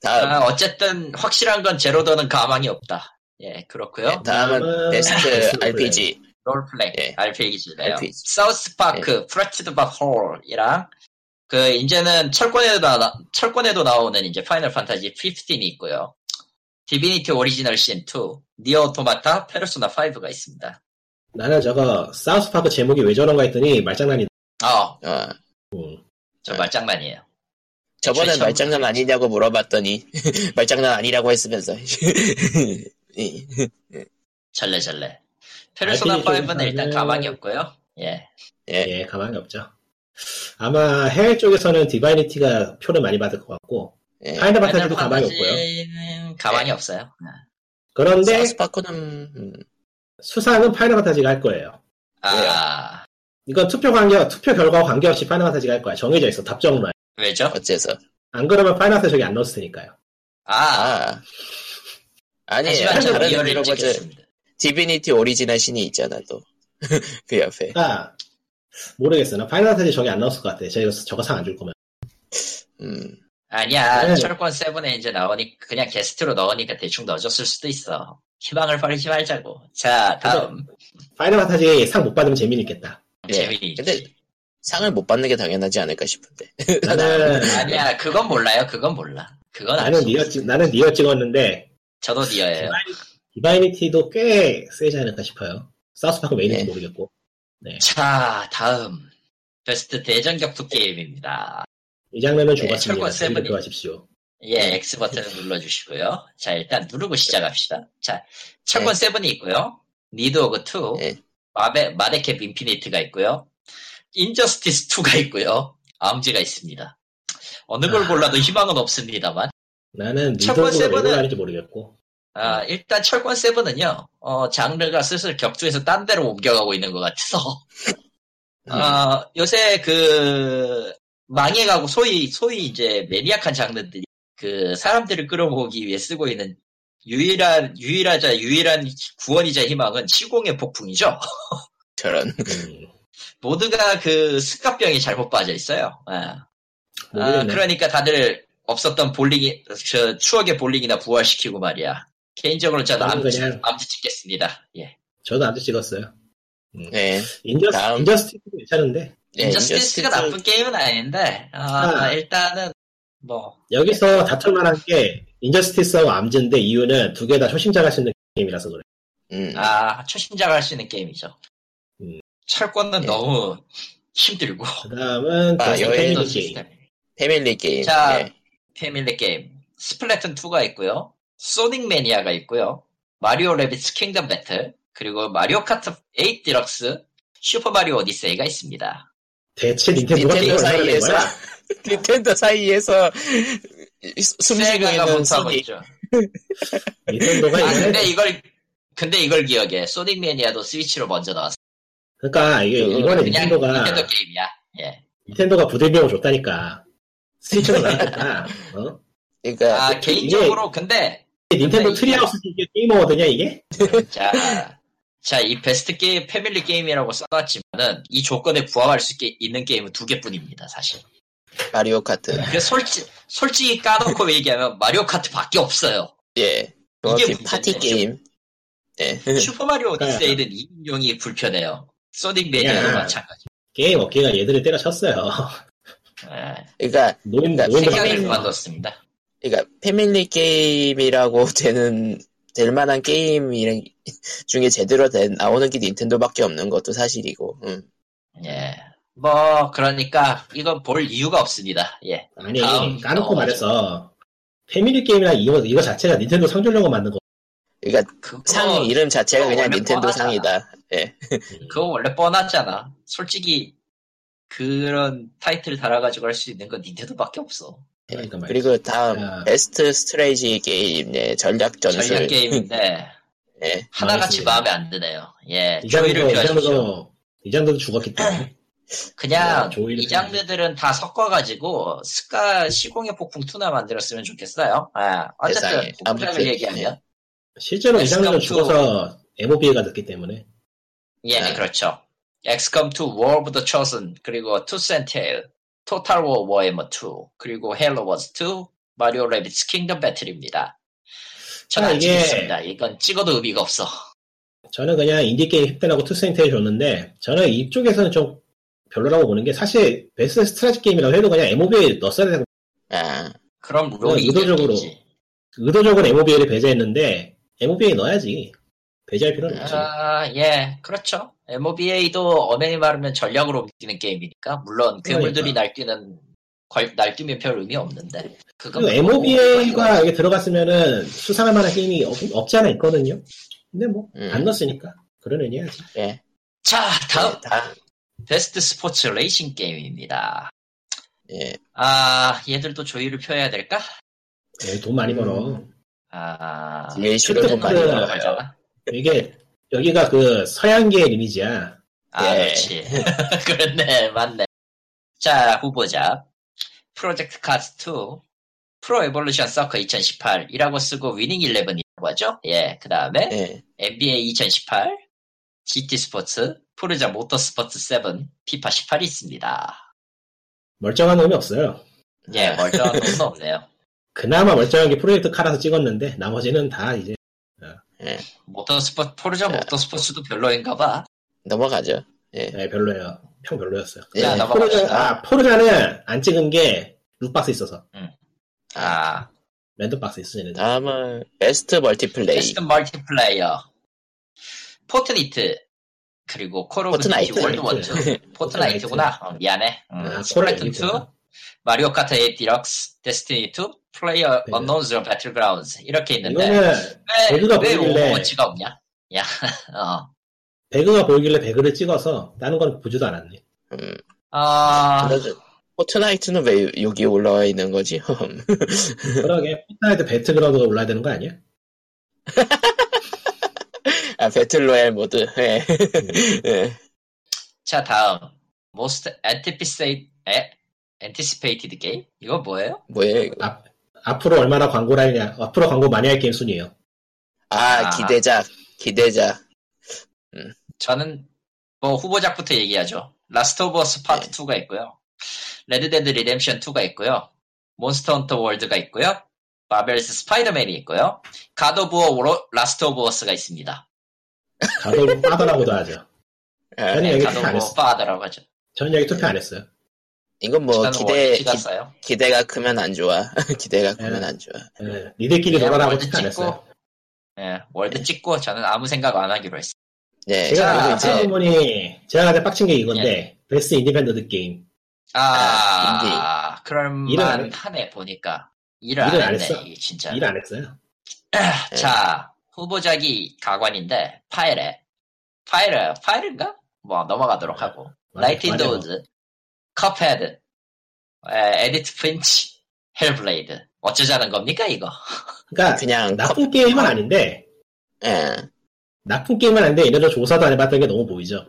A: 다음.
B: 아, 어쨌든 확실한 건 제로던은 가망이 없다. 예 그렇고요.
A: 예, 다음은
D: 다음은
A: 베스트
D: 베스트
A: RPG.
B: 롤플레이
A: 예.
B: RPG네요.
A: RPG.
B: 사우스파크 프레티드 바 홀이랑 그 이제는 철권에도 나, 철권에도 나오는 이제 파이널 판타지 15이 있고요. 디비니티 오리지널 신 2, 니어 오토마타, 페르소나 5가 있습니다.
D: 나는 저거 사우스파크 제목이 왜 저런가 했더니 말장난이
B: 어,
A: 어,
B: 저
A: 네.
B: 말장난이에요.
A: 저번에
B: 애초에
A: 말장난 아니냐고 물어봤더니 말장난 아니라고 했으면서. 예.
B: 절레절레. 페르소나
D: RPG 좀
B: 5는 일단
D: 다들-
B: 가망이 없고요. 예.
A: 예.
D: 예, 가망이 없죠. 아마 해외 쪽에서는 디바이니티가 표를 많이 받을 것 같고
A: 예.
D: 파이널
B: 파이널
D: 판타지도 가망이 없고요. 예.
B: 판타지는 가망이
A: 네.
B: 없어요.
D: 그런데
A: 사우스파크는 음,
D: 수상은 파이널 판타지가 할 거예요.
B: 아,
D: 이건 투표 관계, 투표 결과 와 관계없이 파이널 판타지가 할 거야. 정해져 있어. 답정론.
B: 왜죠?
A: 어째서?
D: 안 그러면 파이널 판타지 저기 안 넣었을 테니까요.
B: 아,
A: 아.
D: 예.
A: 아니,
B: 하지만 저
A: 다른
B: 리얼을
A: 들어보지.
B: 찍겠습니다.
A: 디비니티 오리지널 신이 있잖아, 또. 그 옆에.
D: 그러니까 모르겠어. 나 파이널 판타지 저기 안 넣었을 것 같아. 저거 저거 상 안 줄 거면.
A: 음.
B: 아니야
D: 네.
B: 철권 세븐에 이제 나오니 그냥 게스트로 넣으니까 대충 넣어줬을 수도 있어 희망을 버리지 말자고 자 다음
D: 파이널 판타지 상 못 받으면 재미는 있겠다.
A: 예.
B: 재미
A: 근데 상을 못 받는 게 당연하지 않을까 싶은데.
D: 나는
B: 아니야 그건 몰라요 그건 몰라 그건
D: 음. 나는
B: 아니야
D: 니어 찍 나는 니어 찍었는데
B: 저도 니어예요
D: 디바이니티도 꽤 세지 않을까 싶어요. 사우스파크 메인인지
A: 예.
B: 네.
D: 모르겠고.
B: 자 다음 베스트 대전격투 게임입니다
D: 이
B: 네,
D: 장르는
B: 철권
D: 죽었습니다.
B: 세븐이-
D: 좋아하십시오
B: 예 X 버튼을 눌러주시고요 자 일단 누르고 시작합시다 자 철권 세븐이 있고요 니드 오그 2
A: 예.
B: 마베 마데캡 인피니트가 있고요 인저스티스 2가 있고요 암지가 있습니다 어느 걸
D: 아.
B: 골라도 희망은 없습니다만
D: 나는
B: 첫
D: 리더가
B: 번째
D: 왜
B: 거는-
D: 올라가는지 모르겠고
B: 아, 일단 철권 세븐은요, 어, 장르가 슬슬 격투에서 딴 데로 옮겨가고 있는 것 같아서,
A: 음,
B: 아, 요새 그, 망해가고 소위, 소위 이제 매니악한 장르들이 그 사람들을 끌어모으기 위해 쓰고 있는 유일한, 유일하자, 유일한 구원이자 희망은 시공의 폭풍이죠.
A: 저런.
D: 음,
B: 모두가 그 스카병이 잘못 빠져 있어요. 아. 아,
D: 모르겠네.
B: 그러니까 다들 없었던 볼링이, 저 추억의 볼링이나 부활시키고 말이야. 개인적으로 저도
D: 저는
B: 암,
D: 그냥-
B: 암 찍겠습니다. 예.
D: 저도 아주 찍었어요.
A: 예.
D: 인저스,
A: 다음.
D: 인저스티스도 괜찮은데
A: 예,
B: 인저스티스가
A: 인저스티스-
B: 나쁜 게임은 아닌데, 아,
D: 네, 아.
B: 일단은, 뭐,
D: 여기서 다툴만한 게 인저스티스하고 암즈인데 이유는 두 개 다 초심자가 쓰는 게임이라서 그래.
A: 음.
B: 아, 초심자가 할 수 있는 게임이죠.
D: 음.
B: 철권은
A: 예.
B: 너무 힘들고,
D: 그 다음은
A: 아,
D: 더스트
A: 여행도
D: 패밀리 게임.
B: 시스템.
A: 패밀리 게임.
B: 자,
A: 예.
B: 패밀리 게임. 스플래툰 2가 있고요. 소닉 매니아가 있고요. 마리오 레빗 킹덤 배틀. 그리고 마리오 카트 8 디럭스. 슈퍼 마리오 오디세이가 있습니다.
D: 대체
A: 닌텐도
D: 닌텐도가 게임을 하는
A: 사이에서
D: 거야?
A: 닌텐도 사이에서 숨쉬고
B: 세가가
A: 있는
B: 못하고
A: 소니.
B: 있죠.
D: 닌텐도가
B: 아,
D: 이제
B: 근데 이걸, 근데 이걸 기억해. 소닉 매니아도 스위치로 먼저 나왔어.
D: 그러니까 이게
A: 그,
D: 이번에
B: 그냥
D: 닌텐도가
B: 닌텐도 게임이야. 예.
D: 닌텐도가 부대비용을 줬다니까 스위치로 나왔다. 어?
A: 그러니까
B: 아 개인적으로 근데
D: 닌텐도
B: 이게-
D: 트리하우스 이게 게임 어워드냐 이게?
B: 자, 자, 이 베스트 게임, 패밀리 게임이라고 써놨지만은, 이 조건에 부합할 수 있게- 있는 게임은 두 개뿐입니다, 사실.
A: 마리오 카트.
B: 그 솔직, 솔직히 까놓고 얘기하면 마리오 카트 밖에 없어요.
A: 예. 정확히
B: 문제죠.
A: 파티 게임. 예.
B: 슈퍼마리오 오디세이는 2인용이 불편해요. 소닉 매니아도
A: 네.
D: 야.
B: 마찬가지.
D: 게임 업계가 얘들을 때려쳤어요.
B: 예,
A: 그러니까
D: 노인
A: 그러니까
D: 노인들
B: 생각을
D: 많아요.
B: 그만뒀습니다.
A: 그러니까 패밀리 게임이라고 되는 될 만한 게임 이 중에 제대로 된 나오는 게 닌텐도밖에 없는 것도 사실이고. 음.
B: 예. 뭐, 그러니까, 이건 볼 이유가 없습니다. 예.
D: 아니
B: 다음 넘어가죠.
D: 까놓고 말해서 패밀리 게임이나 이거 이거 자체가 닌텐도 상 주려고 만든 거.
A: 그러니까
B: 그거,
A: 상 이름 자체가
B: 그거
A: 그냥
B: 어, 원래
A: 닌텐도
B: 뻔하잖아.
A: 상이다. 예.
B: 그거 원래 뻔하잖아. 솔직히, 그런 타이틀 달아가지고 할 수 있는 건 닌텐도밖에 없어.
D: 그러니까 말이야.
A: 예. 그리고 다음
D: 아.
A: 베스트 스트레이지 게임, 예, 전략 전술.
B: 전략 게임인데,
A: 예.
B: 하나같이
D: 네, 망했습니다.
B: 마음에 안 드네요. 예,
D: 이
B: 조이를
D: 장르도 이
B: 펴십시오.
D: 장르도 이 장르도 죽었기 때문에
B: 그냥
D: 어,
B: 아,
D: 조이를
B: 이 장르들은 다 섞어가지고 스카 시공의 폭풍 투나 만들었으면 좋겠어요. 아,
A: 세상에.
B: 어쨌든
A: 아무튼,
B: 공장을
D: 네.
B: 얘기하면
D: 실제로 이 장르는
B: 엑스컴2.
D: 죽어서 MOBA가 됐기 때문에
B: 예,
A: 네.
B: 그렇죠. 엑스컴 2, War of the Chosen, 그리고 투 센테일, 토탈 워 워해머 2, 그리고 헬로 워즈 2, 마리오 레비츠 킹덤 배틀입니다. 저는
D: 아,
B: 안
D: 이게-
B: 찍겠습니다. 이건 찍어도 의미가 없어.
D: 저는 그냥 인디 게임 힙단하고 투센테일 줬는데 저는 이쪽에서는 좀 별로라고 보는 게 사실 베스트 스트레지 게임이라고 해도 그냥 MOBA 넣었어야 되는
A: 아,
B: 그럼 롤이
D: 네, 의도적으로.
B: 이겼겠지.
D: 의도적으로 MOBA를 배제했는데 MOBA 넣어야지 배제할 필요는 없지.
B: 아, 예, 그렇죠. MOBA도 엄연히 말하면 전략으로 움직이는 게임이니까, 물론 괴물들이
D: 그러니까.
B: 날뛰는, 걸- 날뛰면 별 의미 없는데. 그건 뭐
D: 그 MOBA가 여기 들어갔으면은 수상할 만한 게임이 없, 없지 않아 있거든요. 근데 뭐 안
A: 음.
D: 넣었으니까 그런 의미야지.
A: 예.
B: 자, 다음,
A: 예, 다.
B: 베스트 스포츠 레이싱 게임입니다.
A: 예.
B: 아, 얘들도 조율을 펴야 될까?
D: 예, 돈 많이
B: 음.
D: 벌어.
B: 아,
A: 왜
D: 그때
A: 실컷 많이
D: 그-
A: 예, 들어가요?
D: 이게 여기가 그 서양계의 이미지야.
B: 아,
A: 예.
B: 그렇지. 그렇네, 맞네. 자, 후보자. 프로젝트 카스 2, 프로 에볼루션 서커 2018이라고 쓰고 위닝 11이라고 하죠? 예, 그 다음에
A: 예.
B: NBA 2018, GT 스포츠, 포르자 모터스포츠 7, 피파 18이 있습니다.
D: 멀쩡한 놈이 없어요.
B: 예, 멀쩡한 놈은 없네요.
D: 그나마 멀쩡한 게 프로젝트 카라서 찍었는데 나머지는 다 이제
B: 모터스포츠, 포르자 모터스포츠도 별로인가 봐.
A: 넘어가죠.
D: 예, 별로예요. 평 별로였어요.
A: 예.
B: 자,
D: 포르자,
B: 네, 넘어갑시다.
D: 아, 포르자는 안 찍은 게 룩박스 있어서
B: 아,
D: 랜덤박스 있으니까.
A: 다음은 베스트
D: 네.
A: 멀티플레이.
B: 테스트 멀티플레이어. 포트니트. 그리고 콜 오브
A: 포트나이트.
B: 듀티 월드 원투. 포트나이트구나. 어, 미안해.
D: 아,
B: 음, 스플래툰 2,
D: 포트나이트구나.
B: 마리오 카트 8 디럭스, 데스티니 2, 플레이어
D: 네.
B: 언노운즈 배틀그라운드 이렇게 있는데
D: 이거는
B: 왜,
D: 배그가
B: 왜
D: 보이길래.
B: 오버워치가 없냐? 야, 어.
D: 배그가 보이길래 배그를 찍어서 다른 건 보지도 않았네.
A: 음.
B: 아,
A: 그래도 포트나이트는 왜 여기 올라와 있는 거지?
D: 그러게 포트나이트 배틀그라운드가 올라야 되는 거 아니야?
A: 아, 배틀로얄 모드. 예. 예.
B: 자 다음 most anticipated 에? anticipated game 이거 뭐예요?
A: 뭐예요, 이거?
D: 앞, 앞으로 얼마나 광고를 하냐 앞으로 광고 많이 할 게임 순이에요
A: 아,
B: 아.
A: 기대작. 기대작.
B: 저는 뭐 후보작부터 얘기하죠. 라스트 오브 어스
D: 네.
B: 파트 2가 있고요. 레드데드 리뎀션 2가 있고요. 몬스터 헌터 월드가 있고요. 마벨스 스파이더맨이 있고요. 가드 오브 워 라스트 오브 어스가 있습니다.
D: 가도 빠더라고도 하죠
A: 아,
D: 아니,
B: 네,
D: 여기
B: 가드
D: 안
B: 오브
D: 했어.
B: 파더라고 하죠.
D: 저는 여기 투표 안 했어요
A: 이건 뭐,
B: 저는
A: 기대,
B: 월드 찍었어요. 네.
A: 기, 대가 크면 안 좋아. 기대가 크면
D: 예.
A: 안 좋아.
D: 예, 니들끼리 놀아라고 투표 안 했어요
B: 찍고
D: 네.
B: 예, 월드 찍고 저는 아무 생각 안 하기로 했어요.
A: 예.
D: 제가
B: 자,
A: 그리고
D: 아까
A: 이제,
D: 질문이 제가 가장 빡친 게 이건데 베스트 인디펜던트 게임
B: 아,
D: 일은 안
B: 그럴만
D: 했-
B: 하네 보니까 일을 안
D: 일은 안
B: 했네
D: 했어.
B: 이게 진짜.
D: 일 안 했어요 네.
A: 예.
B: 자, 후보작이 가관인데, 파이레. 파이레, 파이레인가? 뭐, 넘어가도록 하고.
D: 네. 맞아,
B: 라이트
D: 맞아.
B: 인도우즈, 컵헤드, 에, 에디트 핀치, 헬블레이드. 어쩌자는 겁니까, 이거?
D: 그러니까
A: 그냥, 컵,
D: 나쁜 게임은 아닌데
A: 예.
D: 나쁜 게임은 아닌데 얘네들 조사도 안 해봤던 게 너무 보이죠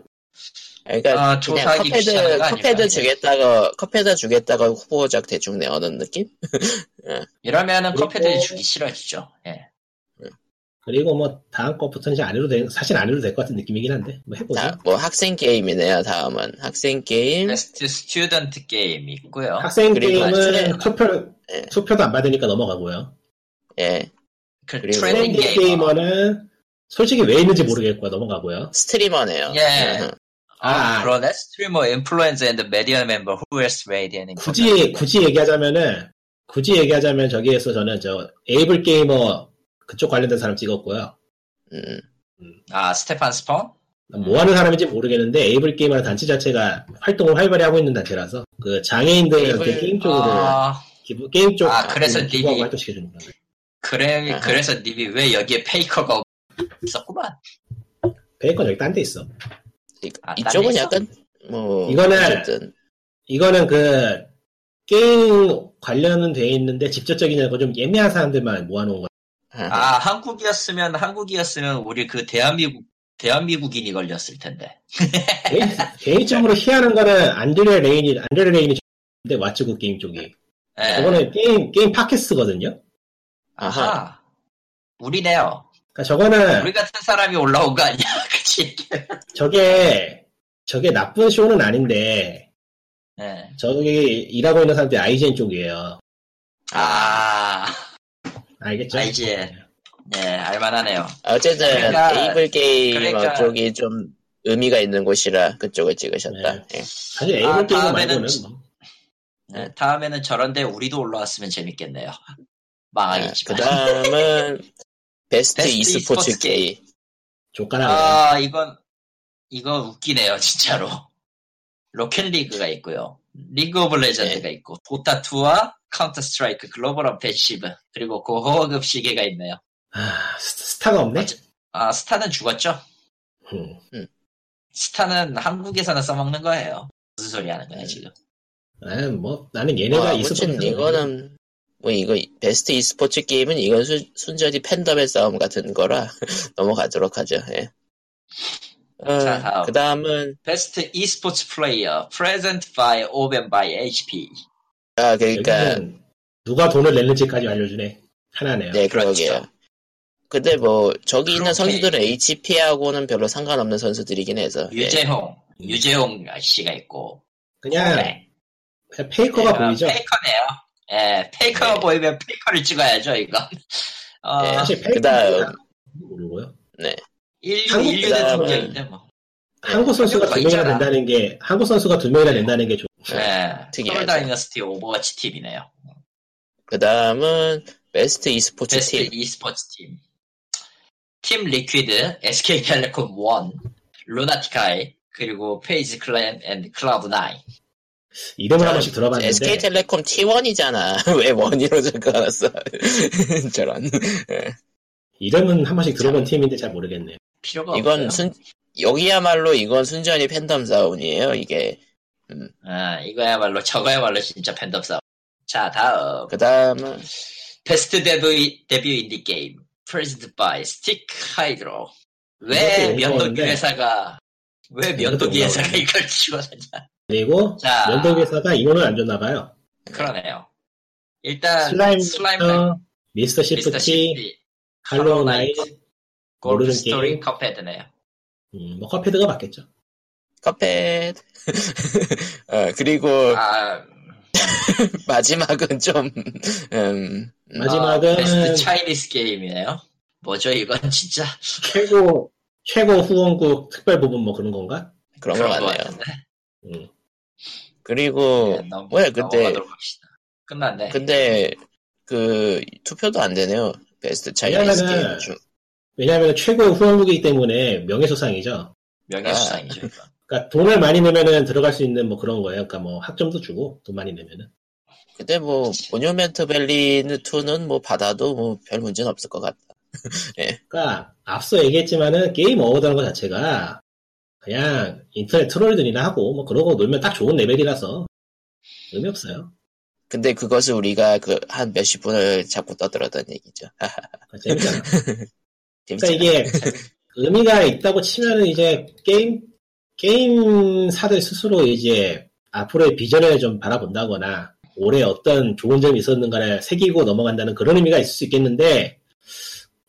A: 그러니까
B: 아,
A: 그냥
B: 조사하기 귀찮은
A: 컵헤드
B: 거 네. 아닐까?
A: 컵헤드 주겠다고 컵헤드 주겠다고 후보작 대충 내어놓은 느낌?
B: 이러면은
D: 그리고- 네.
B: 컵헤드에 주기 싫어지죠. 예.
D: 그리고 뭐 다음 것부터는 이제 안 해도 되 사실 안 해도 될 것 같은 느낌이긴 한데 뭐 해보죠.
A: 자, 뭐 학생 게임이네요. 다음은 학생 게임.
B: 베스트 스튜던트 게임 있고요.
D: 학생
A: 어, 그리고
D: 게임은
A: 아침에-
D: 투표
A: 네.
D: 투표도 안 받으니까 넘어가고요.
A: 예.
B: 그
A: 그리고
B: 트렌딩
D: 트렌디
B: 게이머.
D: 게이머는 솔직히 왜 있는지 모르겠고 넘어가고요.
A: 스트리머네요.
B: 예.
A: 음,
B: 아,
D: 아.
B: 그러네. 스트리머 인플루엔서 앤드 메디어 멤버 who is radiating.
A: 음,
D: 굳이 굳이 얘기하자면은 굳이 얘기하자면 저기에서 저는 저 에이블 게이머 그쪽 관련된 사람 찍었고요.
A: 음.
B: 아, 스테판 스폰?
D: 뭐 하는 사람인지 모르겠는데 에이블 게이머는 단체 자체가 활동을 활발히 하고 있는 단체라서 그 장애인들한테
A: 에이블-
D: 게임 쪽으로
B: 아,
D: 기부, 게임 쪽 네.
B: 아, 그래서
D: 기부하고
B: 리딩.
D: 활동시켜주는 거예요.
B: 그래,
A: 아하.
B: 그래서 님이 왜 여기에 페이커가 없- 있었구만.
D: 베이컨 여기 딴 데 있어.
A: 이,
B: 아,
A: 이쪽은
B: 딴데
A: 약간 뭐
D: 이거는-
A: 어쨌든
D: 이거는 그 게임 관련은 돼 있는데 직접적인 거좀 예매한 사람들만 모아놓은 거.
A: 아,
B: 아, 한국이었으면, 한국이었으면 우리 그 대한민국, 대한민국인이 걸렸을 텐데.
D: 개인, 개인적으로 희한한 거는 안드레 레인이 안드레 레인이 근데 왓츠고 게임 쪽이.
B: 예.
D: 저거는 게임 게임 팟캐스트거든요.
A: 아하.
B: 아, 우리네요.
D: 그러니까 저거는
B: 우리 같은 사람이 올라온 거 아니야? 그치?
D: 저게 저게 나쁜 쇼는 아닌데
B: 예.
D: 저기 일하고 있는 사람들이 아이젠 쪽이에요.
B: 아,
D: 알겠죠?
B: IGN. 예, 알만하네요.
A: 어쨌든
B: 그러니까-
A: 에이블 게이머
B: 그러니까-
A: 쪽이 좀 의미가 있는 곳이라 그쪽을 찍으셨다. 예.
D: 사실 에이블
B: 아,
D: 게임
B: 다음에는
D: 말고는
B: 진-
D: 뭐.
B: 네, 다음에는 저런데 우리도 올라왔으면 재밌겠네요. 망하겠지만.
A: 그 다음은 베스트
B: 베스트
A: e스포츠
B: e스포츠
A: 게임.
D: 조카랑
B: 아, 이건, 이거 웃기네요, 진짜로. 로켓리그가 있고요. 리그 오브 레전드가
D: 네.
B: 있고, 도타2와 카운터 스트라이크 글로벌 어펜시브, 그리고 고호급 시계가 있네요.
D: 아, 스- 스타가 없네.
B: 아, 스타는 죽었죠?
D: 음.
B: 스타는 한국에서는 써먹는 거예요. 무슨 소리 하는 거야,
A: 네.
B: 지금.
D: 나는 뭐 나는 얘네가
A: 와,
D: 있을
A: 아무튼 이거는 뭐 이거 베스트 e스포츠 게임은 이건 순, 순전히 팬덤의 싸움 같은 거라 넘어가도록 하죠. 예.
B: 자, 다음.
A: 그 다음은
B: 베스트 e스포츠 플레이어, present by open by HP.
A: 아 그러니까
D: 여기는 누가 돈을 냈는지까지 알려주네. 하나네요.
A: 네
B: 그렇죠.
A: 그러게요. 근데 뭐 저기 있는
B: 그렇게.
A: 선수들은 HP하고는 별로 상관없는 선수들이긴 해서
D: 아,
A: 예.
D: 네.
B: 유재홍, 유재홍 씨가 있고,
D: 음. 그냥
B: 네.
D: 그냥 페이커가
B: 네,
D: 보이죠.
B: 페이커네요. 예, 페이커가
A: 네.
B: 보이면 페이커를 찍어야죠, 이거. 어,
A: 네.
D: 사실 페이커
A: 그다음.
D: 모르고요.
B: 인류,
D: 한국
B: 인류
A: 사람은-
B: 대통령인데 뭐.
D: 한국 선수가 두 명이나
B: 있잖아.
D: 된다는 게 한국 선수가 두 명이나 된다는 게 좋.
B: 예.
A: 특이하죠.
B: 서울 다이너스티 오버워치 팀이네요.
A: 그 다음은 베스트 e스포츠
B: 베스트
A: 팀.
B: e스포츠 팀. 팀 리퀴드, SK텔레콤 1, 루나티카이, 그리고 페이지 클랜 앤 클라우드 9.
D: 이름을 한 번씩 들어봤는데
A: SK텔레콤 T1이잖아. 왜 원이로 적어놨어? 저런.
D: 이름은 한 번씩 들어본 팀인데 잘 모르겠네요.
B: 필요가
A: 이건
B: 없어요.
A: 순, 여기야말로 이건 순전히 팬덤 싸움이에요. 이게
B: 아, 이거야말로 저거야말로 진짜 팬덤 싸움. 자, 다음.
A: 그 다음은
B: 베스트 데뷔, 데뷔 인디 게임. Present by Stick Hydro. 왜
D: 이것도
B: 면도기
D: 어려운데.
B: 회사가, 왜 면도기
D: 이것도
B: 회사가
D: 어려운데.
B: 이걸 지원하냐.
D: 그리고
B: 자.
D: 연동회사가 인원을 안 줬나 봐요.
B: 그러네요. 일단,
D: 슬라임,
B: 슬라임,
D: 어, 미스터
B: 미스터
D: 시프티,
B: 시티,
D: 할로우 나이,
B: 골드
D: 모르는
B: 스토리
D: 게임.
B: 컵헤드네요.
D: 음, 뭐 커피드가 맞겠죠.
A: 카펫. 어, 그리고
D: 네.
B: 아,
A: 마지막은 좀 음, 음,
D: 마지막은
B: 아, 베스트 차이니스 게임이네요. 뭐죠, 이건 진짜.
D: 최고 최고 후원국 특별 부분 뭐 그런 건가?
A: 그런 것
B: 것
A: 같네요.
B: 같은데.
D: 음.
A: 그리고
D: 어.
B: 네, 넘-
A: 뭐야 근데
B: 넘어가도록 합시다. 끝났네.
A: 근데 그 투표도 안 되네요. 베스트 차이니스
D: 왜냐면은
A: 게임 중.
D: 왜냐하면 최고의 후원국이기 때문에 명예훼손상이죠.
B: 명예수상이죠, 이거.
D: 그러니까 돈을 많이 내면은 들어갈 수 있는 뭐 그런 거예요. 그러니까 뭐 학점도 주고 돈 많이 내면은
A: 근데 뭐 모뉴멘트 밸리는 2는 뭐 받아도 뭐 별 문제는 없을 것 같다.
D: 그러니까 앞서 얘기했지만은 게임 어워드라는 것 자체가 그냥 인터넷 트롤들이나 하고 뭐 그러고 놀면 딱 좋은 레벨이라서 의미 없어요.
A: 근데 그것을 우리가 그 한 몇십 분을 자꾸 떠들었던 얘기죠. 아,
D: 그러니까 재밌잖아.
A: 재밌
D: 그러니까 이게 의미가 있다고 치면은 이제 게임 게임사들 스스로 이제 앞으로의 비전을 좀 바라본다거나 올해 어떤 좋은 점이 있었는가를 새기고 넘어간다는 그런 의미가 있을 수 있겠는데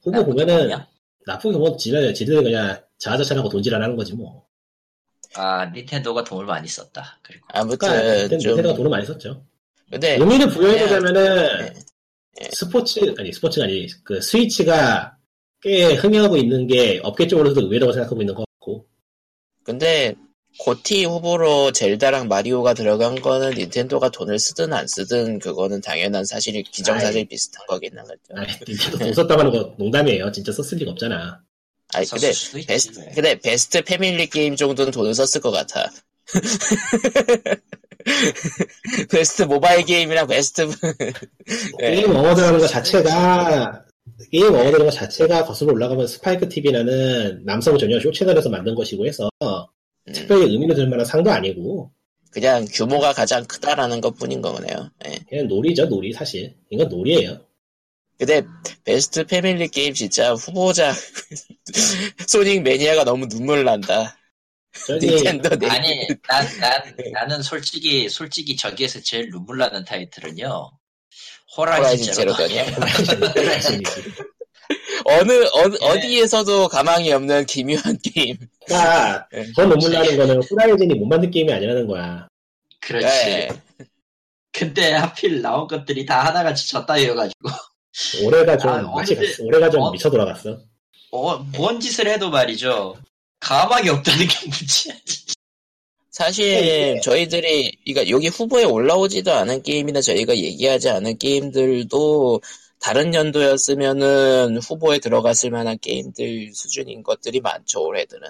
D: 후보 보면은 나쁜 경우는 지네, 지네들 그냥 자아자찬하고 돈질 안 하는 거지 뭐.
B: 아 닌텐도가 돈을 많이 썼다. 그리고
A: 아무튼
D: 그러니까
A: 좀
D: 닌텐도가 음. 돈을 많이 썼죠.
A: 근데
D: 의미를 부여해보자면은
A: 네.
D: 스포츠 아니 스포츠가 아니 그 스위치가 꽤 흥행하고 있는 게 업계 쪽으로도 의외라고 생각하고 있는 것 같고
A: 근데 고티 후보로 젤다랑 마리오가 들어간 거는 닌텐도가 돈을 쓰든 안 쓰든 그거는 당연한 사실이 기정사실 비슷한 거긴 한 거죠.
D: 아니 닌텐도 돈 썼다고 하는 거 농담이에요. 진짜 썼을 리가 없잖아.
A: 아니
B: 썼을
A: 근데
B: 수도 있지, 네.
A: 베스트
B: 왜.
A: 근데 베스트 패밀리 게임 정도는 돈을 썼을 것 같아. 베스트 모바일 게임이랑 베스트 네.
D: 게임 어워드라는 것 자체가 게임 어워드라는 것 자체가 거슬러 올라가면 스파이크 TV라는 남성 전용 쇼 채널에서 만든 것이고 해서
A: 음,
D: 특별히 의미를 둘 만한 상도 아니고
A: 그냥 규모가 가장 크다라는 것뿐인 거네요. 예.
D: 그냥 놀이죠 놀이 사실 이건 놀이에요.
A: 근데 베스트 패밀리 게임 진짜 후보자 소닉 매니아가 너무 눈물 난다.
D: 저기
A: 닌텐도 네. 내
B: 아니 난, 난, 나는 솔직히 솔직히 저기에서 제일 눈물 나는 타이틀은요
A: 호라이즌
B: 호라이즌
A: 제로던이야.
B: 제로던이야.
D: 그러니까
A: 어느 어느
B: 예.
A: 어디에서도 가망이 없는 기묘한 게임.
D: 그러니까
A: 예.
D: 더 눈물 나는 거는 후라이즌이 못 만든 게임이 아니라는 거야.
B: 그렇지.
A: 예.
B: 근데 하필 나온 것들이 다 하나같이 졌다 이래가지고
D: 올해가 좀
B: 아,
D: 맛이
B: 어제-
D: 갔어. 올해가 좀
B: 어?
D: 미쳐 돌아갔어.
B: 어, 뭔
A: 네.
B: 짓을 해도 말이죠 가망이 없다는 게 문제야.
A: 사실
B: 예.
D: 네.
A: 저희들이 그러니까 여기 후보에 올라오지도 않은 게임이나 저희가 얘기하지 않은 게임들도 다른 연도였으면은 후보에 들어갔을 만한 게임들 수준인 것들이 많죠 올해들은.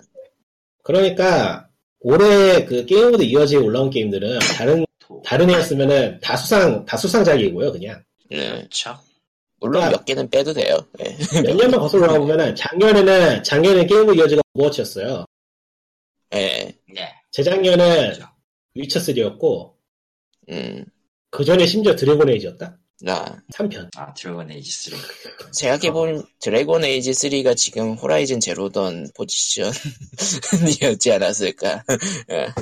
D: 그러니까 올해 그 게임으로 이어지 올라온 게임들은 다른 다른 애였으면은 다 수상 다 수상작이고요 그냥
A: 네.
B: 그렇죠.
A: 물론
D: 아.
A: 몇 개는 빼도 돼요. 네.
D: 몇 년만 거슬러 올라가 보면은 작년에는 작년에 게임으로 이어지가 오버워치였어요.
A: 네.
B: 네.
D: 재작년은
B: 그렇죠.
D: 위쳐 3였고
A: 음.
D: 그 전에 심지어 드래곤 에이지였다.
A: 나
D: 3편.
B: 아 드래곤 에이지 3.
A: 그러니까 생각해보면 드래곤 에이지 3가 지금 호라이즌 제로던 포지션이었지 않았을까.
D: 그러니까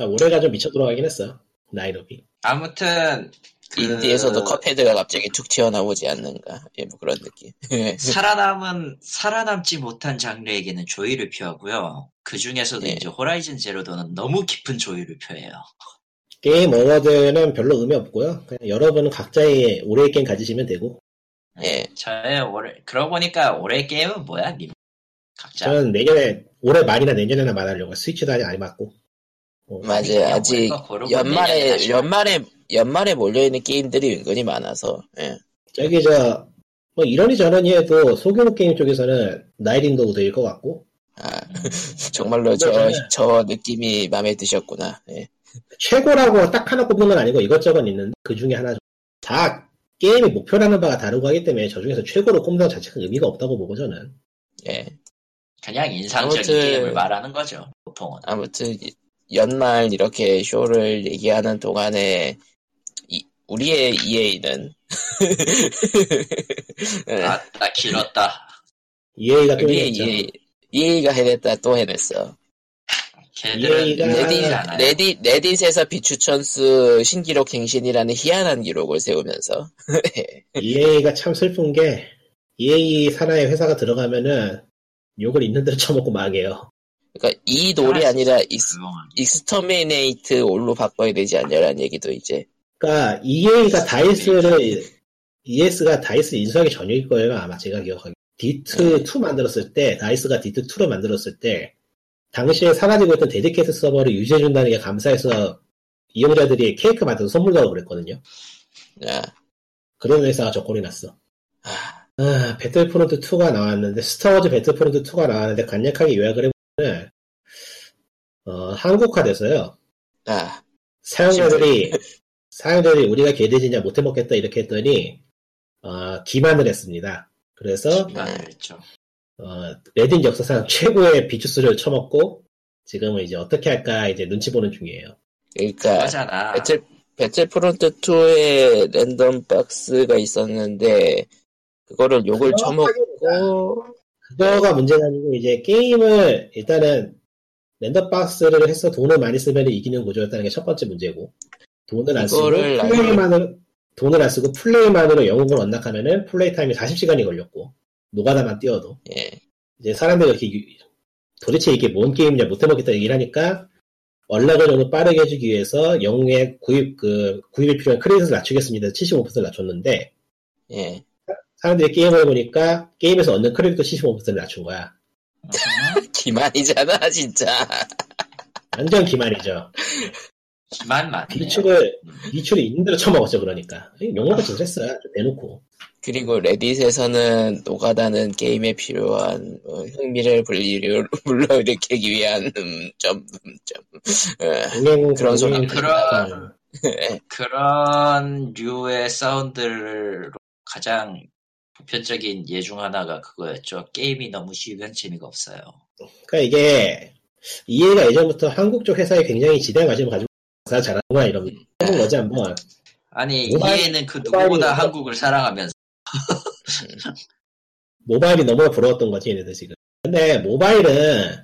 D: 올해가 좀 미쳐 돌아가긴 했어. 나이로비.
B: 아무튼 그
A: 인디에서도 컵헤드가 갑자기 툭 튀어나오지 않는가. 예, 뭐 그런 느낌.
B: 살아남은 살아남지 못한 장르에게는 조의를 표하고요. 그 중에서도
A: 네.
B: 이제 호라이즌 제로도는 너무 깊은 조의를 표해요.
D: 게임 어워드는 별로 의미 없고요. 그냥 여러분은 각자의 올해의 게임 가지시면 되고
A: 예.
B: 네. 저의 올해 그러고 보니까 올해 게임은 뭐야? 님 각자
D: 저는 내년에 올해 말이나 내년에나 말하려고 스위치도 아직 안 맞고.
A: 맞아요. 아직
B: 그거 그러니까 고르고 내년에
A: 연말에
B: 다시
A: 연말에 연말에 몰려 있는 게임들이 은근히 많아서. 예.
D: 저기 저, 뭐 이러니 저러니 해도 소규모 게임 쪽에서는 나이린도 우대일 것 같고,
A: 아,
B: 네.
A: 정말로 저 저
D: 저는- 느
A: 낌이 마음에 드셨구나. 예.
D: 최고라고 딱 하나 꼽는 건 아니고 이것저것 있는데 그 중에 하나. 다 게임의 목표라는 바가 다르고 하기 때문에 저 중에서 최고로 꼽는 것 자체가 의미가 없다고 보고 저는.
A: 예.
B: 그냥 인상적인
A: 아무튼-
B: 게임을 말하는 거죠. 보통은
A: 아무튼 이- 연말 이렇게 쇼를 얘기하는 동안에 이- 우리의 EA는 네.
B: 아, 나 길었다.
D: EA가 또
A: 우리의
D: 얘기했죠.
A: EA EA가 해냈다 또 해냈어.
B: 걔들은
A: 레딧
D: 얘가-
B: 레디
D: 레디-
B: 않아요.
A: 레딧 레딧에서 비추천스 신기록 갱신이라는 희한한 기록을 세우면서
D: EA가 참 슬픈 게 EA 산하의 회사가 들어가면은 욕을 있는 대로 쳐먹고 망해요.
A: 그러니까 이 놀이 아니라 익스,
B: 그동안.
A: 익스터미네이트 올로 바꿔야 되지 않냐라는 얘기도 이제
D: 그러니까 EA가 다이스를 ES가 다이스 인수하기 전일 거예요 아마 제가 기억하기 디트 2 만들었을 때 다이스가 디트 2로 만들었을 때 당시에 사라지고 있던 데디케이트 서버를 유지해준다는 게 감사해서 이용자들이 케이크 받아서 선물도 하고 그랬거든요
A: 아,
D: 그런 회사가 적골이 났어
A: 아,
D: 아, 배틀프론트 2가 나왔는데 스타워즈 배틀프론트 2가 나왔는데 간략하게 요약을 해보면 어, 한국화돼서요
A: 아,
D: 사용자들이 사용자들이 우리가 개돼지냐 못해 먹겠다 이렇게 했더니 어, 기만을 했습니다. 그래서
B: 기간을 했죠.
D: 어, 레딘 역사상 최고의 비추스를 쳐먹고 지금은 이제 어떻게 할까 이제 눈치 보는 중이에요.
A: 그러니까
B: 그거잖아.
A: 배틀 배틀프론트 2에 랜덤 박스가 있었는데 그거를 욕을
D: 그거
A: 처먹고
D: 그거가 문제가 아니고 이제 게임을 일단은 랜덤박스를 해서 돈을 많이 쓰면 이기는 구조였다는 게 첫 번째 문제고 돈을 안 쓰고
A: 이거를 알고-
D: 플레이만으로 돈을 안 쓰고 플레이만으로 영웅을 언락하면은 플레이 타임이 40시간이 걸렸고 노가다만 뛰어도
A: 예.
D: 이제 사람들이 이렇게 유- 도대체 이게 뭔 게임이냐 못해먹겠다 얘기를 하니까 언락을 좀 더 빠르게 해주기 위해서 영웅의 구입 그 구입이 필요한 크레딧을 낮추겠습니다 75%를 낮췄는데
A: 예.
D: 사람들이 게임을 해보니까 게임에서 얻는 크레딧도 75%를 낮춘 거야
B: 음,
A: 기만이잖아, 진짜.
D: 완전 기만이죠
B: 기만만.
D: 비축을 이출이 있는 대로 쳐먹었죠 그러니까 욕먹을 짓을 했어요 좀 대놓고
A: 그리고 레딧에서는 노가다는 게임에 필요한 어, 흥미를 불리를 불러일으키기 위한 음, 점, 음, 점. 어,
D: 동행
A: 그런 소리.
B: 그런 그런 류의 사운드로 가장 보편적인 예 중 하나가 그거였죠. 게임이 너무 쉬우면 재미가 없어요.
D: 그러니까 이게 이해가 예전부터 한국 쪽 회사에 굉장히 지대한 관심을 가지고 사 잘하는구나 이런 해본 거지 한번
B: 아니
D: 모바일-
B: 이해는 그
D: 모바일이
B: 누구보다
D: 어떤-
B: 한국을 사랑하면서
D: 모바일이 너무나 부러웠던 거지 얘네들 지금 근데 모바일은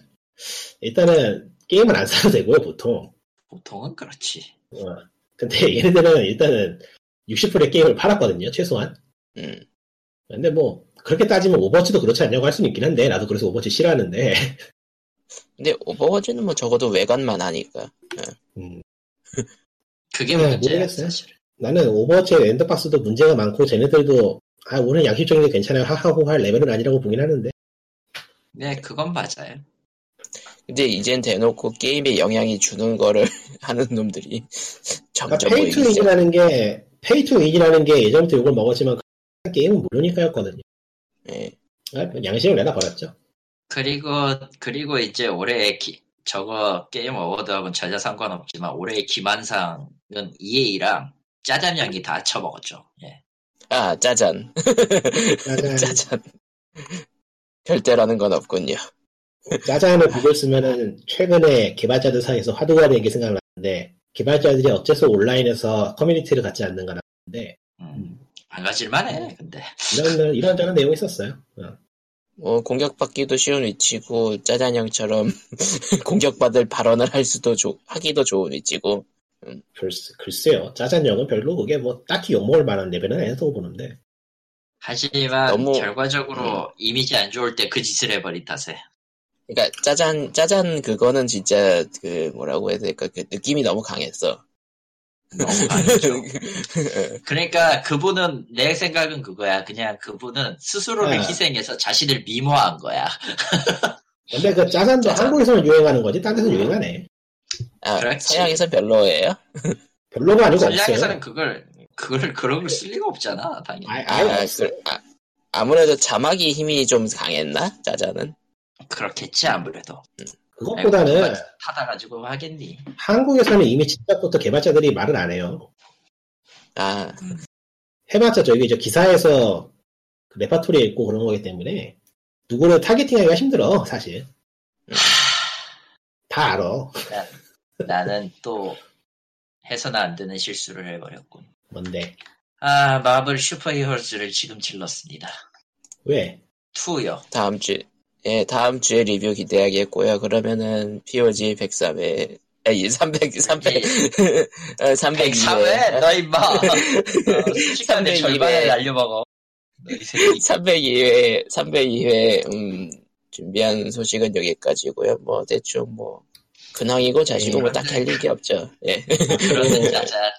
D: 일단은 게임을 안 사도 되고요 보통
B: 보통은 그렇지.
D: 어. 근데 얘네들은 일단은 60%의 게임을 팔았거든요 최소한
A: 음.
D: 근데 뭐 그렇게 따지면 오버워치도 그렇지 않냐고 할 수는 있긴 한데 나도 그래서 오버워치 싫어하는데
A: 근데 오버워치는 뭐 적어도 외관만 하니까.
D: 음.
B: 그게
D: 네,
B: 문제야
D: 모르겠어요.
B: 사실.
D: 나는 오버워치의 랜드박스도 문제가 많고 쟤네들도 아 오늘 양식적인 게 괜찮아요 하하고 할 레벨은 아니라고 보긴 하는데
B: 네 그건 맞아요.
A: 근데 이젠 대놓고 게임에 영향이 주는 거를 하는 놈들이
D: 그러니까
A: 점점
D: 페이투
A: 보이기 시작.
D: 인이라는 게 페이투 인이라는 게 예전부터 욕을 먹었지만 그 게임은 무료니까였거든요
A: 예.
D: 그러니까 양식을 내다 버렸죠
B: 그리고 그리고 이제 올해의 기- 저거 게임 어워드하고는 전혀 상관없지만 올해의 기만상은 EA랑 짜잔양이 다 쳐먹었죠. 예.
A: 아 짜잔,
D: 짜잔
A: 짜잔. 결대라는 건 없군요.
D: 짜잔을 비교를 쓰면은 최근에 개발자들 사이에서 화두가 된 게 생각나는데 개발자들이 어째서 온라인에서 커뮤니티를 갖지 않는가 하는데
B: 음, 안 가질만해 근데.
D: 이런 이런저런 내용이 있었어요 어.
A: 뭐 공격받기도 쉬운 위치고 짜잔 형처럼 공격받을 발언을 할 수도 좋 하기도 좋은 위치고.
D: 글쎄, 글쎄요 짜잔형은 별로 그게 뭐 딱히 욕먹을 만한 레벨은 아니라고 보는데
B: 하지만
A: 너무-
B: 결과적으로 이미지 안 좋을 때 그 짓을 해버린 탓에
A: 그러니까 짜잔 짜잔 그거는 진짜 그 뭐라고 해야 될까 그 느낌이 너무 강했어.
B: 너무 강했죠. 그러니까 그분은 내 생각은 그거야. 그냥 그분은 스스로를
D: 네.
B: 희생해서 자신을 미모한 거야.
D: 근데 그 짜잔도
A: 짜잔.
D: 한국에서만 유행하는 거지 딴 데서 유행하네
A: 아,
B: 그렇지.
A: 서양에서 별로예요?
D: 별로가 아니고 없어요
B: 전략에서는 그걸 그걸 그런 걸 쓸 리가 없잖아 당연히.
D: 아예,
A: 아,
D: 아예 없어
A: 그, 아 아무래도 자막이 힘이 좀 강했나 짜잔은?
B: 그렇겠지 아무래도.
D: 그것보다는
B: 아이고, 타다 가지고 하겠니?
D: 한국에서는 이미 진작부터 개발자들이 말을 안 해요
A: 아
D: 해봤자 저기 저 기사에서 그 레파토리에 있고 그런 거기 때문에 누구를 타겟팅하기가 힘들어 사실 음. 다 알아
B: 나는 또 해서는 안 되는 실수를 해버렸군.
D: 뭔데
B: 아 마블 슈퍼히어로즈를 지금 질렀습니다.
D: 왜
B: 투요.
A: 다음 주. 예, 다음 주에 리뷰 기대하겠고요. 그러면은 POG 103회, 아니 300,
B: 예,
A: 300, 300,
B: 103회? 너 임마. 어, 시간의
A: 아, 302회.
B: 절반을 날려먹어. 너이 새끼.
A: 302회, 302회, 음, 준비한 소식은 여기까지고요. 뭐, 대충 뭐, 근황이고 자시고
D: 예.
A: 뭐, 딱히 할 얘기 없죠. 예.
B: 그러는 짜잔.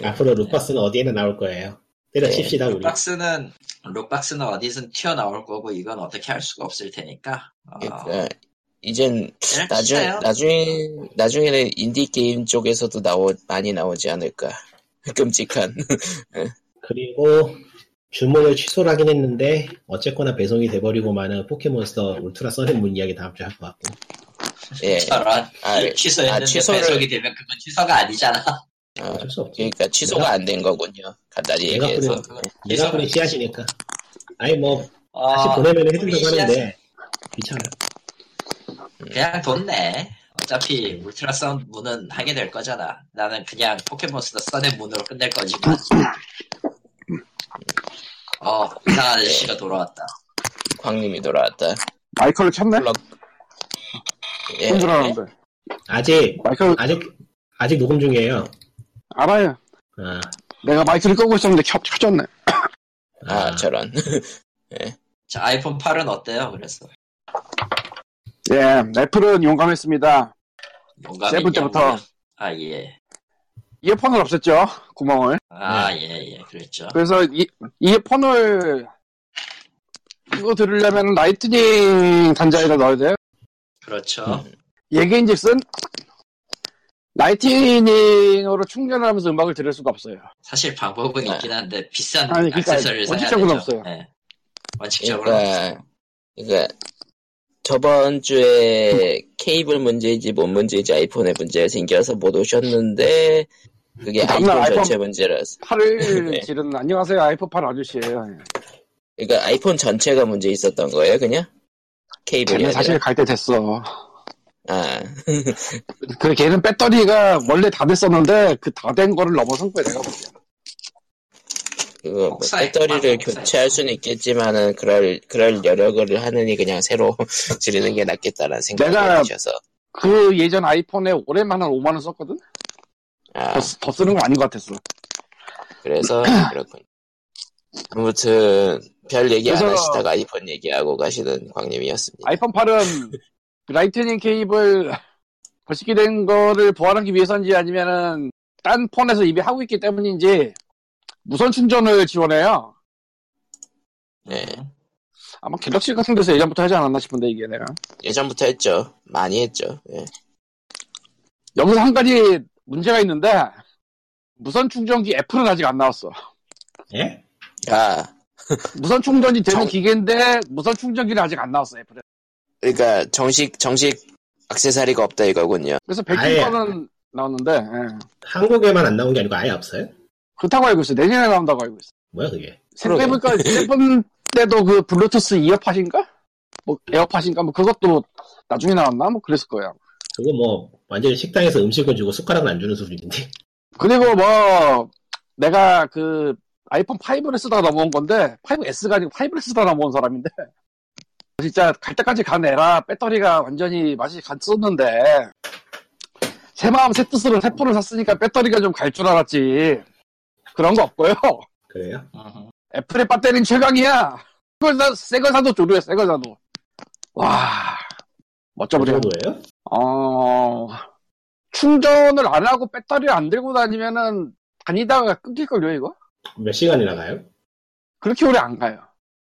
B: 음.
D: 앞으로 루퍼스는 어디에나 나올 거예요 때려칩시다
B: 네,
D: 우리
B: 록박스는, 록박스는 어디선 튀어나올 거고, 이건 어떻게 할 수가 없을 테니까. 어,
D: 아.
A: 그러니까 이젠,
B: 때려치세요.
A: 나중에, 나중에, 나중에는 인디게임 쪽에서도 나오, 많이 나오지 않을까. 끔찍한.
D: 그리고 주문을 취소를 하긴 했는데 어쨌거나 배송이 돼버리고 마는 포켓몬스터 울트라 써낸문 이야기 다음 주에 할 것 같고
A: 예.
B: 저런.
A: 아,
B: 취소했는데
A: 아, 취소를-
B: 배송이 되면 그건 취소가 아니잖아.
A: 어,
D: 어쩔 수 없지
A: 그러니까 취소가 안 된 거군요. 간단히
D: 내가
B: 네.
A: 얘기해서.
D: 보내- 내가 보낸 씨앗이니까 아니 뭐
B: 어,
D: 다시 보내면 해준다고
B: 우리
D: 하는데 귀찮아
B: 그냥 돈 내. 어차피 울트라 사운드 문은 하게 될 거잖아. 나는 그냥 포켓몬스터 써낸 문으로 끝낼 거지만. 어, 이상한 아저씨가 돌아왔다.
A: 광님이 돌아왔다.
D: 네?
C: 마이크를 켰네?
A: 블럭. 예.
C: 힘들어하는데.
D: 아직
C: 마이크를,
D: 아직 아직 녹음 중이에요.
C: 알아요.
D: 아,
C: 내가 마이크를 끄고 있었는데 켜, 켜졌네.
A: 아, 저런.
B: 자, 아이폰 8은 어때요? 그래서
C: 예, 애플은 용감했습니다.
B: 뭔가
C: 세 번째부터.
B: 민감하고요. 아 예.
C: 이어폰을 없앴죠. 구멍을.
B: 아, 예, 예, 그랬죠.
C: 그래서 이, 이어폰을, 이거 들으려면 라이트닝 단자에다 넣어야 돼요.
B: 그렇죠.
C: 얘기인 즉슨, 라이트닝으로 충전하면서 음악을 들을 수가 없어요.
B: 사실 방법은
A: 네.
B: 있긴 한데, 비싼
C: 아니, 그러니까
B: 액세서리를 사야 되죠.
C: 원칙적으로는 없어요.
B: 예. 원칙적으로는 없어요.
A: 그러니까, 그러니까 저번 주에 케이블 문제인지 뭔 문제인지 아이폰에 문제가 생겨서 못 오셨는데 그게 아이폰
C: 다음날 그러니까 아이폰-
A: 전체 문제라서
C: 팔을
A: 네.
C: 지른, 안녕하세요. 아이폰 팔 아저씨예요. 예.
A: 그러니까 아이폰 전체가 문제 있었던 거예요 그냥 케이블이
C: 걔는
A: 아니라
C: 사실 갈 때 됐어.
A: 아
C: 그 걔는 배터리가 원래 다 됐었는데, 그 다 된 거를 넘어선 거야, 내가 보기엔.
A: 그거 뭐
B: 복사해.
A: 배터리를
B: 아, 복사해.
A: 교체할 수는 있겠지만은 그럴 그럴 여력을 하느니 그냥 새로 지르는 게 낫겠다라는 생각이
C: 내가-
A: 드셔서
C: 그 예전 아이폰에 오랜만에 한 5만원 썼거든?
A: 아
C: 더, 쓰- 더 쓰는 거 아닌 것 같았어.
A: 그래서 그렇군 아무튼 별 얘기 안
C: 그래서-
A: 하시다가 아이폰 얘기하고 가시는 광님이었습니다
C: 아이폰 8은 라이트닝 케이블 거시기 된 거를 보완하기 위해서인지 아니면은 딴 폰에서 이미 하고 있기 때문인지 무선 충전을 지원해요.
A: 네.
C: 아마 갤럭시 같은 데서 예전부터 하지 않았나 싶은데 이게 내가.
A: 예전부터 했죠. 많이 했죠. 예.
C: 여기서 한 가지 문제가 있는데 무선 충전기 애플은 아직 안 나왔어.
D: 예?
A: 아,
C: 무선 충전이 되는
A: 정-
C: 기계인데 무선 충전기는 아직 안 나왔어 애플은.
A: 그러니까 정식 정식 액세서리가 없다 이거군요.
C: 그래서
D: 아예.
C: 100기가는 나왔는데 예.
D: 한국에만 안 나온 게 아니고 아예 없어요?
C: 그렇다고 알고 있어. 내년에 나온다고 알고 있어.
D: 뭐야 그게?
A: 그러게.
C: 생각해보니까 세븐 때도 그 블루투스 이어팟인가? 뭐 에어팟인가? 뭐 그것도 나중에 나왔나? 뭐 그랬을 거야.
D: 그거 뭐 완전히 식당에서 음식은 주고 숟가락은 안 주는 수준인데.
C: 그리고 뭐 내가 그 아이폰 5를 쓰다가 넘어온 건데 5S가 아니고 5를 쓰다가 넘어온 사람인데 진짜 갈 때까지 간 애라 배터리가 완전히 맛이 갔었는데 새 마음 새 뜻으로 새 폰을 샀으니까 배터리가 좀 갈 줄 알았지 그런 거 없고요
D: 그래요?
B: 음,
C: 애플의 배터리는 최강이야. 새걸 사, 새걸 사도 조르야, 새걸 사도. 와,
D: 그
C: 멋져버려.
D: 정도예요?
C: 어, 충전을 안 하고 배터리를 안 들고 다니면은 다니다가 끊길걸요, 이거?
D: 몇 시간이나 가요?
C: 그렇게 오래 안 가요.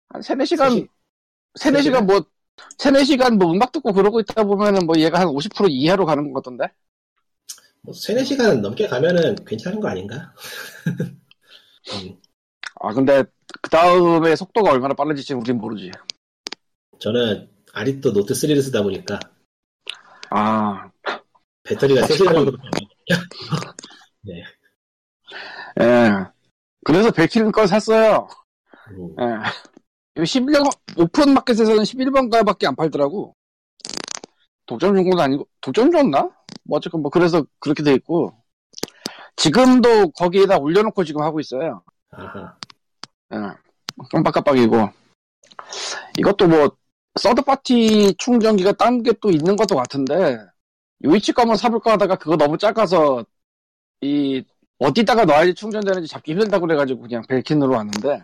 C: 한 세네 시간
D: 사실-
C: 세네 시
D: 세
C: 간 뭐, 세네 시간뭐 음악 듣고 그러고 있다 보면은 뭐 얘가 한 50% 이하로 가는 것 같던데?
D: 뭐 세네 시간 넘게 가면은 괜찮은 거 아닌가? 음,
C: 아, 근데 그 다음에 속도가 얼마나 빠른지 지금 우린 모르지.
D: 저는 아직도 노트 3를 쓰다 보니까
C: 아,
D: 배터리가 세 시간 정도.
C: 예. 그래서 벨키는 걸 샀어요.
D: 음,
C: 예. 이거 11번, 오픈 마켓에서는 11번가밖에 안 팔더라고. 독점 중고는 아니고, 독점 줬나? 뭐, 어쨌건 뭐, 그래서 그렇게 돼 있고. 지금도 거기에다 올려놓고 지금 하고 있어요.
D: 아하.
C: 예. 깜빡깜빡이고. 이것도 뭐, 서드파티 충전기가 딴 게 또 있는 것도 같은데, 요이치 거만 사볼까 하다가 그거 너무 작아서, 이, 어디다가 넣어야지 충전되는지 잡기 힘들다고 그래가지고 그냥 벨킨으로 왔는데,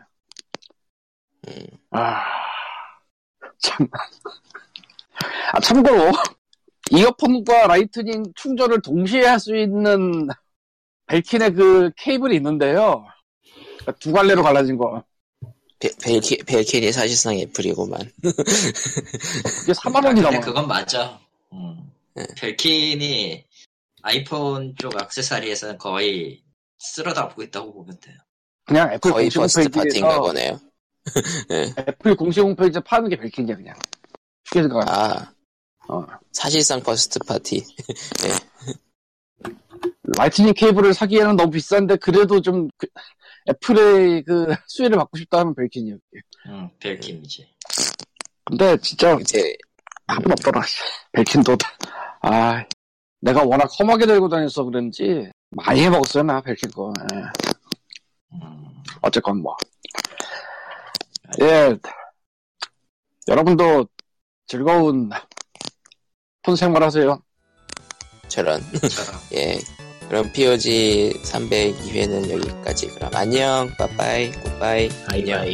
A: 음.
C: 아, 참. 아, 참고로, 이어폰과 라이트닝 충전을 동시에 할 수 있는 벨킨의 그 케이블이 있는데요. 그러니까 두 갈래로 갈라진 거.
A: 베- 벨키, 벨킨이 사실상 애플이고만.
C: 그게
A: 그러니까
C: 4만원이
B: 근데
C: 넘어.
B: 그건 맞아. 음.
A: 네.
B: 벨킨이 아이폰 쪽 액세서리에서는 거의 쓸어 담고 있다고 보면 돼요.
C: 그냥 애플
A: 거의
C: 공식
A: 버스트 파티인가
C: 홈페이지에서
A: 보네요.
C: 애플 공식 홈페이지에 파는 게 벨킨이야, 그냥. 쉽게 생각하
A: 아,
C: 어.
A: 사실상 버스트 파티.
C: 라이트닝 케이블을 사기에는 너무 비싼데, 그래도 좀, 그- 애플의 그 수혜를 받고 싶다 하면 벨킨이야. 그게.
B: 음, 벨킨이지.
C: 근데 진짜
A: 이제
C: 답은 없더라. 씨. 벨킨도 다- 아 내가 워낙 험하게 들고 다녀서 그런지 많이 해먹었어요 나 벨킨 거. 예.
B: 음,
C: 어쨌건 뭐. 예 여러분도 즐거운 바쁜 생활하세요.
A: 저런.
B: 저런.
A: 예. 그럼 POG 302회는 여기까지. 그럼 안녕, 빠빠이, 굿바이,
D: 바이바이.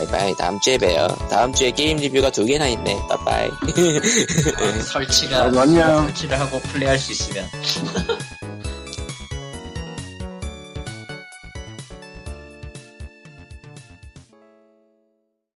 A: 바이바이. 다음 주에 봬요. 다음 주에 게임 리뷰가 두 개나 있네. 빠빠이.
B: 어, 설치가
C: 아주 안녕.
B: 설치를 하고 플레이할 수 있으면